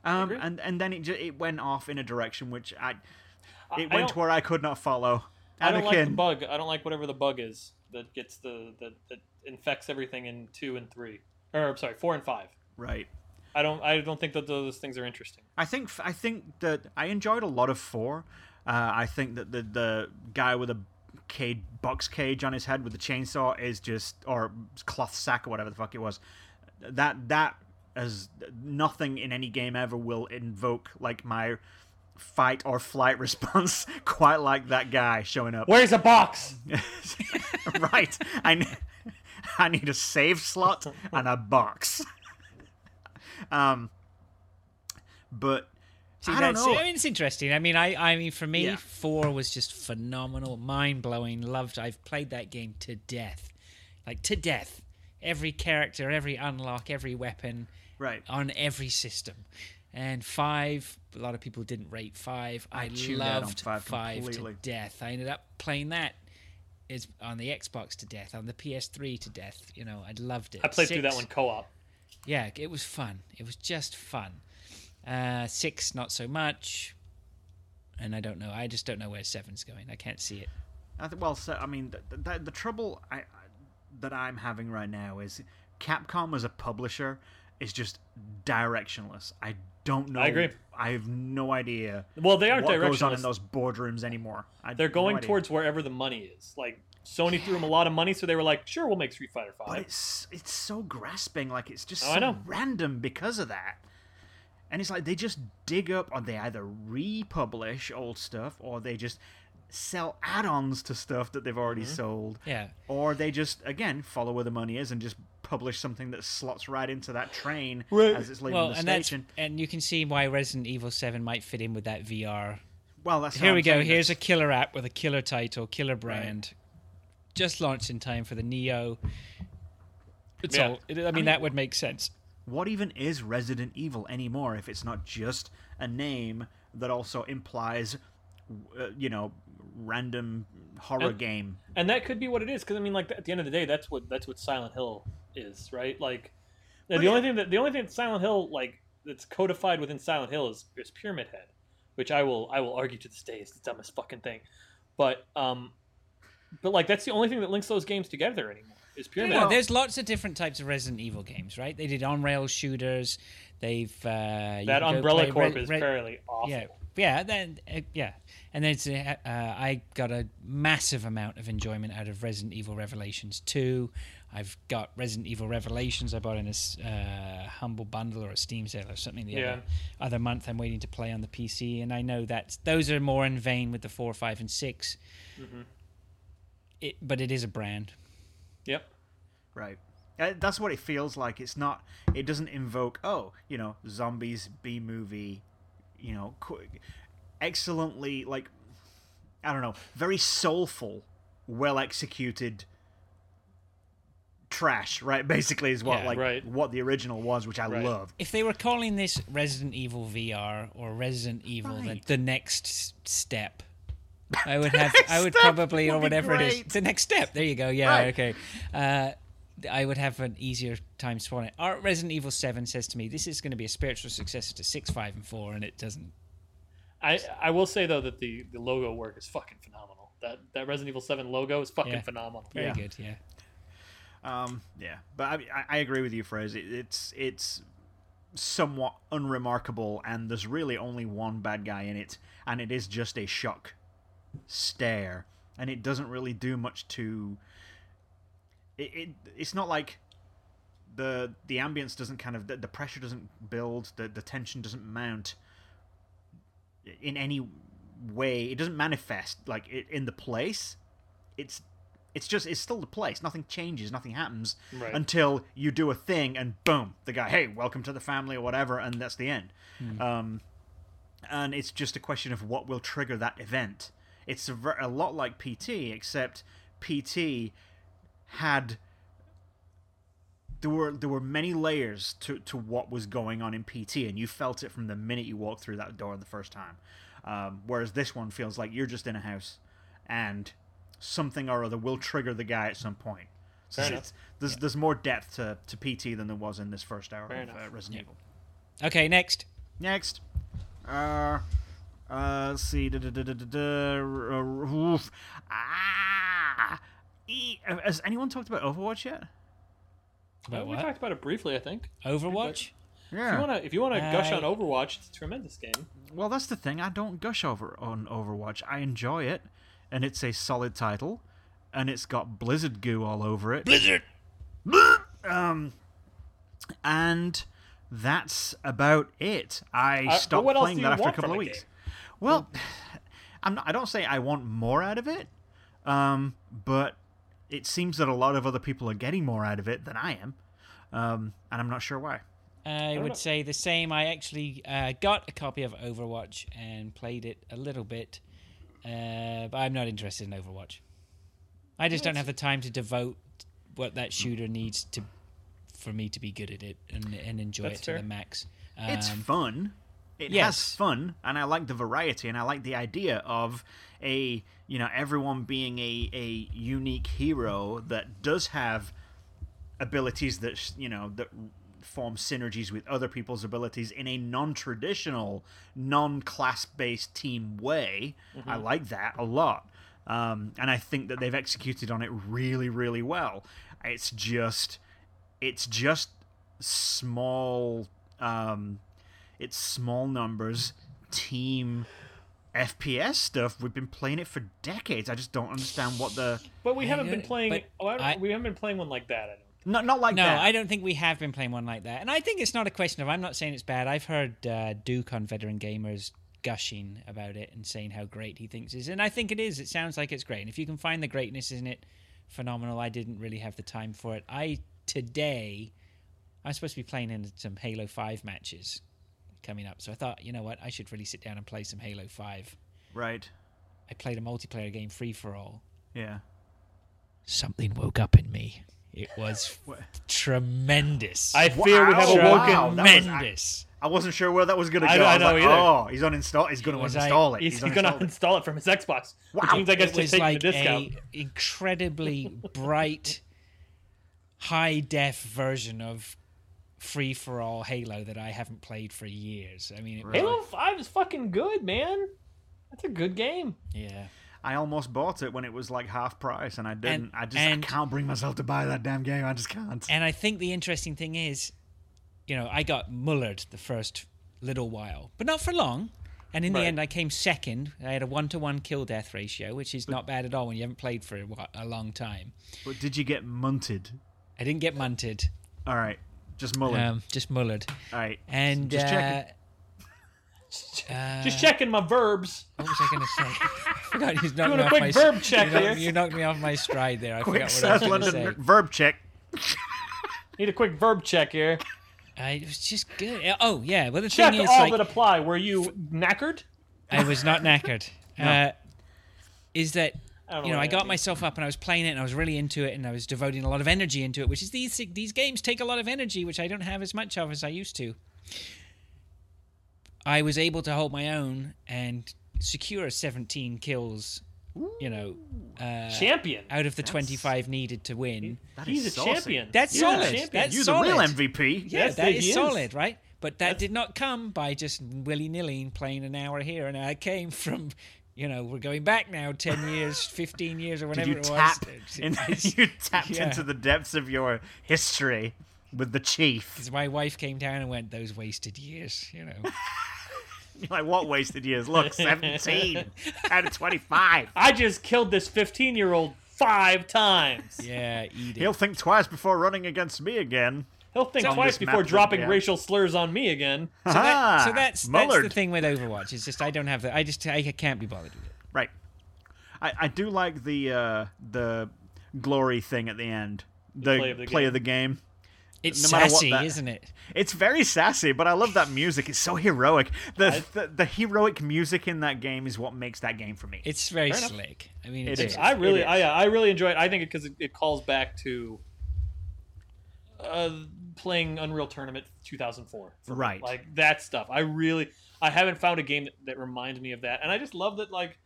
[SPEAKER 1] Um,
[SPEAKER 2] agree.
[SPEAKER 1] and and then it ju- it went off in a direction which I it
[SPEAKER 2] I- I
[SPEAKER 1] went
[SPEAKER 2] don't-
[SPEAKER 1] to where I could not follow.
[SPEAKER 2] I don't like the
[SPEAKER 1] Anakin,
[SPEAKER 2] bug. I don't like whatever the bug is that gets the that, that infects everything in two and three, or I'm sorry, four and five.
[SPEAKER 1] right?
[SPEAKER 2] I don't I don't think that those things are interesting.
[SPEAKER 1] I think I think that I enjoyed a lot of four. Uh, I think that the the guy with a cage, box cage on his head with the chainsaw is just or cloth sack or whatever the fuck it was. That that as nothing in any game ever will invoke like my fight or flight response quite like that guy showing up.
[SPEAKER 2] Where's the box?
[SPEAKER 1] right. I need, I need a save slot and a box. um but
[SPEAKER 3] See,
[SPEAKER 1] I don't
[SPEAKER 3] that's-
[SPEAKER 1] know.
[SPEAKER 3] I mean, it's interesting. I mean, I, I mean, for me,
[SPEAKER 1] Yeah.
[SPEAKER 3] four was just phenomenal, mind blowing. Loved. I've played that game to death, like to death. Every character, every unlock, every weapon,
[SPEAKER 1] Right.
[SPEAKER 3] on every system. And five, a lot of people didn't rate five. I,
[SPEAKER 1] tuned out on
[SPEAKER 3] loved
[SPEAKER 1] five
[SPEAKER 3] five,
[SPEAKER 1] completely.
[SPEAKER 3] to death. I ended up playing that. It's on the Xbox to death, on the PS3 to death. You know, I loved it.
[SPEAKER 2] I played through that
[SPEAKER 3] Six-
[SPEAKER 2] one co-op.
[SPEAKER 3] yeah, it was fun. It was just fun. Uh, six, not so much. And I don't know. I just don't know where seven's going. I can't see it.
[SPEAKER 1] I th- well, so I mean, the, the, the trouble I, I- that I'm having right now is Capcom as a publisher is just directionless. I don't know.
[SPEAKER 2] I agree.
[SPEAKER 1] I have no idea.
[SPEAKER 2] Well, they aren't
[SPEAKER 1] what goes on
[SPEAKER 2] directionless.
[SPEAKER 1] in those boardrooms anymore. I have
[SPEAKER 2] They're going
[SPEAKER 1] no idea.
[SPEAKER 2] towards wherever the money is. Like Sony threw them a lot of money, so they were like, "Sure, we'll make Street Fighter
[SPEAKER 1] but
[SPEAKER 2] 5.
[SPEAKER 1] it's it's so grasping. Like it's just
[SPEAKER 2] Oh, I
[SPEAKER 1] so
[SPEAKER 2] know.
[SPEAKER 1] random because of that. And it's like they just dig up, or they either republish old stuff, or they just sell add-ons to stuff that they've already sold.
[SPEAKER 3] Mm-hmm. Yeah.
[SPEAKER 1] or they just again follow where the money is and just publish something that slots right into that train
[SPEAKER 2] Right.
[SPEAKER 1] as it's leaving
[SPEAKER 3] Well,
[SPEAKER 1] the
[SPEAKER 3] and that's
[SPEAKER 1] station.
[SPEAKER 3] and you can see why Resident Evil Seven might fit in with that VR.
[SPEAKER 1] well, that's
[SPEAKER 3] Here we go. Here's a killer app with a killer title, killer brand, just launched in time for the Neo. It's
[SPEAKER 2] Yeah.
[SPEAKER 3] all. It, I, mean, that would make sense.
[SPEAKER 1] what even is Resident Evil anymore if it's not just a name that also implies, uh, you know, random horror
[SPEAKER 2] And-
[SPEAKER 1] game.
[SPEAKER 2] And that could be what it is, because I mean, like at the end of the day, that's what that's what Silent Hill is, right? Like the
[SPEAKER 1] yeah.
[SPEAKER 2] only thing that the only thing that Silent Hill like that's codified within Silent Hill is, is Pyramid Head, which I will I will argue to this day is the dumbest fucking thing. But um, but like that's the only thing that links those games together anymore is Pyramid.
[SPEAKER 3] No,
[SPEAKER 2] Head.
[SPEAKER 3] there's lots of different types of Resident Evil games, right? They did on-rail shooters. They've uh,
[SPEAKER 2] That Umbrella Corp
[SPEAKER 3] Re-
[SPEAKER 2] is
[SPEAKER 3] Re-
[SPEAKER 2] fairly awful.
[SPEAKER 3] yeah, yeah, then uh, yeah, and then uh, uh, I got a massive amount of enjoyment out of Resident Evil Revelations two. I've got Resident Evil Revelations. I bought in a s- uh, humble bundle or a Steam sale or something the
[SPEAKER 2] Yeah.
[SPEAKER 3] other other month. I'm waiting to play on the PC, and I know that those are more in vain with the four, five, and 6
[SPEAKER 2] Mm-hmm.
[SPEAKER 3] It, but it is a brand.
[SPEAKER 2] Yep.
[SPEAKER 1] Right. Uh, That's what it feels like. It's not. It doesn't invoke. Oh, you know, zombies, B movie, you know, qu- excellently like, I don't know, very soulful, well executed trash. Right. Basically, is what
[SPEAKER 3] Yeah,
[SPEAKER 1] like
[SPEAKER 2] right.
[SPEAKER 1] what the original was, which I
[SPEAKER 2] Right.
[SPEAKER 1] loved.
[SPEAKER 3] if they were calling this Resident Evil VR or Resident Evil the-
[SPEAKER 1] Right.
[SPEAKER 3] the, next s- step, I would have I would
[SPEAKER 1] step
[SPEAKER 3] probably
[SPEAKER 1] would
[SPEAKER 3] or
[SPEAKER 1] be
[SPEAKER 3] whatever it
[SPEAKER 1] great.
[SPEAKER 3] is the next step. There you go. Yeah.
[SPEAKER 1] Right.
[SPEAKER 3] Okay. Uh, I would have an easier time swallowing it. Our Resident Evil Seven says to me, "This is going to be a spiritual successor to six, five, and four, and it doesn't.
[SPEAKER 2] I, I will say though that the, the logo work is fucking phenomenal. That that Resident Evil Seven logo is fucking
[SPEAKER 3] Yeah.
[SPEAKER 2] phenomenal.
[SPEAKER 3] Very
[SPEAKER 1] Yeah.
[SPEAKER 3] good. Yeah.
[SPEAKER 1] Um, yeah, but I, I- I agree with you, Fraser. It, it's it's somewhat unremarkable, and there's really only one bad guy in it, and it is just a shock stare, and it doesn't really do much to. It, it it's not like the the ambience doesn't kind of the, the pressure doesn't build, the the tension doesn't mount in any way. It doesn't manifest like it, in the place. It's it's just it's still the place. Nothing changes. Nothing happens
[SPEAKER 2] Right.
[SPEAKER 1] until you do a thing and boom, the guy, hey, welcome to the family or whatever, and that's the end. Um, and it's just a question of what will trigger that event. It's a, ver- a lot like PT, except PT had there were there were many layers to, to what was going on in PT, and you felt it from the minute you walked through that door the first time. Um, whereas this one feels like you're just in a house, and something or other will trigger the guy at some point. So
[SPEAKER 2] Fair
[SPEAKER 1] it's, there's there's more depth to, to PT than there was in this first hour
[SPEAKER 2] Fair
[SPEAKER 1] of uh,
[SPEAKER 2] enough.
[SPEAKER 1] Resident Evil.
[SPEAKER 3] Okay, next.
[SPEAKER 1] Next. Uh, uh, let's see. Da, da, da, da, da, da, r- r- oof. Ah, E- has anyone talked about Overwatch yet?
[SPEAKER 3] About
[SPEAKER 2] we
[SPEAKER 3] what?
[SPEAKER 2] talked about it briefly, I think.
[SPEAKER 3] Overwatch?
[SPEAKER 2] If you wanna, if you wanna gush
[SPEAKER 3] I-
[SPEAKER 2] on Overwatch, it's a tremendous game.
[SPEAKER 1] Well, that's the thing. I don't gush over on Overwatch. I enjoy it, and it's a solid title, and it's got Blizzard goo all over it.
[SPEAKER 4] Blizzard.
[SPEAKER 1] Um, and that's about it. I
[SPEAKER 2] Uh, but
[SPEAKER 1] stopped
[SPEAKER 2] what else
[SPEAKER 1] playing
[SPEAKER 2] do
[SPEAKER 1] that
[SPEAKER 2] you
[SPEAKER 1] after a
[SPEAKER 2] want
[SPEAKER 1] couple
[SPEAKER 2] from
[SPEAKER 1] of
[SPEAKER 2] a
[SPEAKER 1] weeks.
[SPEAKER 2] game? Hmm.
[SPEAKER 1] Well, I'm not, I don't say I want more out of it, um, but it seems that a lot of other people are getting more out of it than I am, um, and I'm not sure why.
[SPEAKER 3] I would
[SPEAKER 2] know.
[SPEAKER 3] say the same. I actually uh, got a copy of Overwatch and played it a little bit, uh, but I'm not interested in Overwatch. I just don't have the time to devote what that shooter needs to for me to be good at it and, and enjoy
[SPEAKER 2] That's
[SPEAKER 3] it
[SPEAKER 2] fair.
[SPEAKER 3] to the max. Um,
[SPEAKER 1] It's fun. It has
[SPEAKER 3] yes.
[SPEAKER 1] fun, and I like the variety, and I like the idea of a you know everyone being a a unique hero that does have abilities that sh- you know that form synergies with other people's abilities in a non-traditional, non-class-based team way. I like that a lot, um, and I think that they've executed on it really, really well. It's just, it's just small um, it's small numbers team FPS stuff. We've been playing it for decades. I just don't understand what the
[SPEAKER 2] But we
[SPEAKER 3] I
[SPEAKER 2] haven't
[SPEAKER 3] know,
[SPEAKER 2] been playing.
[SPEAKER 3] but
[SPEAKER 2] Oh, I don't,
[SPEAKER 3] I-
[SPEAKER 2] we haven't been playing one like that. I don't.
[SPEAKER 1] not not like
[SPEAKER 3] no,
[SPEAKER 1] that.
[SPEAKER 3] I don't think we have been playing one like that. And I think it's not a question of I'm not saying it's bad. I've heard uh, Duke on Veteran Gamers gushing about it and saying how great he thinks it is. And I think it is. It sounds like it's great. And if you can find the greatness in it, phenomenal. I didn't really have the time for it. I today I'm supposed to be playing in some Halo 5 matches coming up. So I thought, you know what? I should really sit down and play some Halo 5.
[SPEAKER 1] Right?
[SPEAKER 3] I played a multiplayer game free for all.
[SPEAKER 1] Yeah.
[SPEAKER 3] Something woke up in me. It was tremendous.
[SPEAKER 2] I fear we have
[SPEAKER 3] Oh,
[SPEAKER 1] Wow.
[SPEAKER 2] awoken.
[SPEAKER 1] Wow. that was-
[SPEAKER 3] tremendous.
[SPEAKER 1] I wasn't sure where that was gonna go.
[SPEAKER 2] I
[SPEAKER 1] I,
[SPEAKER 2] don't- I
[SPEAKER 1] was
[SPEAKER 2] know
[SPEAKER 1] like,
[SPEAKER 2] either.
[SPEAKER 1] oh, he's uninstall. He's gonna
[SPEAKER 3] was
[SPEAKER 1] uninstall
[SPEAKER 3] like-
[SPEAKER 1] it.
[SPEAKER 2] He's, he's gonna
[SPEAKER 1] uninstalled it.
[SPEAKER 2] install it from his Xbox. Which
[SPEAKER 1] Wow.
[SPEAKER 2] means I guess
[SPEAKER 3] it
[SPEAKER 2] just
[SPEAKER 3] was
[SPEAKER 2] taking
[SPEAKER 3] like
[SPEAKER 2] the discount.
[SPEAKER 3] a incredibly bright, high def version of free for all Halo that I haven't played for years. I mean, it was,
[SPEAKER 2] Halo Five is fucking good, man. That's a good game.
[SPEAKER 3] yeah.
[SPEAKER 1] I almost bought it when it was like half price, and I didn't. I just
[SPEAKER 3] and-
[SPEAKER 1] I can't bring myself to buy that damn game. I just can't.
[SPEAKER 3] And I think the interesting thing is, you know, I got mullered the first little while, but not for long. And in the
[SPEAKER 2] Right.
[SPEAKER 3] end, I came second. I had a one to one kill death ratio, which is not bad at all when you haven't played for a, whi- a long time.
[SPEAKER 1] but did you get munted?
[SPEAKER 3] I didn't get munted,
[SPEAKER 1] All right, just mulling.
[SPEAKER 3] um, just mullered.
[SPEAKER 1] All right,
[SPEAKER 3] And
[SPEAKER 1] just
[SPEAKER 3] uh,
[SPEAKER 1] checking.
[SPEAKER 2] Just checking my verbs.
[SPEAKER 3] What was I going to say? I forgot you knocked
[SPEAKER 2] Doing
[SPEAKER 3] me
[SPEAKER 2] a
[SPEAKER 3] off
[SPEAKER 2] quick
[SPEAKER 3] my
[SPEAKER 2] verb check
[SPEAKER 3] you knocked,
[SPEAKER 2] there.
[SPEAKER 3] You knocked me off my stride there. I
[SPEAKER 1] Quick
[SPEAKER 3] forgot what
[SPEAKER 1] South
[SPEAKER 3] I was
[SPEAKER 1] London
[SPEAKER 3] going to say.
[SPEAKER 1] verb check.
[SPEAKER 2] Need a quick verb check here.
[SPEAKER 3] I, it was just good. Oh yeah. Well, the
[SPEAKER 2] Check
[SPEAKER 3] thing is,
[SPEAKER 2] all
[SPEAKER 3] like,
[SPEAKER 2] that apply. Were you knackered?
[SPEAKER 3] I was not knackered. uh, is that
[SPEAKER 2] I don't
[SPEAKER 3] you know
[SPEAKER 2] what
[SPEAKER 3] I
[SPEAKER 2] that
[SPEAKER 3] got
[SPEAKER 2] means.
[SPEAKER 3] myself up and I was playing it and I was really into it and I was devoting a lot of energy into it, which is these these games take a lot of energy, which I don't have as much of as I used to. I was able to hold my own and secure 17 kills. You know, uh,
[SPEAKER 2] champion.
[SPEAKER 3] out of the 25 needed to win.
[SPEAKER 1] That is
[SPEAKER 2] He's a
[SPEAKER 1] saucy.
[SPEAKER 2] champion.
[SPEAKER 3] That's
[SPEAKER 2] He's a
[SPEAKER 3] solid.
[SPEAKER 2] champion.
[SPEAKER 3] That's
[SPEAKER 1] You're the
[SPEAKER 3] solid.
[SPEAKER 1] real MVP.
[SPEAKER 3] Yeah,
[SPEAKER 2] Yes,
[SPEAKER 3] that
[SPEAKER 2] he
[SPEAKER 3] is,
[SPEAKER 2] is.
[SPEAKER 3] solid, right? But that did not come by just willy nilly playing an hour here, and I came from, you know, we're going back now ten years, fifteen years, or
[SPEAKER 1] Did
[SPEAKER 3] whatever
[SPEAKER 1] you
[SPEAKER 3] it
[SPEAKER 1] tap
[SPEAKER 3] was.
[SPEAKER 1] in,
[SPEAKER 3] It's-
[SPEAKER 1] you tapped
[SPEAKER 3] yeah.
[SPEAKER 1] into the depths of your history with the chief.
[SPEAKER 3] it's my wife came down and went, "Those wasted years," you know.
[SPEAKER 1] Like what wasted years? Look, seventeen out of twenty-five.
[SPEAKER 2] I just killed this 15 year old five times.
[SPEAKER 3] yeah, eat it.
[SPEAKER 1] He'll think twice before running against me again.
[SPEAKER 2] He'll think
[SPEAKER 1] So-
[SPEAKER 2] twice
[SPEAKER 1] Just
[SPEAKER 2] before
[SPEAKER 1] map them,
[SPEAKER 2] dropping
[SPEAKER 1] yeah.
[SPEAKER 2] racial slurs on me again.
[SPEAKER 3] So, that, so
[SPEAKER 1] Ah,
[SPEAKER 3] that's that's the
[SPEAKER 1] Mullard.
[SPEAKER 3] thing with Overwatch. It's just I don't have that. I just I can't be bothered with it.
[SPEAKER 1] Right. I, I do like the uh, the glory thing at the end. The,
[SPEAKER 2] play of the game.
[SPEAKER 1] game.
[SPEAKER 3] It's
[SPEAKER 1] No matter what
[SPEAKER 3] sassy,
[SPEAKER 1] that-
[SPEAKER 3] isn't it?
[SPEAKER 1] It's very sassy, but I love that music. It's so heroic. The, the the heroic music in that game is what makes that game for me.
[SPEAKER 3] It's very
[SPEAKER 2] Fair enough.
[SPEAKER 3] slick. I mean,
[SPEAKER 1] It
[SPEAKER 3] it's,
[SPEAKER 1] is.
[SPEAKER 2] I really,
[SPEAKER 1] it
[SPEAKER 2] I, I really enjoy it. I think because it, it calls back to uh, playing Unreal Tournament 2004. for me.
[SPEAKER 1] Right.
[SPEAKER 2] like that stuff. I really, I haven't found a game that, that reminds me of that, and I just love that like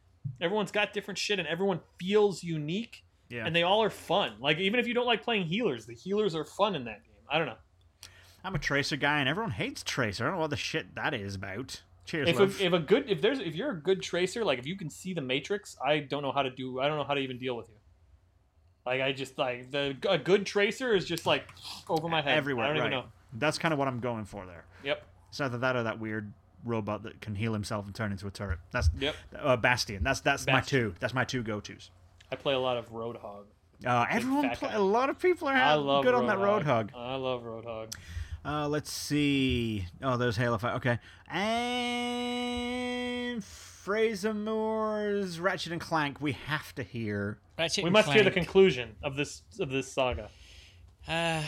[SPEAKER 2] everyone's got different shit and everyone feels unique,
[SPEAKER 1] yeah.
[SPEAKER 2] and they all are fun. Like even if you don't like playing healers, the healers are fun in that game. I don't know.
[SPEAKER 1] I'm a Tracer guy, and everyone hates Tracer. I don't know what the shit that is about. Cheers,
[SPEAKER 2] If
[SPEAKER 1] love.
[SPEAKER 2] a, if a good if there's if you're a good tracer, like if you can see the matrix, I don't know how to do. I don't know how to even deal with you. Like I just like the a good tracer is just like over my head.
[SPEAKER 1] Everywhere,
[SPEAKER 2] I don't
[SPEAKER 1] right.
[SPEAKER 2] even know.
[SPEAKER 1] That's kind of what I'm going for there.
[SPEAKER 2] Yep.
[SPEAKER 1] It's either that or that weird robot that can heal himself and turn into a turret. That's
[SPEAKER 2] Yep.
[SPEAKER 1] uh, Bastion. That's that's my
[SPEAKER 2] Bastion.
[SPEAKER 1] two. That's my two go tos.
[SPEAKER 2] I play a lot of Roadhog.
[SPEAKER 1] Uh, everyone,
[SPEAKER 2] fat
[SPEAKER 1] pla
[SPEAKER 2] guy.
[SPEAKER 1] a lot of people are
[SPEAKER 2] I
[SPEAKER 1] ha-
[SPEAKER 2] love
[SPEAKER 1] good
[SPEAKER 2] Roadhog.
[SPEAKER 1] on that Roadhog.
[SPEAKER 2] I love Roadhog.
[SPEAKER 1] Uh, let's see. Oh, there's Halo Fight. Okay, and Fraser Moore's Ratchet and Clank. We have to hear.
[SPEAKER 3] Ratchet
[SPEAKER 2] We
[SPEAKER 3] and
[SPEAKER 2] must hear the
[SPEAKER 3] Clank.
[SPEAKER 2] conclusion of this of this saga.
[SPEAKER 3] Uh,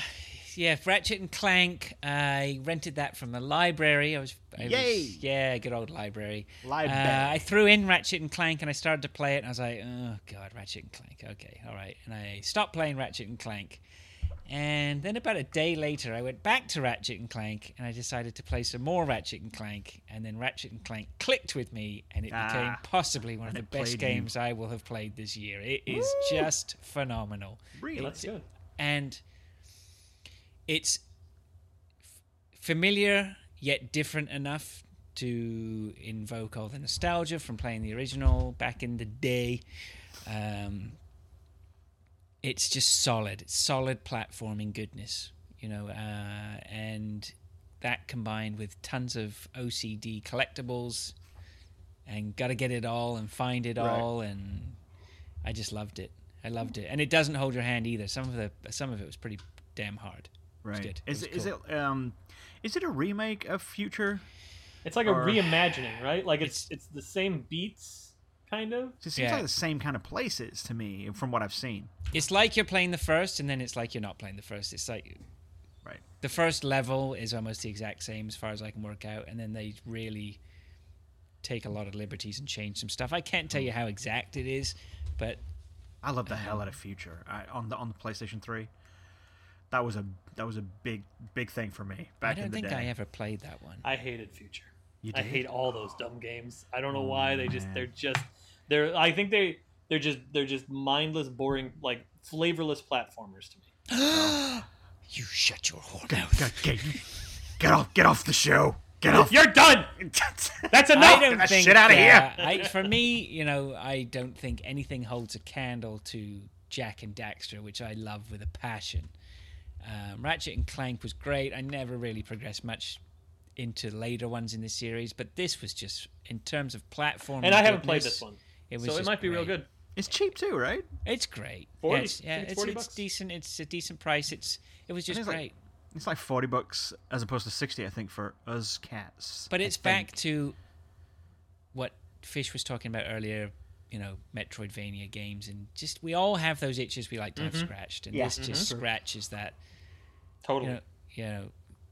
[SPEAKER 3] yeah, Ratchet and Clank. I rented that from the library. I was, I was-
[SPEAKER 1] Yay!
[SPEAKER 3] yeah, good old library.
[SPEAKER 1] Library.
[SPEAKER 3] Uh, I threw in Ratchet and Clank, and I started to play it, and I was like, oh god, Ratchet and Clank. Okay, all right. And I stopped playing Ratchet and Clank, and then about a day later, I went back to Ratchet and Clank, and I decided to play some more Ratchet and Clank, and then Ratchet and Clank clicked with me, and it became
[SPEAKER 1] Ah,
[SPEAKER 3] possibly one of the
[SPEAKER 1] it
[SPEAKER 3] best
[SPEAKER 1] played you.
[SPEAKER 3] games I will have played this year. It is just phenomenal
[SPEAKER 1] Really?
[SPEAKER 2] That's good.
[SPEAKER 3] and it's f- familiar yet different enough to invoke all the nostalgia from playing the original back in the day. Um, it's just solid, solid platforming goodness, you know, uh, and that combined with tons of OCD collectibles and got to get it all and find it
[SPEAKER 1] Right.
[SPEAKER 3] all and I just loved it. I loved it, and it doesn't hold your hand either. Some of the some of it was pretty damn hard. It was
[SPEAKER 1] Right.
[SPEAKER 3] good.
[SPEAKER 1] Is
[SPEAKER 3] it
[SPEAKER 1] it,
[SPEAKER 3] was
[SPEAKER 1] is
[SPEAKER 3] cool.
[SPEAKER 1] it um, is it a remake of Future?
[SPEAKER 2] It's like a
[SPEAKER 1] Or-
[SPEAKER 2] reimagining, right? Like it's it's the same beats, kind of.
[SPEAKER 1] It seems
[SPEAKER 3] Yeah.
[SPEAKER 1] like the same kind of places to me, from what I've seen.
[SPEAKER 3] It's like you're playing the first, and then it's like you're not playing the first. It's like
[SPEAKER 1] Right.
[SPEAKER 3] the first level is almost the exact same as far as I can work out, and then they really take a lot of liberties and change some stuff. I can't tell you how exact it is, but
[SPEAKER 1] I love the
[SPEAKER 3] Mm-hmm.
[SPEAKER 1] hell out of Future I, on the on the PlayStation Three. That was a that was a big big thing for me back
[SPEAKER 3] I
[SPEAKER 1] in
[SPEAKER 3] don't
[SPEAKER 1] the
[SPEAKER 3] think
[SPEAKER 1] day.
[SPEAKER 3] I ever played that one.
[SPEAKER 2] I hated Future.
[SPEAKER 1] You
[SPEAKER 2] I
[SPEAKER 1] did?
[SPEAKER 2] hate all those dumb games. I don't know why they just
[SPEAKER 3] Oh,
[SPEAKER 1] man.
[SPEAKER 2] they're just they're I think they they're just they're just mindless, boring, like flavorless platformers to me.
[SPEAKER 3] You shut your whore
[SPEAKER 1] Go,
[SPEAKER 3] mouth.
[SPEAKER 1] go, get, get off get off the show. Get off.
[SPEAKER 2] You're done. That's enough.
[SPEAKER 3] I don't
[SPEAKER 1] that
[SPEAKER 3] think
[SPEAKER 1] shit outta
[SPEAKER 3] uh, I, for me, you know, I don't think anything holds a candle to Jack and Daxter, which I love with a passion. Um, Ratchet and Clank was great. I never really progressed much into later ones in the series, but this was just in terms of platform.
[SPEAKER 2] and I haven't played this one,
[SPEAKER 3] It was
[SPEAKER 2] so it
[SPEAKER 3] just
[SPEAKER 2] might be real
[SPEAKER 3] great.
[SPEAKER 2] good.
[SPEAKER 1] It's cheap too, right?
[SPEAKER 3] It's great.
[SPEAKER 2] 40?
[SPEAKER 3] Yeah, it's,
[SPEAKER 2] I
[SPEAKER 3] yeah,
[SPEAKER 2] think it's
[SPEAKER 3] it's,
[SPEAKER 2] 40
[SPEAKER 3] it's
[SPEAKER 2] bucks.
[SPEAKER 3] decent. It's a decent price. It's it was just
[SPEAKER 1] it's like-
[SPEAKER 3] great.
[SPEAKER 1] It's like forty bucks as opposed to sixty, I think, for us cats.
[SPEAKER 3] But
[SPEAKER 1] I
[SPEAKER 3] it's
[SPEAKER 1] think.
[SPEAKER 3] back to what Fish was talking about earlier, you know, Metroidvania games and just we all have those itches we like to have scratched and
[SPEAKER 1] Mm-hmm. Yeah. Mm-hmm.
[SPEAKER 3] this just scratches that you
[SPEAKER 2] Totally.
[SPEAKER 3] know, you know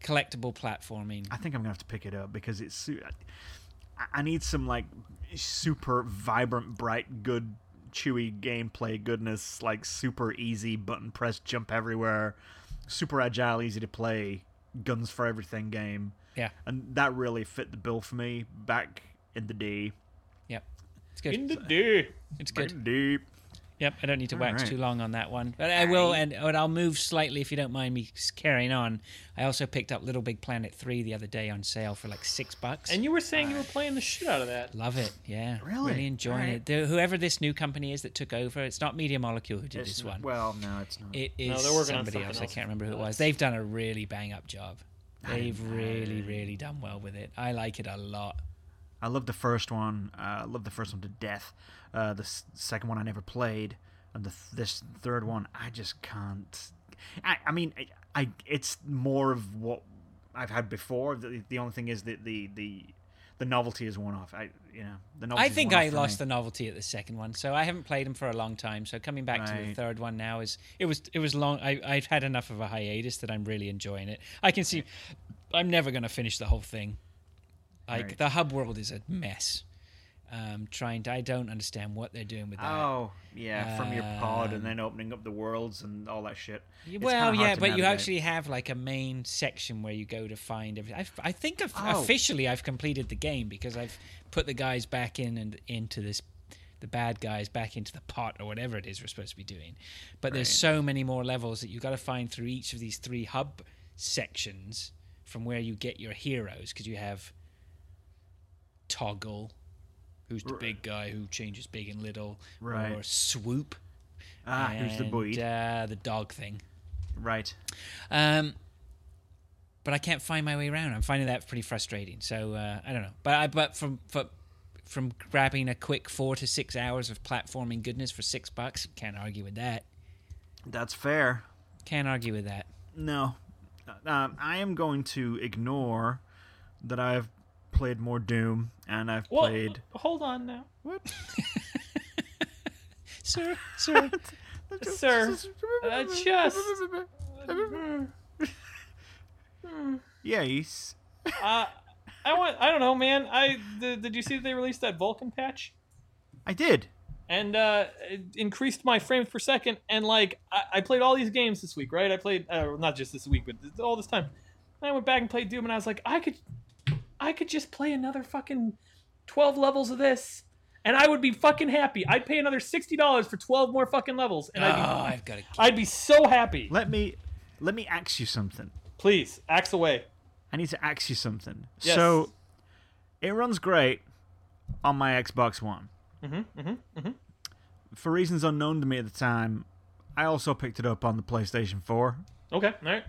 [SPEAKER 3] collectible platforming.
[SPEAKER 1] I think I'm gonna have to pick it up because it's. su- I- I need some like super vibrant, bright, good, chewy gameplay goodness, like super easy button press, jump everywhere, super agile, easy to play, guns for everything game,
[SPEAKER 3] Yeah.
[SPEAKER 1] and that really fit the bill for me back in the day.
[SPEAKER 3] Yep. It's good.
[SPEAKER 2] In the day.
[SPEAKER 3] It's
[SPEAKER 1] Back
[SPEAKER 3] good.
[SPEAKER 1] in the day.
[SPEAKER 3] Yep, I don't need to wax
[SPEAKER 1] right.
[SPEAKER 3] too long on that one, but I will, and, and I'll move slightly if you don't mind me s- carrying on. I also picked up Little Big Planet three the other day on sale for like six bucks.
[SPEAKER 2] And you were saying you were playing the shit out of that.
[SPEAKER 3] Love it, yeah.
[SPEAKER 1] Really?
[SPEAKER 3] enjoying
[SPEAKER 1] Alright.
[SPEAKER 3] it. The, whoever this new company is that took over, it's not Media Molecule who did
[SPEAKER 1] It's
[SPEAKER 3] this
[SPEAKER 1] not-
[SPEAKER 3] one.
[SPEAKER 1] Well, no, it's not.
[SPEAKER 3] It is
[SPEAKER 2] they're working on
[SPEAKER 3] somebody
[SPEAKER 2] something
[SPEAKER 3] else. I
[SPEAKER 2] else.
[SPEAKER 3] can't remember who it
[SPEAKER 2] That's-
[SPEAKER 3] was. They've done a really bang up job. They've really, really done well with it. I like it a lot.
[SPEAKER 1] I love the first one. Uh, I love the first one to death. Uh, the s- second one I never played. and the, th- this third one, I just can't. I, I mean, I, I it's more of what I've had before. The, the only thing is that the the the novelty is worn off. I you know the novelty.
[SPEAKER 3] I think I lost the novelty at the second one, so I haven't played them for a long time. So coming back to the
[SPEAKER 1] Right.
[SPEAKER 3] third one now is it was it was long. I I've had enough of a hiatus that I'm really enjoying it. I can see I'm never gonna finish the whole thing. Like
[SPEAKER 1] Right.
[SPEAKER 3] the hub world is a mess. Um, trying to I don't understand what they're doing with that.
[SPEAKER 1] Oh yeah, from your pod and then opening up the worlds and all that shit. It's
[SPEAKER 3] Um, well,
[SPEAKER 1] kinda hard
[SPEAKER 3] yeah,
[SPEAKER 1] to
[SPEAKER 3] but you
[SPEAKER 1] navigate.
[SPEAKER 3] actually have like a main section where you go to find everything. I've, I think I've,
[SPEAKER 1] Oh.
[SPEAKER 3] officially I've completed the game because I've put the guys back in and into this, the bad guys back into the pot or whatever it is we're supposed to be doing. But there's so many more levels that you've got to find through each of these three hub sections from where you get your heroes because you have Toggle, who's the big guy who changes big and little,
[SPEAKER 1] Right.
[SPEAKER 3] or Swoop.
[SPEAKER 1] ah, who's the
[SPEAKER 3] and,
[SPEAKER 1] boy?
[SPEAKER 3] Uh, the dog thing.
[SPEAKER 1] right.
[SPEAKER 3] Um, but I can't find my way around. I'm finding that pretty frustrating. So uh, I don't know. But I but from for, from grabbing a quick four to six hours of platforming goodness for six bucks, can't argue with that.
[SPEAKER 1] That's fair.
[SPEAKER 3] Can't argue with that.
[SPEAKER 1] No. Um, I am going to ignore that I've played more Doom and I've
[SPEAKER 2] Well,
[SPEAKER 1] played.
[SPEAKER 2] hold on now,
[SPEAKER 1] What?
[SPEAKER 3] Sir, sir,
[SPEAKER 2] sir. Uh, just
[SPEAKER 1] Yes.
[SPEAKER 2] uh, I want. I don't know, man. I th- did you see that they released that Vulcan patch?
[SPEAKER 1] I did.
[SPEAKER 2] and uh, it increased my frames per second. And like, I, I played all these games this week, right? I played uh, not just this week, but th- all this time. And I went back and played Doom, and I was like, I could, I could just play another fucking twelve levels of this, and I would be fucking happy. I'd pay another sixty dollars for twelve more fucking levels, and
[SPEAKER 3] oh,
[SPEAKER 1] Ah.
[SPEAKER 2] I'd be,
[SPEAKER 3] I've got to.
[SPEAKER 2] I'd be so happy.
[SPEAKER 1] Let me let me ask you something.
[SPEAKER 2] Please, axe away.
[SPEAKER 1] I need to ask you something.
[SPEAKER 2] Yes.
[SPEAKER 1] So it runs great on my Xbox One.
[SPEAKER 2] Mm-hmm, mm-hmm, mm-hmm.
[SPEAKER 1] For reasons unknown to me at the time, I also picked it up on the PlayStation 4.
[SPEAKER 2] Okay, all right.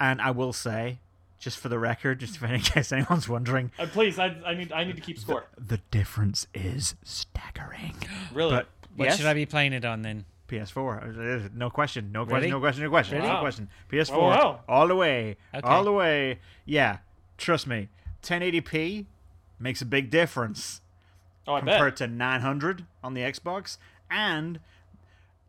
[SPEAKER 1] And I will say, just for the record, just if in case anyone's wondering,
[SPEAKER 2] Uh, please, I, I need, I need to keep score.
[SPEAKER 1] the difference is staggering.
[SPEAKER 2] Really?
[SPEAKER 1] But
[SPEAKER 3] What
[SPEAKER 1] yes,
[SPEAKER 3] should I be playing it on then?
[SPEAKER 1] PS4. Uh, No question. No question.
[SPEAKER 3] Really?
[SPEAKER 1] No question. No question.
[SPEAKER 2] Wow.
[SPEAKER 1] No question. PS4.
[SPEAKER 2] Wow, wow.
[SPEAKER 1] All the way.
[SPEAKER 3] Okay.
[SPEAKER 1] All the way. Yeah. Trust me. 1080p makes a big difference
[SPEAKER 2] oh, I bet.
[SPEAKER 1] compared to 900 on the Xbox. And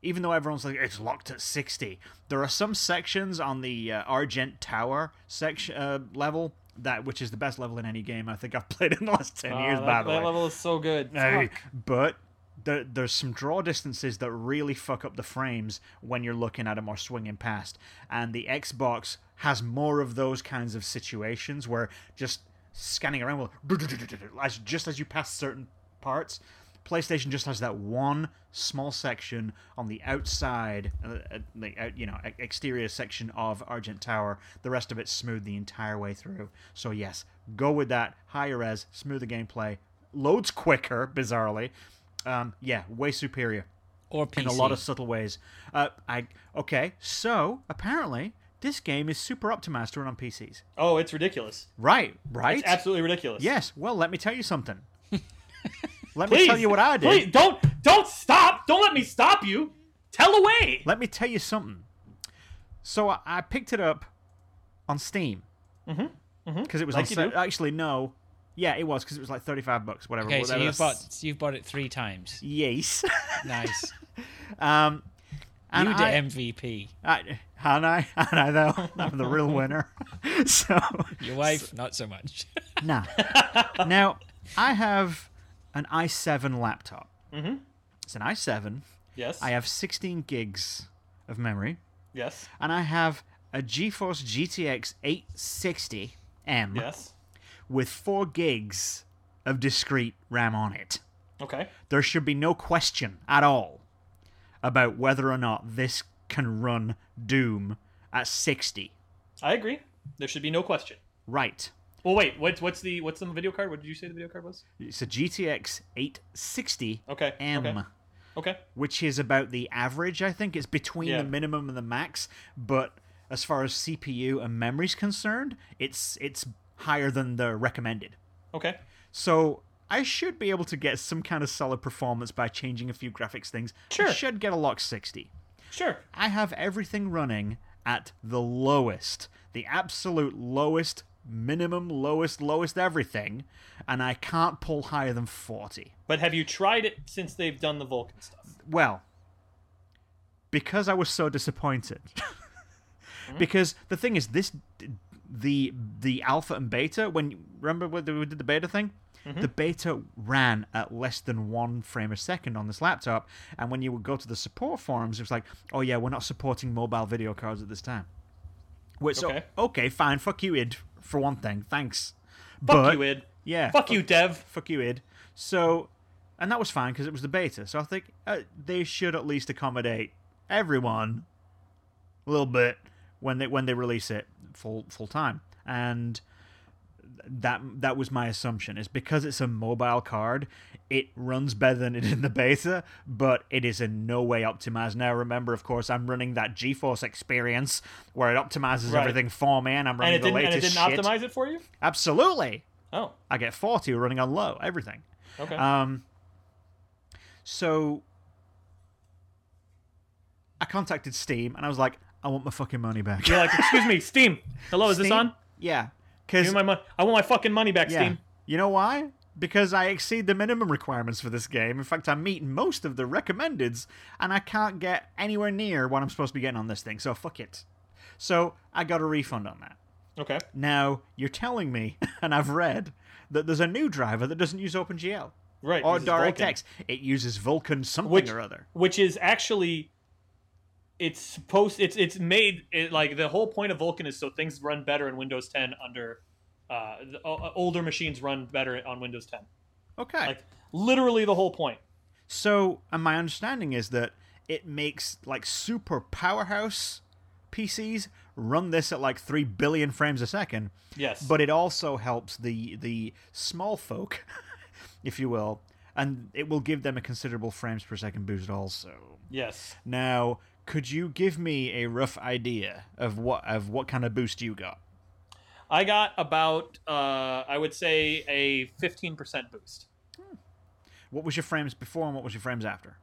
[SPEAKER 1] even though everyone's like it's locked at 60, there are some sections on the uh, Argent Tower section uh, level that which is the best level in any game I think I've played in the last 10
[SPEAKER 2] Oh,
[SPEAKER 1] years.
[SPEAKER 2] that,
[SPEAKER 1] by the
[SPEAKER 2] that
[SPEAKER 1] way,
[SPEAKER 2] level is so good.
[SPEAKER 1] Hey,
[SPEAKER 2] Fuck.
[SPEAKER 1] but there, there's some draw distances that really fuck up the frames when you're looking at them or swinging past. And the Xbox has more of those kinds of situations where just scanning around will as just as you pass certain parts. PlayStation just has that one small section on the outside, uh, uh, the out- you know, e- exterior section of Argent Tower. The rest of it's smooth the entire way through. So yes, go with that higher res, smoother gameplay, loads quicker, bizarrely. Um, yeah, way superior
[SPEAKER 3] Or PC?
[SPEAKER 1] in a lot of subtle ways. Uh, I okay, so apparently this game is super up to mastering on PCs.
[SPEAKER 2] Oh, it's ridiculous.
[SPEAKER 1] Right, right.
[SPEAKER 2] It's absolutely ridiculous.
[SPEAKER 1] yes. Well, let me tell you something. let
[SPEAKER 2] Please
[SPEAKER 1] me tell you what I did.
[SPEAKER 2] Please don't don't stop. Don't let me stop you. Tell away.
[SPEAKER 1] Let me tell you something. So I, I picked it up on Steam because mm-hmm. it was
[SPEAKER 2] Like
[SPEAKER 1] on
[SPEAKER 2] you
[SPEAKER 1] sale-
[SPEAKER 2] do.
[SPEAKER 1] actually no, yeah, it was because it was like thirty-five bucks, whatever.
[SPEAKER 3] Okay, so
[SPEAKER 1] whatever
[SPEAKER 3] you've
[SPEAKER 1] that's-
[SPEAKER 3] bought you've bought it three times.
[SPEAKER 1] yes.
[SPEAKER 3] Nice.
[SPEAKER 1] um, and
[SPEAKER 3] you the
[SPEAKER 1] I,
[SPEAKER 3] MVP.
[SPEAKER 1] I, and I, and I though I'm the real winner. so
[SPEAKER 3] Your wife, not so much.
[SPEAKER 1] Nah. now, I have an i7 laptop. Mm-hmm. It's an i7.
[SPEAKER 2] Yes.
[SPEAKER 1] I have 16 gigs of memory,
[SPEAKER 2] Yes.
[SPEAKER 1] and I have a GeForce GTX 860 M
[SPEAKER 2] Yes.
[SPEAKER 1] with four gigs of discrete RAM on it.
[SPEAKER 2] Okay.
[SPEAKER 1] There should be no question at all about whether or not this can run Doom at 60.
[SPEAKER 2] I agree. There should be no question.
[SPEAKER 1] Right.
[SPEAKER 2] Well, wait. What's what's the what's the video card? What did you say the video card was?
[SPEAKER 1] It's a GTX 860
[SPEAKER 2] Okay.
[SPEAKER 1] M.
[SPEAKER 2] Okay. Okay.
[SPEAKER 1] which is about the average. I think it's between
[SPEAKER 2] Yeah.
[SPEAKER 1] the minimum and the max, but as far as CPU and memory's concerned, it's it's higher than the recommended.
[SPEAKER 2] Okay.
[SPEAKER 1] So I should be able to get some kind of solid performance by changing a few graphics things. I
[SPEAKER 2] Sure.
[SPEAKER 1] should get a lock 60.
[SPEAKER 2] Sure.
[SPEAKER 1] I have everything running at the lowest, the absolute lowest, minimum, lowest, lowest everything, and I can't pull higher than 40.
[SPEAKER 2] But have you tried it since they've done the Vulcan stuff?
[SPEAKER 1] Well, because I was so disappointed.
[SPEAKER 2] Mm-hmm.
[SPEAKER 1] because the thing is, this the the alpha and beta. When remember when we did the beta thing,
[SPEAKER 2] Mm-hmm.
[SPEAKER 1] the beta ran at less than one frame a second on this laptop. And when you would go to the support forums, it was like, oh yeah, we're not supporting mobile video cards at this time. Which so okay,
[SPEAKER 2] Okay.
[SPEAKER 1] fine, fuck you, id for one thing, thanks.
[SPEAKER 2] Fuck
[SPEAKER 1] But-
[SPEAKER 2] you, Id.
[SPEAKER 1] Yeah,
[SPEAKER 2] Fuck you, Dev.
[SPEAKER 1] fuck you, id. So, and that was fine because it was the beta. So I think uh, they should at least accommodate everyone a little bit when they when they release it full full time. And that that was my assumption is because it's a mobile card, it runs better than it did in the beta, but it is in no way optimized. Now remember, of course, I'm running that GeForce experience where it optimizes
[SPEAKER 2] Right.
[SPEAKER 1] everything for me, and I'm
[SPEAKER 2] And
[SPEAKER 1] running
[SPEAKER 2] it didn't
[SPEAKER 1] the
[SPEAKER 2] and it
[SPEAKER 1] latest
[SPEAKER 2] didn't
[SPEAKER 1] shit.
[SPEAKER 2] optimize it for you?
[SPEAKER 1] Absolutely.
[SPEAKER 2] Oh.
[SPEAKER 1] I get 40 running on low, everything.
[SPEAKER 2] Okay.
[SPEAKER 1] Um, so I contacted Steam and I was like, I want my fucking money back.
[SPEAKER 2] You're like, excuse me, Steam. Hello, is this
[SPEAKER 1] Steam-
[SPEAKER 2] on?
[SPEAKER 1] Yeah.
[SPEAKER 2] Give
[SPEAKER 1] Because
[SPEAKER 2] me my money. I want my fucking money back,
[SPEAKER 1] yeah.
[SPEAKER 2] Steam.
[SPEAKER 1] You know why? Because I exceed the minimum requirements for this game. In fact, I meet most of the recommendeds, and I can't get anywhere near what I'm supposed to be getting on this thing. So fuck it. So I got a refund on that.
[SPEAKER 2] Okay.
[SPEAKER 1] Now you're telling me, and I've read that there's a new driver that doesn't use OpenGL.
[SPEAKER 2] Right.
[SPEAKER 1] or
[SPEAKER 2] this is Vulcan.
[SPEAKER 1] DirectX. It uses Vulcan something
[SPEAKER 2] Which-
[SPEAKER 1] or other.
[SPEAKER 2] which is actually it's supposed it's it's made it, like the whole point of Vulkan is so things run better in Windows 10 under uh, the, o- older machines run better on Windows 10.
[SPEAKER 1] Okay.
[SPEAKER 2] Like literally the whole point.
[SPEAKER 1] so, and my understanding is that it makes like super powerhouse PCs run this at like 3 billion frames a second,
[SPEAKER 2] Yes.
[SPEAKER 1] but it also helps the the small folk, if you will, and it will give them a considerable frames per second boost also.
[SPEAKER 2] yes.
[SPEAKER 1] Now, could you give me a rough idea of what of what kind of boost you got?
[SPEAKER 2] I got about uh, I would say a 15% boost.
[SPEAKER 1] What was your frames before and what was your frames after?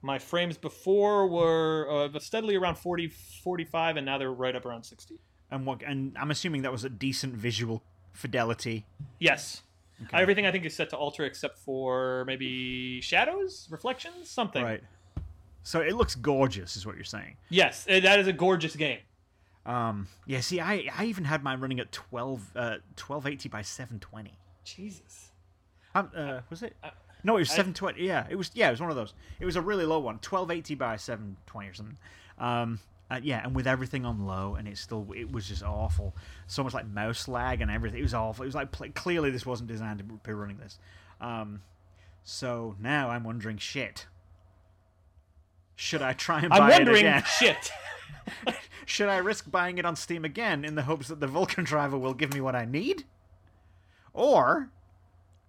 [SPEAKER 2] My frames before were uh, steadily around 40 45 and now they're right up around 60.
[SPEAKER 1] and what and I'm assuming that was a decent visual fidelity.
[SPEAKER 2] Yes. Everything I think is set to alter except for maybe shadows, reflections, something.
[SPEAKER 1] Right. So it looks gorgeous is what you're saying.
[SPEAKER 2] Yes, eh, that is a gorgeous game.
[SPEAKER 1] Um yeah, see I I even had mine running at 12 uh 1280 by 720.
[SPEAKER 2] Jesus.
[SPEAKER 1] Um, uh, was it? No, it was 720. Yeah, it was yeah, it was one of those. It was a really low one, 1280 by 720 or something. Um uh, yeah, and with everything on low, and it still it was just awful. So much like mouse lag and everything. It was awful. It was like pl- clearly this wasn't designed to be running this. Um, so now I'm wondering, shit, should I try and buy
[SPEAKER 2] I'm
[SPEAKER 1] it
[SPEAKER 2] wondering,
[SPEAKER 1] again?
[SPEAKER 2] shit.
[SPEAKER 1] Should I risk buying it on Steam again in the hopes that the Vulcan driver will give me what I need? Or,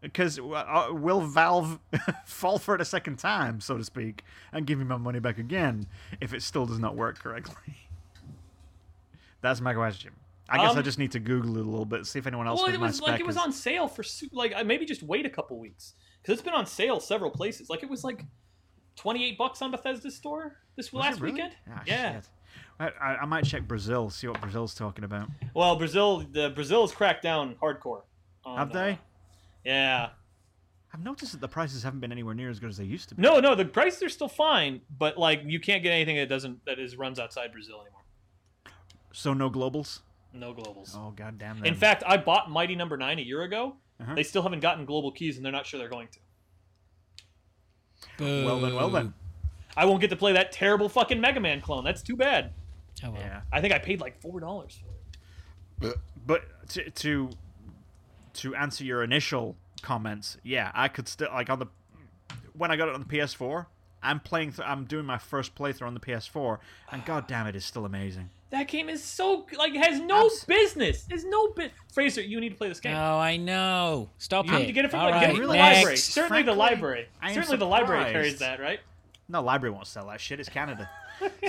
[SPEAKER 1] because uh, will Valve fall for it a second time, so to speak, and give me my money back again if it still does not work correctly? That's my question. I guess I
[SPEAKER 2] Um,
[SPEAKER 1] just need to Google it a little bit, see if anyone else
[SPEAKER 2] well,
[SPEAKER 1] with
[SPEAKER 2] it
[SPEAKER 1] my
[SPEAKER 2] was
[SPEAKER 1] spec
[SPEAKER 2] like it was
[SPEAKER 1] is-
[SPEAKER 2] on sale for su- like I- maybe just wait a couple weeks because it's been on sale several places. Like it was like twenty eight bucks on Bethesda's store this
[SPEAKER 1] Was it
[SPEAKER 2] last
[SPEAKER 1] really?
[SPEAKER 2] weekend.
[SPEAKER 1] Ah,
[SPEAKER 2] yeah.
[SPEAKER 1] shit. I, I- I might check Brazil, see what Brazil's talking about.
[SPEAKER 2] Well, Brazil, the Brazil's cracked down hardcore. On,
[SPEAKER 1] Have they?
[SPEAKER 2] uh, yeah.
[SPEAKER 1] I've noticed that the prices haven't been anywhere near as good as they used to be.
[SPEAKER 2] No, no, the prices are still fine, but like you can't get anything that doesn't that is runs outside Brazil anymore.
[SPEAKER 1] So no globals.
[SPEAKER 2] No globals.
[SPEAKER 1] Oh god damn
[SPEAKER 2] In fact, I bought Mighty Number Nine a year ago.
[SPEAKER 1] Uh-huh.
[SPEAKER 2] They still haven't gotten global keys, and they're not sure they're going to.
[SPEAKER 1] well then, well then.
[SPEAKER 2] I won't get to play that terrible fucking Mega Man clone. That's too bad.
[SPEAKER 3] Oh, well.
[SPEAKER 1] Yeah.
[SPEAKER 2] I think I paid like four dollars for it.
[SPEAKER 1] But to to to answer your initial comments, yeah, I could still like on the when I got it on the PS4, I'm playing. Th- I'm doing my first playthrough on the PS4, and god damn it, it's still amazing.
[SPEAKER 2] That game is so like it has no
[SPEAKER 1] Abs-
[SPEAKER 2] business. There's no bit. Fraser, you need to play this game.
[SPEAKER 3] No, I know. Stop
[SPEAKER 2] You
[SPEAKER 3] it.
[SPEAKER 2] need to get it from,
[SPEAKER 3] All
[SPEAKER 2] like, get it
[SPEAKER 3] right,
[SPEAKER 2] from the
[SPEAKER 3] next.
[SPEAKER 2] library. Certainly the
[SPEAKER 1] Frankly,
[SPEAKER 2] library.
[SPEAKER 1] I am
[SPEAKER 2] Certainly the library carries
[SPEAKER 1] surprised.
[SPEAKER 2] that, right?
[SPEAKER 1] No library won't sell that shit. It's Canada.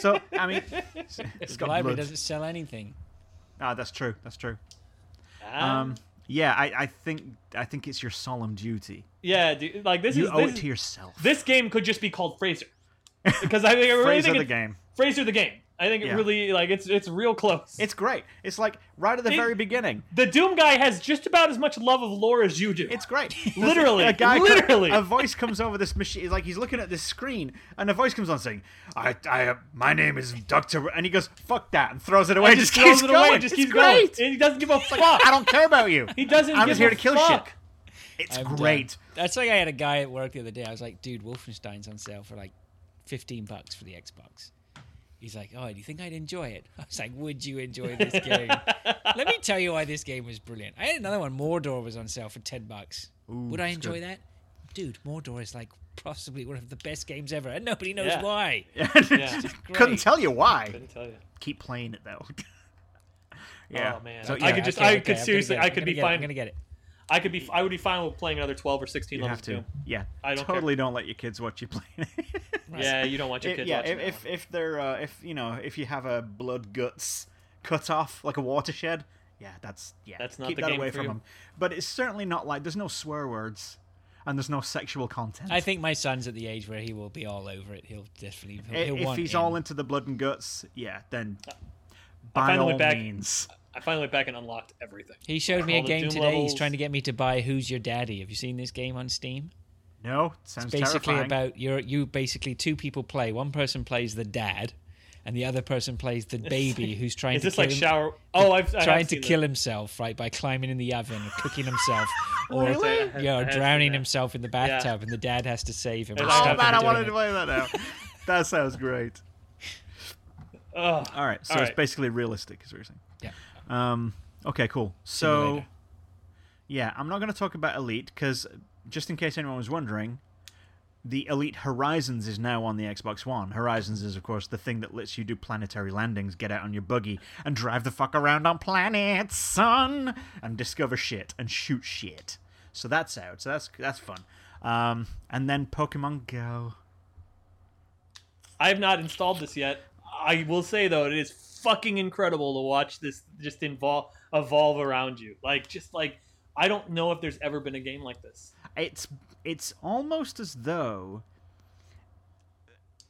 [SPEAKER 1] so I mean, it's
[SPEAKER 3] The
[SPEAKER 1] got
[SPEAKER 3] library
[SPEAKER 1] blood.
[SPEAKER 3] doesn't sell anything.
[SPEAKER 1] Ah, that's true. That's true.
[SPEAKER 2] Ah,
[SPEAKER 1] Um, Yeah, I, I think I think it's your solemn duty.
[SPEAKER 2] Yeah, dude, like this
[SPEAKER 1] You
[SPEAKER 2] is
[SPEAKER 1] owe
[SPEAKER 2] this,
[SPEAKER 1] it
[SPEAKER 2] is-
[SPEAKER 1] to yourself.
[SPEAKER 2] this game could just be called Fraser, because I, think- I really
[SPEAKER 1] Phrase of
[SPEAKER 2] think
[SPEAKER 1] the
[SPEAKER 2] it's-
[SPEAKER 1] game.
[SPEAKER 2] Fraser the game. I think it
[SPEAKER 1] Yeah.
[SPEAKER 2] really like it's it's real close.
[SPEAKER 1] It's great. It's like right at the
[SPEAKER 2] It-
[SPEAKER 1] very beginning.
[SPEAKER 2] the Doom guy has just about as much love of lore as you do.
[SPEAKER 1] It's great.
[SPEAKER 2] Literally,
[SPEAKER 1] a guy, co-
[SPEAKER 2] literally.
[SPEAKER 1] a voice comes over this machine. It's Like he's looking at this screen, and a voice comes on saying, "I, I, uh, my name is Doctor," and he goes, "Fuck that," and throws it away.
[SPEAKER 2] just
[SPEAKER 1] just
[SPEAKER 2] throws
[SPEAKER 1] keeps
[SPEAKER 2] it
[SPEAKER 1] going.
[SPEAKER 2] away, just
[SPEAKER 1] It's
[SPEAKER 2] keeps
[SPEAKER 1] great.
[SPEAKER 2] going, and he doesn't give a fuck.
[SPEAKER 1] I don't care about you.
[SPEAKER 2] He doesn't
[SPEAKER 1] I'm
[SPEAKER 2] give
[SPEAKER 1] just here
[SPEAKER 2] a
[SPEAKER 1] to kill
[SPEAKER 2] fuck.
[SPEAKER 1] shit. It's
[SPEAKER 3] I'm done.
[SPEAKER 1] great.
[SPEAKER 3] uh, That's like I had a guy at work the other day. I was like, dude, Wolfenstein's on sale for like 15 bucks for the Xbox. He's like, oh, do you think I'd enjoy it? I was like, would you enjoy this game? Let me tell you why this game was brilliant. I had another one. Mordor was on sale for 10 bucks.
[SPEAKER 1] Ooh,
[SPEAKER 3] would I
[SPEAKER 1] it's
[SPEAKER 3] enjoy
[SPEAKER 1] good.
[SPEAKER 3] that? Dude, Mordor is like possibly one of the best games ever, and nobody knows
[SPEAKER 2] Yeah.
[SPEAKER 3] why.
[SPEAKER 2] Yeah.
[SPEAKER 1] Couldn't
[SPEAKER 3] Great.
[SPEAKER 1] tell you why.
[SPEAKER 2] Couldn't tell you.
[SPEAKER 1] Keep playing it though. yeah.
[SPEAKER 2] Oh, man.
[SPEAKER 1] So,
[SPEAKER 2] I
[SPEAKER 1] yeah,
[SPEAKER 2] could just-
[SPEAKER 3] okay,
[SPEAKER 2] I
[SPEAKER 3] okay,
[SPEAKER 2] could
[SPEAKER 3] I'm gonna
[SPEAKER 2] seriously-
[SPEAKER 3] get it,
[SPEAKER 2] I could
[SPEAKER 3] I'm
[SPEAKER 2] be
[SPEAKER 3] gonna get it,
[SPEAKER 2] fine.
[SPEAKER 3] I'm gonna get it.
[SPEAKER 2] I could be. I would be fine with playing another twelve or sixteen
[SPEAKER 1] you
[SPEAKER 2] levels
[SPEAKER 1] have to.
[SPEAKER 2] too.
[SPEAKER 1] Yeah.
[SPEAKER 2] I don't care.
[SPEAKER 1] totally don't let your kids watch you playing.
[SPEAKER 2] Yeah, you don't want your
[SPEAKER 1] If-
[SPEAKER 2] kid
[SPEAKER 1] yeah,
[SPEAKER 2] watching that
[SPEAKER 1] if, if
[SPEAKER 2] one.
[SPEAKER 1] if they're uh, if you know if you have a blood guts cut off like a watershed, yeah, that's yeah.
[SPEAKER 2] That's not
[SPEAKER 1] keep
[SPEAKER 2] the
[SPEAKER 1] that
[SPEAKER 2] game
[SPEAKER 1] away
[SPEAKER 2] for
[SPEAKER 1] from
[SPEAKER 2] you.
[SPEAKER 1] them. But it's certainly not like there's no swear words, and there's no sexual content.
[SPEAKER 3] I think my son's at the age where he will be all over it. He'll definitely.
[SPEAKER 1] I-
[SPEAKER 3] He'll, he'll
[SPEAKER 1] if
[SPEAKER 3] want
[SPEAKER 1] he's
[SPEAKER 3] in.
[SPEAKER 1] all into the blood and guts, yeah, then by
[SPEAKER 2] Uh, finally went
[SPEAKER 1] all
[SPEAKER 2] back-
[SPEAKER 1] means,
[SPEAKER 2] I finally went back and unlocked everything.
[SPEAKER 3] He showed me
[SPEAKER 2] All
[SPEAKER 3] a
[SPEAKER 2] the
[SPEAKER 3] game
[SPEAKER 2] Doom
[SPEAKER 3] today.
[SPEAKER 2] levels.
[SPEAKER 3] He's trying to get me to buy "Who's Your Daddy." Have you seen this game on Steam?
[SPEAKER 1] no, sounds
[SPEAKER 3] Basically,
[SPEAKER 1] terrifying.
[SPEAKER 3] about you you basically two people play. One person plays the dad, and the other person plays the baby who's trying
[SPEAKER 2] Is
[SPEAKER 3] to
[SPEAKER 2] this
[SPEAKER 3] kill
[SPEAKER 2] like
[SPEAKER 3] him-
[SPEAKER 2] shower? Oh, I've I have
[SPEAKER 3] trying to
[SPEAKER 2] seen
[SPEAKER 3] kill himself right by climbing in the oven or cooking himself, or
[SPEAKER 2] that. I have-
[SPEAKER 3] yeah,
[SPEAKER 2] I
[SPEAKER 3] or
[SPEAKER 2] have seen
[SPEAKER 3] drowning
[SPEAKER 2] that.
[SPEAKER 3] himself in the bathtub, and the dad has to save him.
[SPEAKER 2] Oh,
[SPEAKER 3] and
[SPEAKER 1] oh
[SPEAKER 3] stop
[SPEAKER 1] man,
[SPEAKER 3] him
[SPEAKER 1] I
[SPEAKER 3] doing
[SPEAKER 1] wanted to
[SPEAKER 3] it.
[SPEAKER 1] play that now. that sounds great.
[SPEAKER 2] Ugh.
[SPEAKER 1] All right, so
[SPEAKER 2] All
[SPEAKER 1] it's
[SPEAKER 2] right.
[SPEAKER 1] basically realistic, is what you're saying.
[SPEAKER 3] Yeah.
[SPEAKER 1] Um, okay, cool. So,
[SPEAKER 3] Simulator.
[SPEAKER 1] yeah, I'm not going to talk about Elite because, just in case anyone was wondering, the Elite Horizons is now on the Xbox One. Horizons is, of course, the thing that lets you do planetary landings, get out on your buggy, and drive the fuck around on planets, son, and discover shit and shoot shit. So that's out. So that's that's fun. Um, and then Pokemon Go.
[SPEAKER 2] I have not installed this yet. I will say though, it is fucking incredible to watch this just involve evolve around you. Like just like I don't know if there's ever been a game like this.
[SPEAKER 1] it's it's almost as though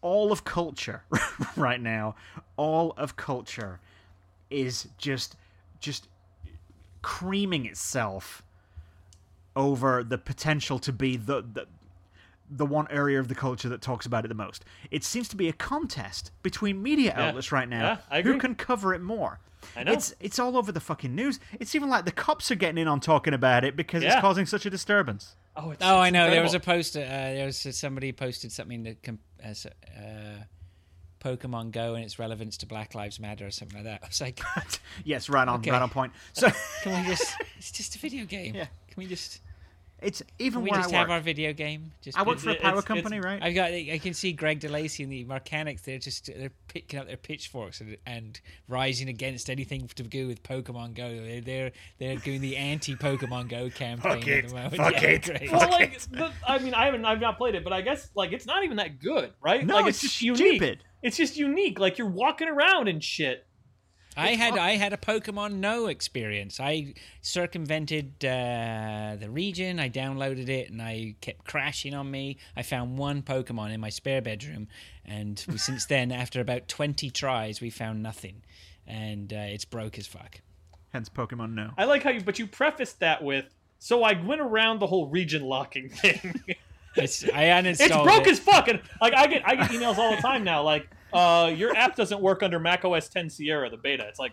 [SPEAKER 1] all of culture right now all of culture is just just creaming itself over the potential to be the, the the one area of the culture that talks about it the most. It seems to be a contest between media outlets right now.
[SPEAKER 2] Yeah, I
[SPEAKER 1] Who
[SPEAKER 2] agree.
[SPEAKER 1] can cover it more?
[SPEAKER 2] I know.
[SPEAKER 1] It's it's all over the fucking news. It's even like the cops are getting in on talking about it because it's
[SPEAKER 2] Yeah.
[SPEAKER 1] causing such a disturbance.
[SPEAKER 2] Oh, it's,
[SPEAKER 3] Oh,
[SPEAKER 2] it's
[SPEAKER 3] I know. There was a
[SPEAKER 2] incredible.
[SPEAKER 3] poster. Uh, there was somebody posted something that com- as uh, Pokemon Go and its relevance to Black Lives Matter or something like that. I was like,
[SPEAKER 1] Yes, right on,
[SPEAKER 3] Okay.
[SPEAKER 1] right on point. So
[SPEAKER 3] can we just? It's just a video game.
[SPEAKER 1] Yeah.
[SPEAKER 3] Can we just?
[SPEAKER 1] it's
[SPEAKER 3] Can
[SPEAKER 1] even
[SPEAKER 3] we
[SPEAKER 1] where I
[SPEAKER 3] just have
[SPEAKER 1] work.
[SPEAKER 3] our video game? Just
[SPEAKER 1] I work
[SPEAKER 3] please?
[SPEAKER 1] for a
[SPEAKER 2] It's-
[SPEAKER 1] power
[SPEAKER 2] it's-
[SPEAKER 1] company, right?
[SPEAKER 3] I've got. I can see Greg DeLacy and the mechanics. They're just they're picking up their pitchforks and, and rising against anything to do with Pokemon Go. They're they're, they're doing the anti Pokemon Go campaign
[SPEAKER 4] Fuck
[SPEAKER 3] at
[SPEAKER 4] it,
[SPEAKER 3] the moment.
[SPEAKER 4] fuck
[SPEAKER 3] Yeah,
[SPEAKER 4] it.
[SPEAKER 3] great.
[SPEAKER 2] Well, like, the, I mean, I haven't, I've not played it, but I guess like it's not even that good, right?
[SPEAKER 1] No,
[SPEAKER 2] like,
[SPEAKER 1] it's
[SPEAKER 2] just Unique.
[SPEAKER 1] stupid.
[SPEAKER 2] It's just unique. Like you're walking around and shit.
[SPEAKER 3] I had I had a Pokemon No experience. I circumvented uh, the region. I downloaded it and I kept crashing on me. I found one Pokemon in my spare bedroom, and we- since then, after about twenty tries, we found nothing, and uh, it's broke as fuck.
[SPEAKER 1] Hence Pokemon No.
[SPEAKER 2] I like how you, but you prefaced that with, so I went around the whole region locking thing.
[SPEAKER 3] It's, I
[SPEAKER 2] it's
[SPEAKER 3] uninstalled
[SPEAKER 2] broke
[SPEAKER 3] it.
[SPEAKER 2] as fuck, and like I get, I get emails all the time now, like, uh, your app doesn't work under Mac OS 10 Sierra, the beta. It's like,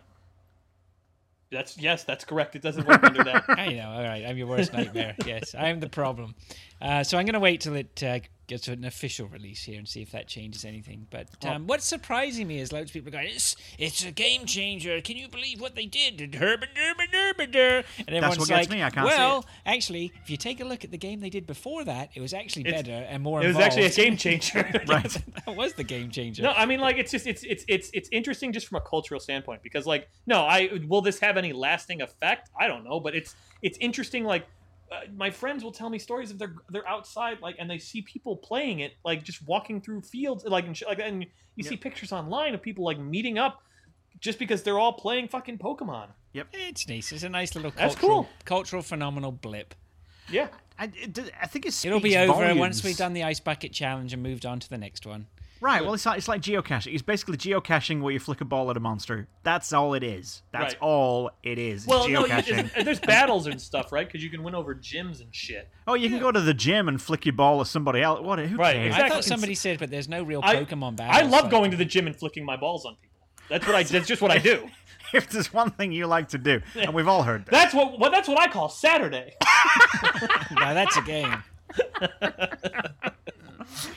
[SPEAKER 2] that's yes, that's correct. It doesn't work under that.
[SPEAKER 3] I know. All right, I'm your worst nightmare. yes, I am the problem. Uh, so I'm going to wait till it uh, gets an official release here and see if that changes anything. But um, what's surprising me is loads of people are going, "It's it's a game changer. Can you believe what they did?" And herba derba derba der. And everyone's
[SPEAKER 1] what gets
[SPEAKER 3] like,
[SPEAKER 1] me. I can't see
[SPEAKER 3] "Well, actually, if you take a look at the game they did before that, it was actually
[SPEAKER 2] It's-
[SPEAKER 3] better and more
[SPEAKER 2] It was
[SPEAKER 3] involved."
[SPEAKER 2] actually a game changer.
[SPEAKER 1] Right.
[SPEAKER 3] that was the game changer.
[SPEAKER 2] No, I mean like it's just it's it's it's it's interesting just from a cultural standpoint because like no, I will this have any lasting effect? I don't know, but it's it's interesting like uh, my friends will tell me stories of their they're outside like and they see people playing it like just walking through fields like and shit like that, and you see pictures online of people like meeting up just because they're all playing fucking Pokemon.
[SPEAKER 3] It's nice. It's a nice little cultural,
[SPEAKER 2] That's cool.
[SPEAKER 3] cultural phenomenal blip.
[SPEAKER 2] Yeah.
[SPEAKER 1] I, it does- I think it's
[SPEAKER 3] It'll be over once we've done the ice bucket challenge and moved on to the next one.
[SPEAKER 1] Right. Well, it's like it's like geocaching. It's basically geocaching where you flick a ball at a monster. That's all it is. That's
[SPEAKER 2] Right.
[SPEAKER 1] all it is.
[SPEAKER 2] Well, no, you,
[SPEAKER 1] geocaching.
[SPEAKER 2] there's, there's battles and stuff, right? Because you can win over gyms and shit.
[SPEAKER 1] oh, you can go to the gym and flick your ball at somebody else. What? Who
[SPEAKER 2] Right,
[SPEAKER 1] cares?
[SPEAKER 2] exactly.
[SPEAKER 3] I thought somebody said, but there's no real
[SPEAKER 2] I-
[SPEAKER 3] Pokemon battle.
[SPEAKER 2] I love going to the gym and flicking my balls on people. That's what I. That's just what I do.
[SPEAKER 1] If there's one thing you like to do, and we've all heard that.
[SPEAKER 2] That's what. Well, that's what I call Saturday.
[SPEAKER 3] Now that's a game.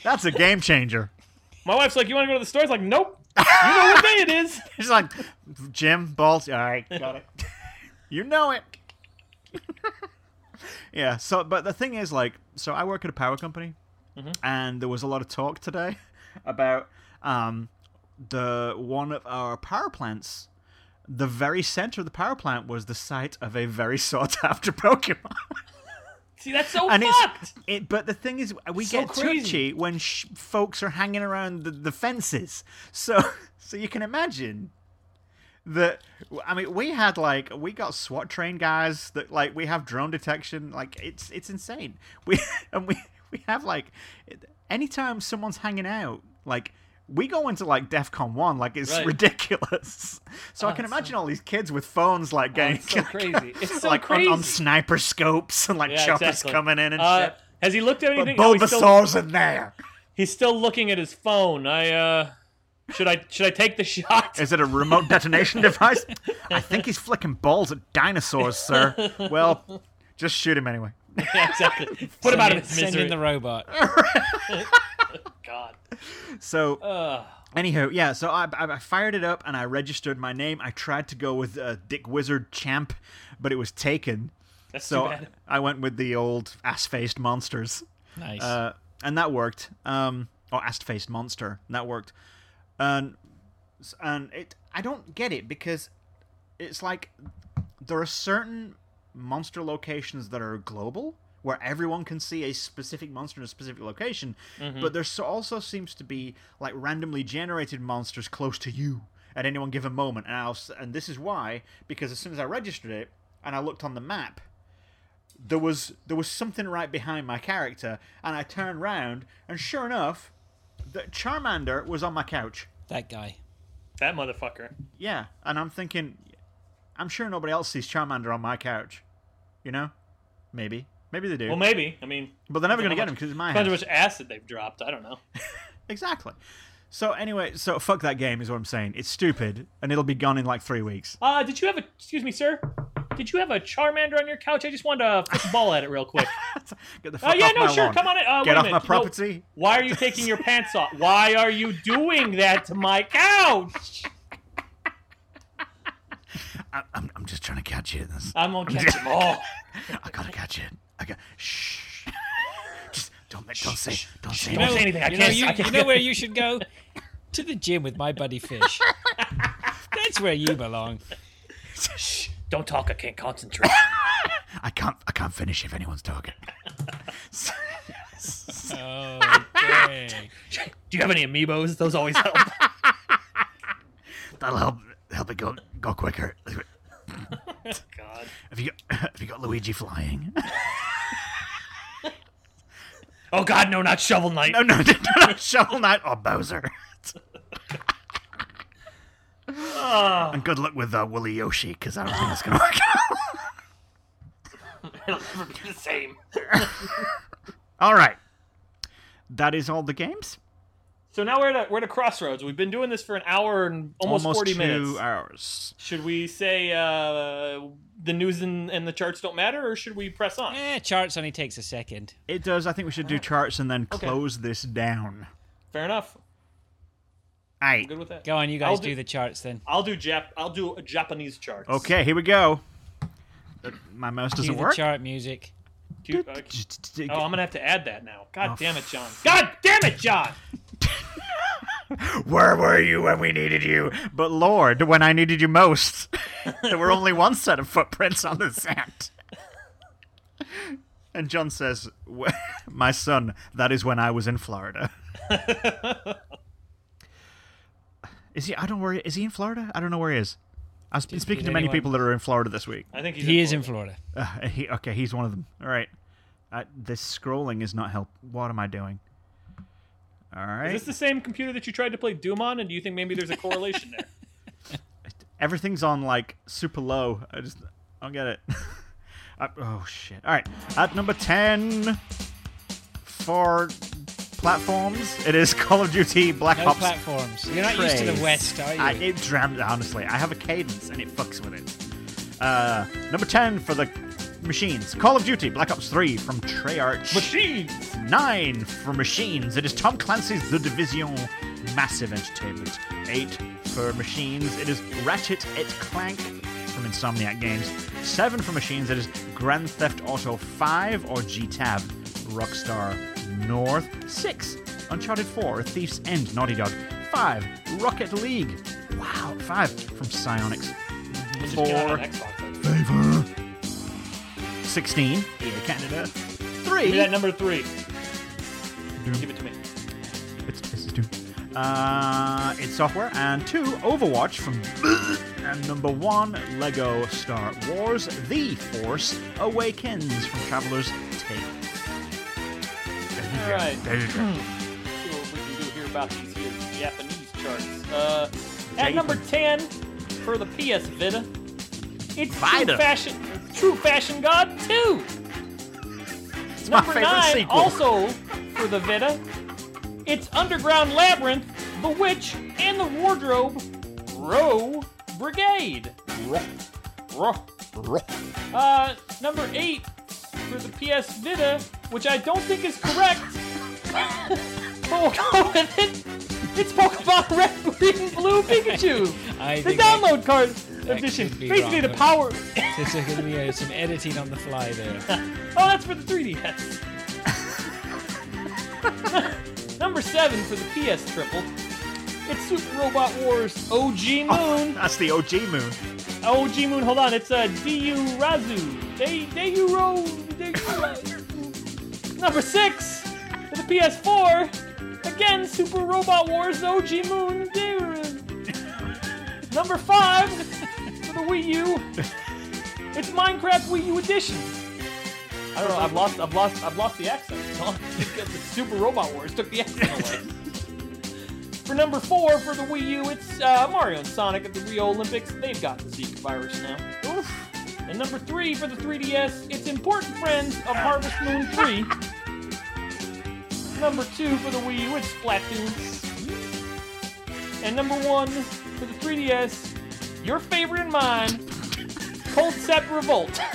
[SPEAKER 1] That's a game changer.
[SPEAKER 2] My wife's like, "You want to go to the store?" It's like, "Nope." You know what day it is.
[SPEAKER 1] It's like gym balls. All right, got it. you know it. yeah. So, but the thing is, like, so I work at a power company, and there was a lot of talk today about um, the one of our power plants. The very center of the power plant was the site of a very sought-after Pokemon,
[SPEAKER 2] See, that's so
[SPEAKER 1] and
[SPEAKER 2] fucked.
[SPEAKER 1] it's it. But the thing is, we
[SPEAKER 2] So
[SPEAKER 1] get
[SPEAKER 2] crazy.
[SPEAKER 1] touchy when sh- folks are hanging around the, the fences. So, so you can imagine that I mean, we had like we got SWAT trained guys that like we have drone detection. Like it's it's insane. We and we we have like anytime someone's hanging out, like we go into like DefCon one, like it's
[SPEAKER 2] Right. Oh,
[SPEAKER 1] ridiculous. So I can imagine all these kids with phones like getting
[SPEAKER 2] it's Oh, so crazy. It's so
[SPEAKER 1] like On, on
[SPEAKER 2] crazy.
[SPEAKER 1] sniper scopes and like
[SPEAKER 2] Yeah,
[SPEAKER 1] choppers
[SPEAKER 2] exactly.
[SPEAKER 1] coming in and
[SPEAKER 2] Uh,
[SPEAKER 1] shit.
[SPEAKER 2] has he looked at
[SPEAKER 1] But
[SPEAKER 2] anything? No, he's, still,
[SPEAKER 1] Bulbasaur's in there.
[SPEAKER 2] he's still looking at his phone. I uh, should I should I take the shot?
[SPEAKER 1] Is it a remote detonation device? I think he's flicking balls at dinosaurs, sir. Well, just shoot him anyway.
[SPEAKER 2] yeah, exactly. Put him out of
[SPEAKER 3] Send in-
[SPEAKER 2] his
[SPEAKER 3] send
[SPEAKER 2] misery.
[SPEAKER 3] in the robot.
[SPEAKER 2] God.
[SPEAKER 1] So
[SPEAKER 2] Uh,
[SPEAKER 1] Anywho, yeah, so I, I I fired it up and I registered my name. I tried to go with uh, Dick Wizard Champ, but it was taken.
[SPEAKER 2] that's
[SPEAKER 1] So
[SPEAKER 2] too bad.
[SPEAKER 1] I went with the old ass faced monsters.
[SPEAKER 3] Nice.
[SPEAKER 1] Uh, and that worked. Um, or ass faced monster. and That worked. And, and it, I don't get it because it's like there are certain monster locations that are global where everyone can see a specific monster in a specific location but there so- also seems to be like randomly generated monsters close to you at anyone given moment and I'll, s- and this is why because as soon as i registered it and i looked on the map there was there was something right behind my character and i turned round and sure enough the charmander was on my couch
[SPEAKER 3] that guy.
[SPEAKER 2] That motherfucker.
[SPEAKER 1] yeah, and I'm thinking, I'm sure nobody else sees Charmander on my couch. You know, maybe, maybe they do,
[SPEAKER 2] Well, maybe. I mean,
[SPEAKER 1] but they're never gonna
[SPEAKER 2] depends
[SPEAKER 1] get
[SPEAKER 2] on
[SPEAKER 1] him because it's my
[SPEAKER 2] how much- depends
[SPEAKER 1] house.
[SPEAKER 2] how much acid they've dropped. I don't know.
[SPEAKER 1] Exactly. So anyway, so fuck that game is what I'm saying. It's stupid, and it'll be gone in like three weeks.
[SPEAKER 2] Uh, did you have a? Excuse me, sir. Did you have a Charmander on your couch? I just wanted to flick a ball at it real quick.
[SPEAKER 1] Get the fuck
[SPEAKER 2] Oh yeah,
[SPEAKER 1] off
[SPEAKER 2] no,
[SPEAKER 1] my
[SPEAKER 2] sure.
[SPEAKER 1] lawn.
[SPEAKER 2] Come on in. Uh,
[SPEAKER 1] Get
[SPEAKER 2] wait a
[SPEAKER 1] off
[SPEAKER 2] minute.
[SPEAKER 1] my
[SPEAKER 2] No,
[SPEAKER 1] property.
[SPEAKER 2] why are you taking your pants off? Why are you doing that to my couch?
[SPEAKER 1] I, I'm, I'm just trying to catch it. That's-
[SPEAKER 2] I'm gonna catch them all.
[SPEAKER 1] I gotta catch it. I got. Shh. Just don't make. Don't say. Don't say.
[SPEAKER 2] You know- say anything, I
[SPEAKER 3] you,
[SPEAKER 2] can't-
[SPEAKER 3] know, you,
[SPEAKER 2] I can't-
[SPEAKER 3] you know where you should go? to the gym with my buddy Fish. That's where you belong.
[SPEAKER 2] Shh, don't talk. I can't concentrate.
[SPEAKER 1] I can't. I can't finish if anyone's talking.
[SPEAKER 3] Oh, dang.
[SPEAKER 2] Do you have any amiibos? Those always help.
[SPEAKER 1] Oh, That'll help. Help it go go quicker.
[SPEAKER 2] God.
[SPEAKER 1] Have you got, have you got Luigi flying?
[SPEAKER 2] Oh God, no, not Shovel Knight.
[SPEAKER 1] Oh, No, no, no, no, no Shovel Knight or Oh, Bowser.
[SPEAKER 2] Ah.
[SPEAKER 1] and good luck with uh, Wooly Yoshi, because I don't think it's going to work out.
[SPEAKER 2] It'll never be the same.
[SPEAKER 1] all right. That is all the games.
[SPEAKER 2] So now we're at a, we're at a crossroads. We've been doing this for an hour and almost, forty
[SPEAKER 1] two
[SPEAKER 2] minutes.
[SPEAKER 1] hours.
[SPEAKER 2] Should we say uh, the news and, and the charts don't matter, or should we press on?
[SPEAKER 3] Eh, charts only takes a second.
[SPEAKER 1] It does. I think we should do charts and then
[SPEAKER 2] Okay.
[SPEAKER 1] close this down.
[SPEAKER 2] Fair enough.
[SPEAKER 1] Aight.
[SPEAKER 2] I'm good with that.
[SPEAKER 3] Go on, you
[SPEAKER 2] I'll
[SPEAKER 3] guys
[SPEAKER 2] do-
[SPEAKER 3] do the charts then.
[SPEAKER 2] I'll do Jap. I'll do a Japanese charts.
[SPEAKER 1] Okay, here we go. Uh, My mouse
[SPEAKER 3] Do
[SPEAKER 1] doesn't
[SPEAKER 3] the
[SPEAKER 1] work.
[SPEAKER 3] chart music.
[SPEAKER 2] Do you- uh, oh, I'm gonna have to add that now. God
[SPEAKER 3] Oh,
[SPEAKER 2] damn it, John. God damn it, John.
[SPEAKER 1] Where were you when we needed you? But Lord, when I needed you most, there were only one set of footprints on the sand. And John says, "W- My son, that is when I was in Florida. is he, I don't worry, is he in Florida? I don't know where he is. I've been speaking
[SPEAKER 3] did
[SPEAKER 1] to many
[SPEAKER 3] anyone-
[SPEAKER 1] people that are in Florida this week.
[SPEAKER 2] I think he's
[SPEAKER 3] He is in
[SPEAKER 2] Florida.
[SPEAKER 3] Florida.
[SPEAKER 1] Uh, he, okay, he's one of them. All right. Uh, this scrolling is not help. What am I doing? All right.
[SPEAKER 2] Is this the same computer that you tried to play Doom on? And do you think maybe there's a correlation there?
[SPEAKER 1] Everything's on like super low. I just I don't get it. Uh, oh shit. All right. At number 10 for platforms, it is Call of Duty Black
[SPEAKER 3] No
[SPEAKER 1] Ops.
[SPEAKER 3] platforms. You're not used to the
[SPEAKER 1] Trace.
[SPEAKER 3] West, are you?
[SPEAKER 1] I, it dram- honestly. I have a cadence and it fucks with it. Uh, number 10 for the machines Call of Duty Black Ops 3 from Treyarch.
[SPEAKER 2] Machine.
[SPEAKER 1] 9 for machines. It is Tom Clancy's The Division Massive Entertainment. 8 for machines. It is Ratchet et Clank from Insomniac Games. 7 for machines. It is Grand Theft Auto 5 or GTAB Rockstar North. 6 Uncharted 4 A Thief's End Naughty Dog. 5 Rocket League. Wow. 5 from Psyonix.
[SPEAKER 2] It just came out on
[SPEAKER 1] 4
[SPEAKER 2] Xbox.
[SPEAKER 1] Favor. 16 EA Canada. 3
[SPEAKER 2] Give me that number three. Give it to me.
[SPEAKER 1] It's this is Doom. Uh, it's software and two Overwatch from and number one Lego Star Wars: The Force Awakens from Travelers Take.
[SPEAKER 2] All right.
[SPEAKER 1] There you
[SPEAKER 2] Hmm.
[SPEAKER 1] go.
[SPEAKER 2] see what we can do here about these here Japanese charts. Uh, at number 10 for the PS Vita, it's True
[SPEAKER 1] Vita.
[SPEAKER 2] Fashion, True Fashion God 2.
[SPEAKER 1] It's my
[SPEAKER 2] Number
[SPEAKER 1] favorite
[SPEAKER 2] 9,
[SPEAKER 1] sequel.
[SPEAKER 2] also for the Vita, it's Underground Labyrinth, The Witch, and The Wardrobe, Row Brigade. Row. Uh, number 8 for the PS Vita, which I don't think is correct. but we'll go with it. It's Pokemon Red, Green, and Blue Pikachu.
[SPEAKER 3] I
[SPEAKER 2] The
[SPEAKER 3] think that-
[SPEAKER 2] download card
[SPEAKER 3] that
[SPEAKER 2] edition.
[SPEAKER 3] could be
[SPEAKER 2] Basically,
[SPEAKER 3] wrong,
[SPEAKER 2] the
[SPEAKER 3] but-
[SPEAKER 2] power.
[SPEAKER 3] There's going to be uh, some editing on the fly there.
[SPEAKER 2] Oh, that's for the 3DS. Number 7 for the PS Triple. It's Super Robot Wars OG Moon.
[SPEAKER 1] That's the OG Moon.
[SPEAKER 2] Oh, G Moon, hold on. It's uh, D.U. Razu. They, they, you roll. They, Number six for the PS4. Again, Super Robot Wars OG Moon. Deru. Number five for the Wii U. It's Minecraft Wii U Edition. I don't know. I've lost. I've lost. I've lost the accent. Because the Super Robot Wars took the accent away. For number four for the Wii U, it's uh, Mario and Sonic at the Rio Olympics. They've got the Zika virus now. Oof. And number three for the 3DS, it's Important Friends of Harvest Moon 3. number two for the Wii U, it's Splatoon. And number one for the 3DS, your favorite and mine, Cold Set Revolt.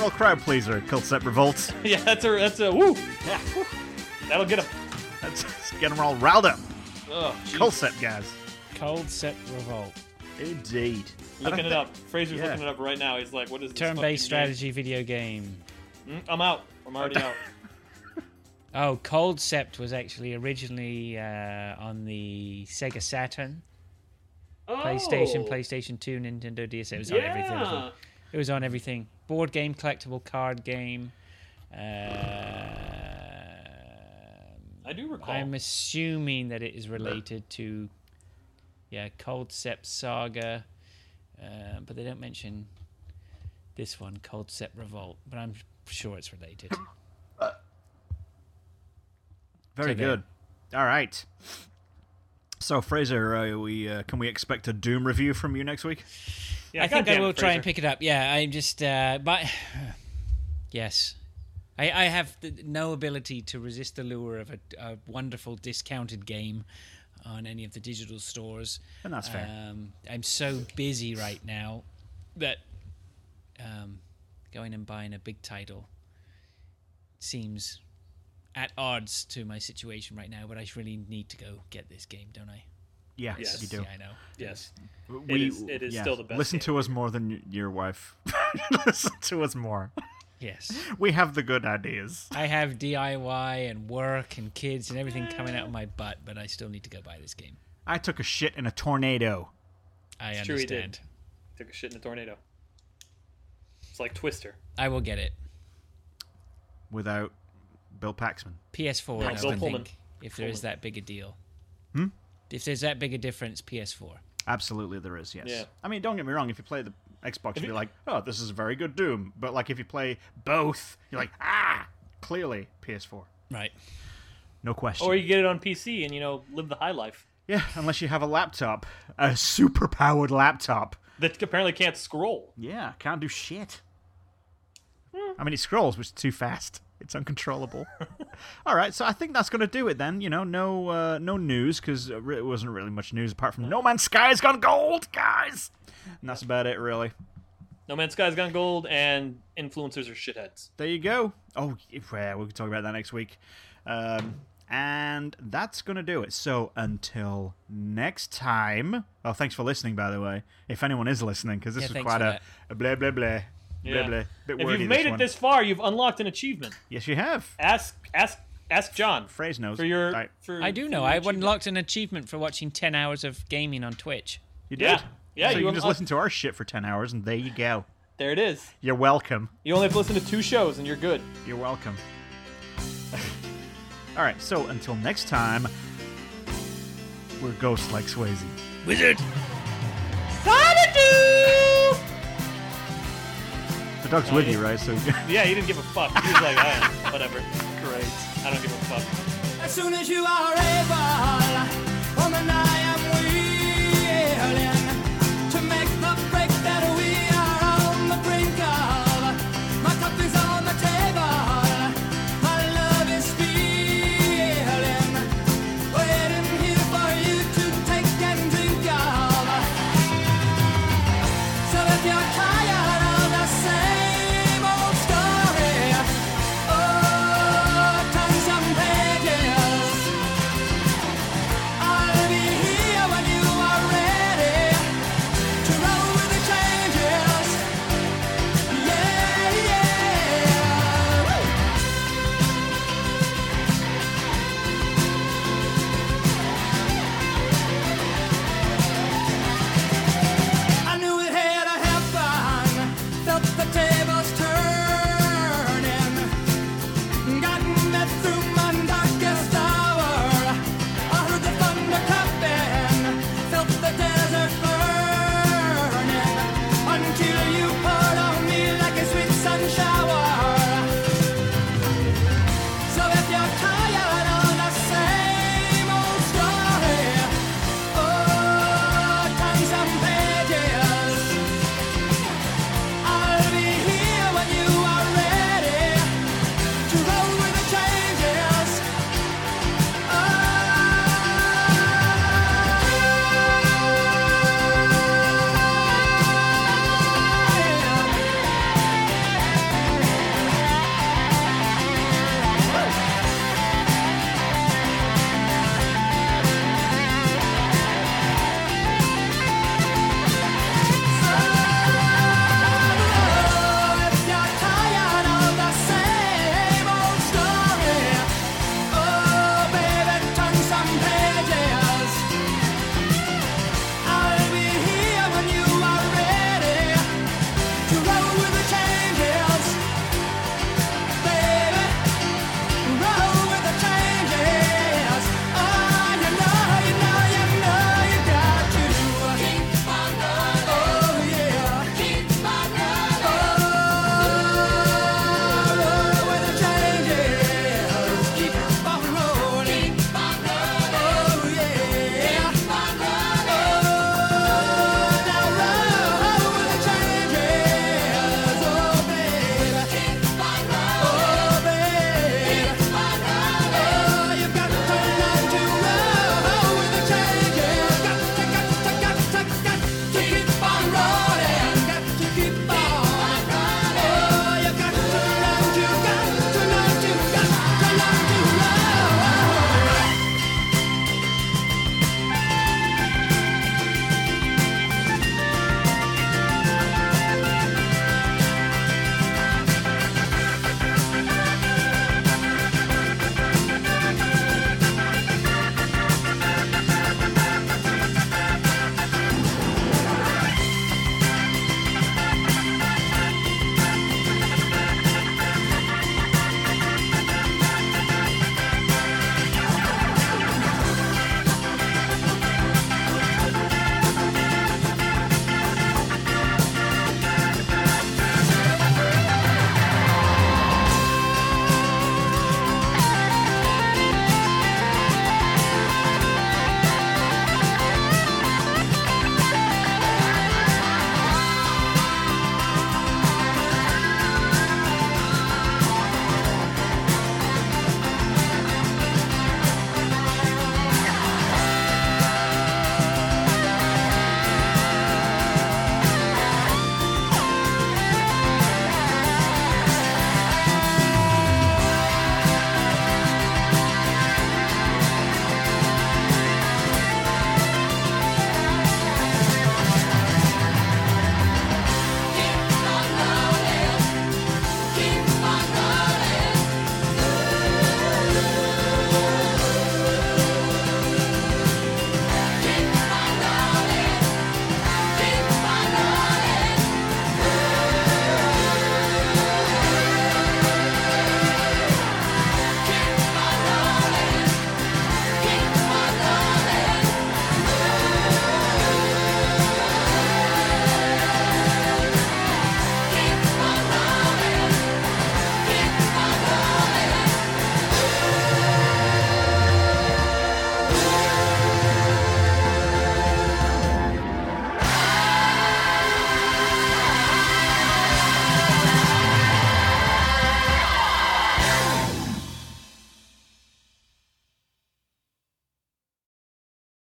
[SPEAKER 1] Real crowd pleaser. Concept Revolt.
[SPEAKER 2] yeah, that's a that's a woo. Yeah, woo. That'll get him.
[SPEAKER 1] Let's get them all riled up.
[SPEAKER 2] Ugh, geez.
[SPEAKER 1] Concept guys.
[SPEAKER 3] Cold set revolt.
[SPEAKER 1] Indeed. I don't
[SPEAKER 2] looking it
[SPEAKER 1] thi-
[SPEAKER 2] up. Fraser's
[SPEAKER 1] Yeah.
[SPEAKER 2] looking it up right now. He's like, what is this fucking
[SPEAKER 3] Turn-based
[SPEAKER 2] game?
[SPEAKER 3] strategy video game.
[SPEAKER 2] Mm, I'm out. I'm already out.
[SPEAKER 3] Oh, Cold Sept was actually originally uh, on the Sega Saturn,
[SPEAKER 2] Oh,
[SPEAKER 3] PlayStation, PlayStation 2, Nintendo DS. It was on everything. wasn't it?
[SPEAKER 2] Yeah.
[SPEAKER 3] It was on everything. Board game, collectible card game. Uh,
[SPEAKER 2] I do recall.
[SPEAKER 3] I'm assuming that it is related to, yeah, Cold Sept Saga, uh, but they don't mention this one, Cold Sept Revolt. But I'm sure it's related.
[SPEAKER 1] Very
[SPEAKER 3] So there.
[SPEAKER 1] good. All right. So Fraser, uh, we uh, can we expect a Doom review from you next week?
[SPEAKER 2] Yeah,
[SPEAKER 3] I think I
[SPEAKER 2] goddamn
[SPEAKER 3] will
[SPEAKER 2] it,
[SPEAKER 3] try and
[SPEAKER 2] Fraser.
[SPEAKER 3] pick it up. Yeah, I'm just, uh, but yes, I, I have th no ability to resist the lure of a, a wonderful discounted game on any of the digital stores.
[SPEAKER 1] And that's fair.
[SPEAKER 3] Um, I'm so busy right now that um, going and buying a big title seems at odds to my situation right now. But I really need to go get this game, don't I?
[SPEAKER 1] Yes,
[SPEAKER 2] Yes.
[SPEAKER 1] you do.
[SPEAKER 3] Yeah, I know.
[SPEAKER 2] Yes.
[SPEAKER 1] We,
[SPEAKER 2] is- it is still the best
[SPEAKER 1] Listen
[SPEAKER 2] game.
[SPEAKER 1] to us more than y- your wife. Listen to us more.
[SPEAKER 3] Yes.
[SPEAKER 1] We have the good ideas.
[SPEAKER 3] I have DIY and work and kids and everything coming out of my butt, but I still need to go buy this game.
[SPEAKER 1] I took a shit in a tornado.
[SPEAKER 3] I
[SPEAKER 2] It's true he did.
[SPEAKER 3] understand.
[SPEAKER 2] Took a shit in a tornado. It's like Twister.
[SPEAKER 3] I will get it.
[SPEAKER 1] without Bill Paxman.
[SPEAKER 3] PS4.
[SPEAKER 2] No,
[SPEAKER 3] though,
[SPEAKER 2] Bill
[SPEAKER 3] I
[SPEAKER 2] Pullman.
[SPEAKER 3] think, if there is
[SPEAKER 2] Pullman.
[SPEAKER 3] that big a deal. If there's that big a difference, PS4.
[SPEAKER 1] Absolutely, there is. Yes.
[SPEAKER 2] Yeah.
[SPEAKER 1] I mean, don't get me wrong. If you play the Xbox, you're like, oh, this is a very good Doom. But like, if you play both, you're like, ah, clearly PS4,
[SPEAKER 3] Right.
[SPEAKER 1] no question.
[SPEAKER 2] Or you get it on PC and you know live the high life
[SPEAKER 1] yeah, unless you have a laptop, a super powered laptop.
[SPEAKER 2] that apparently can't scroll.
[SPEAKER 1] Yeah, can't do shit. Hmm. I mean, it scrolls, which is too fast. It's uncontrollable. All right, so I think that's going to do it then. You know, no uh, no news because it re- wasn't really much news apart from No Man's Sky has gone gold, guys. And that's about it, really.
[SPEAKER 2] No Man's Sky's gone gold, and influencers are shitheads.
[SPEAKER 1] There you go. Oh, yeah, we can talk about that next week. Um, and that's going to do it. So until next time. Oh, thanks for listening, by the way. If anyone is listening, because this
[SPEAKER 3] Yeah,
[SPEAKER 1] was
[SPEAKER 3] thanks
[SPEAKER 1] quite
[SPEAKER 3] for
[SPEAKER 1] a,
[SPEAKER 3] that.
[SPEAKER 1] a blah, blah, blah. Blah,
[SPEAKER 2] Yeah.
[SPEAKER 1] blah. Bit
[SPEAKER 2] If
[SPEAKER 1] wordy,
[SPEAKER 2] you've made
[SPEAKER 1] this
[SPEAKER 2] it
[SPEAKER 1] one.
[SPEAKER 2] this far, you've unlocked an achievement.
[SPEAKER 1] Yes, you have.
[SPEAKER 2] Ask, ask, ask John
[SPEAKER 1] Phrase knows.
[SPEAKER 2] for your.
[SPEAKER 1] Right.
[SPEAKER 2] for-
[SPEAKER 3] I do
[SPEAKER 2] for
[SPEAKER 3] know.
[SPEAKER 2] your
[SPEAKER 3] I
[SPEAKER 2] achievement.
[SPEAKER 3] unlocked an achievement for watching 10 hours of gaming on Twitch.
[SPEAKER 1] You did.
[SPEAKER 2] Yeah. Yeah,
[SPEAKER 1] so
[SPEAKER 2] you
[SPEAKER 1] you, can just
[SPEAKER 2] unlock-
[SPEAKER 1] listen to our shit for 10 hours, and there you go.
[SPEAKER 2] There it is.
[SPEAKER 1] You're welcome.
[SPEAKER 2] You only have to listen to two shows, and you're good.
[SPEAKER 1] You're welcome. All right, so until next time, we're ghosts like Swayze.
[SPEAKER 4] Wizard!
[SPEAKER 1] The dog's with you, right? So
[SPEAKER 2] Yeah, he didn't give a fuck. He was like, "Ah, whatever. Great. I don't give a fuck.
[SPEAKER 5] As soon as you are able, woman, I am willing.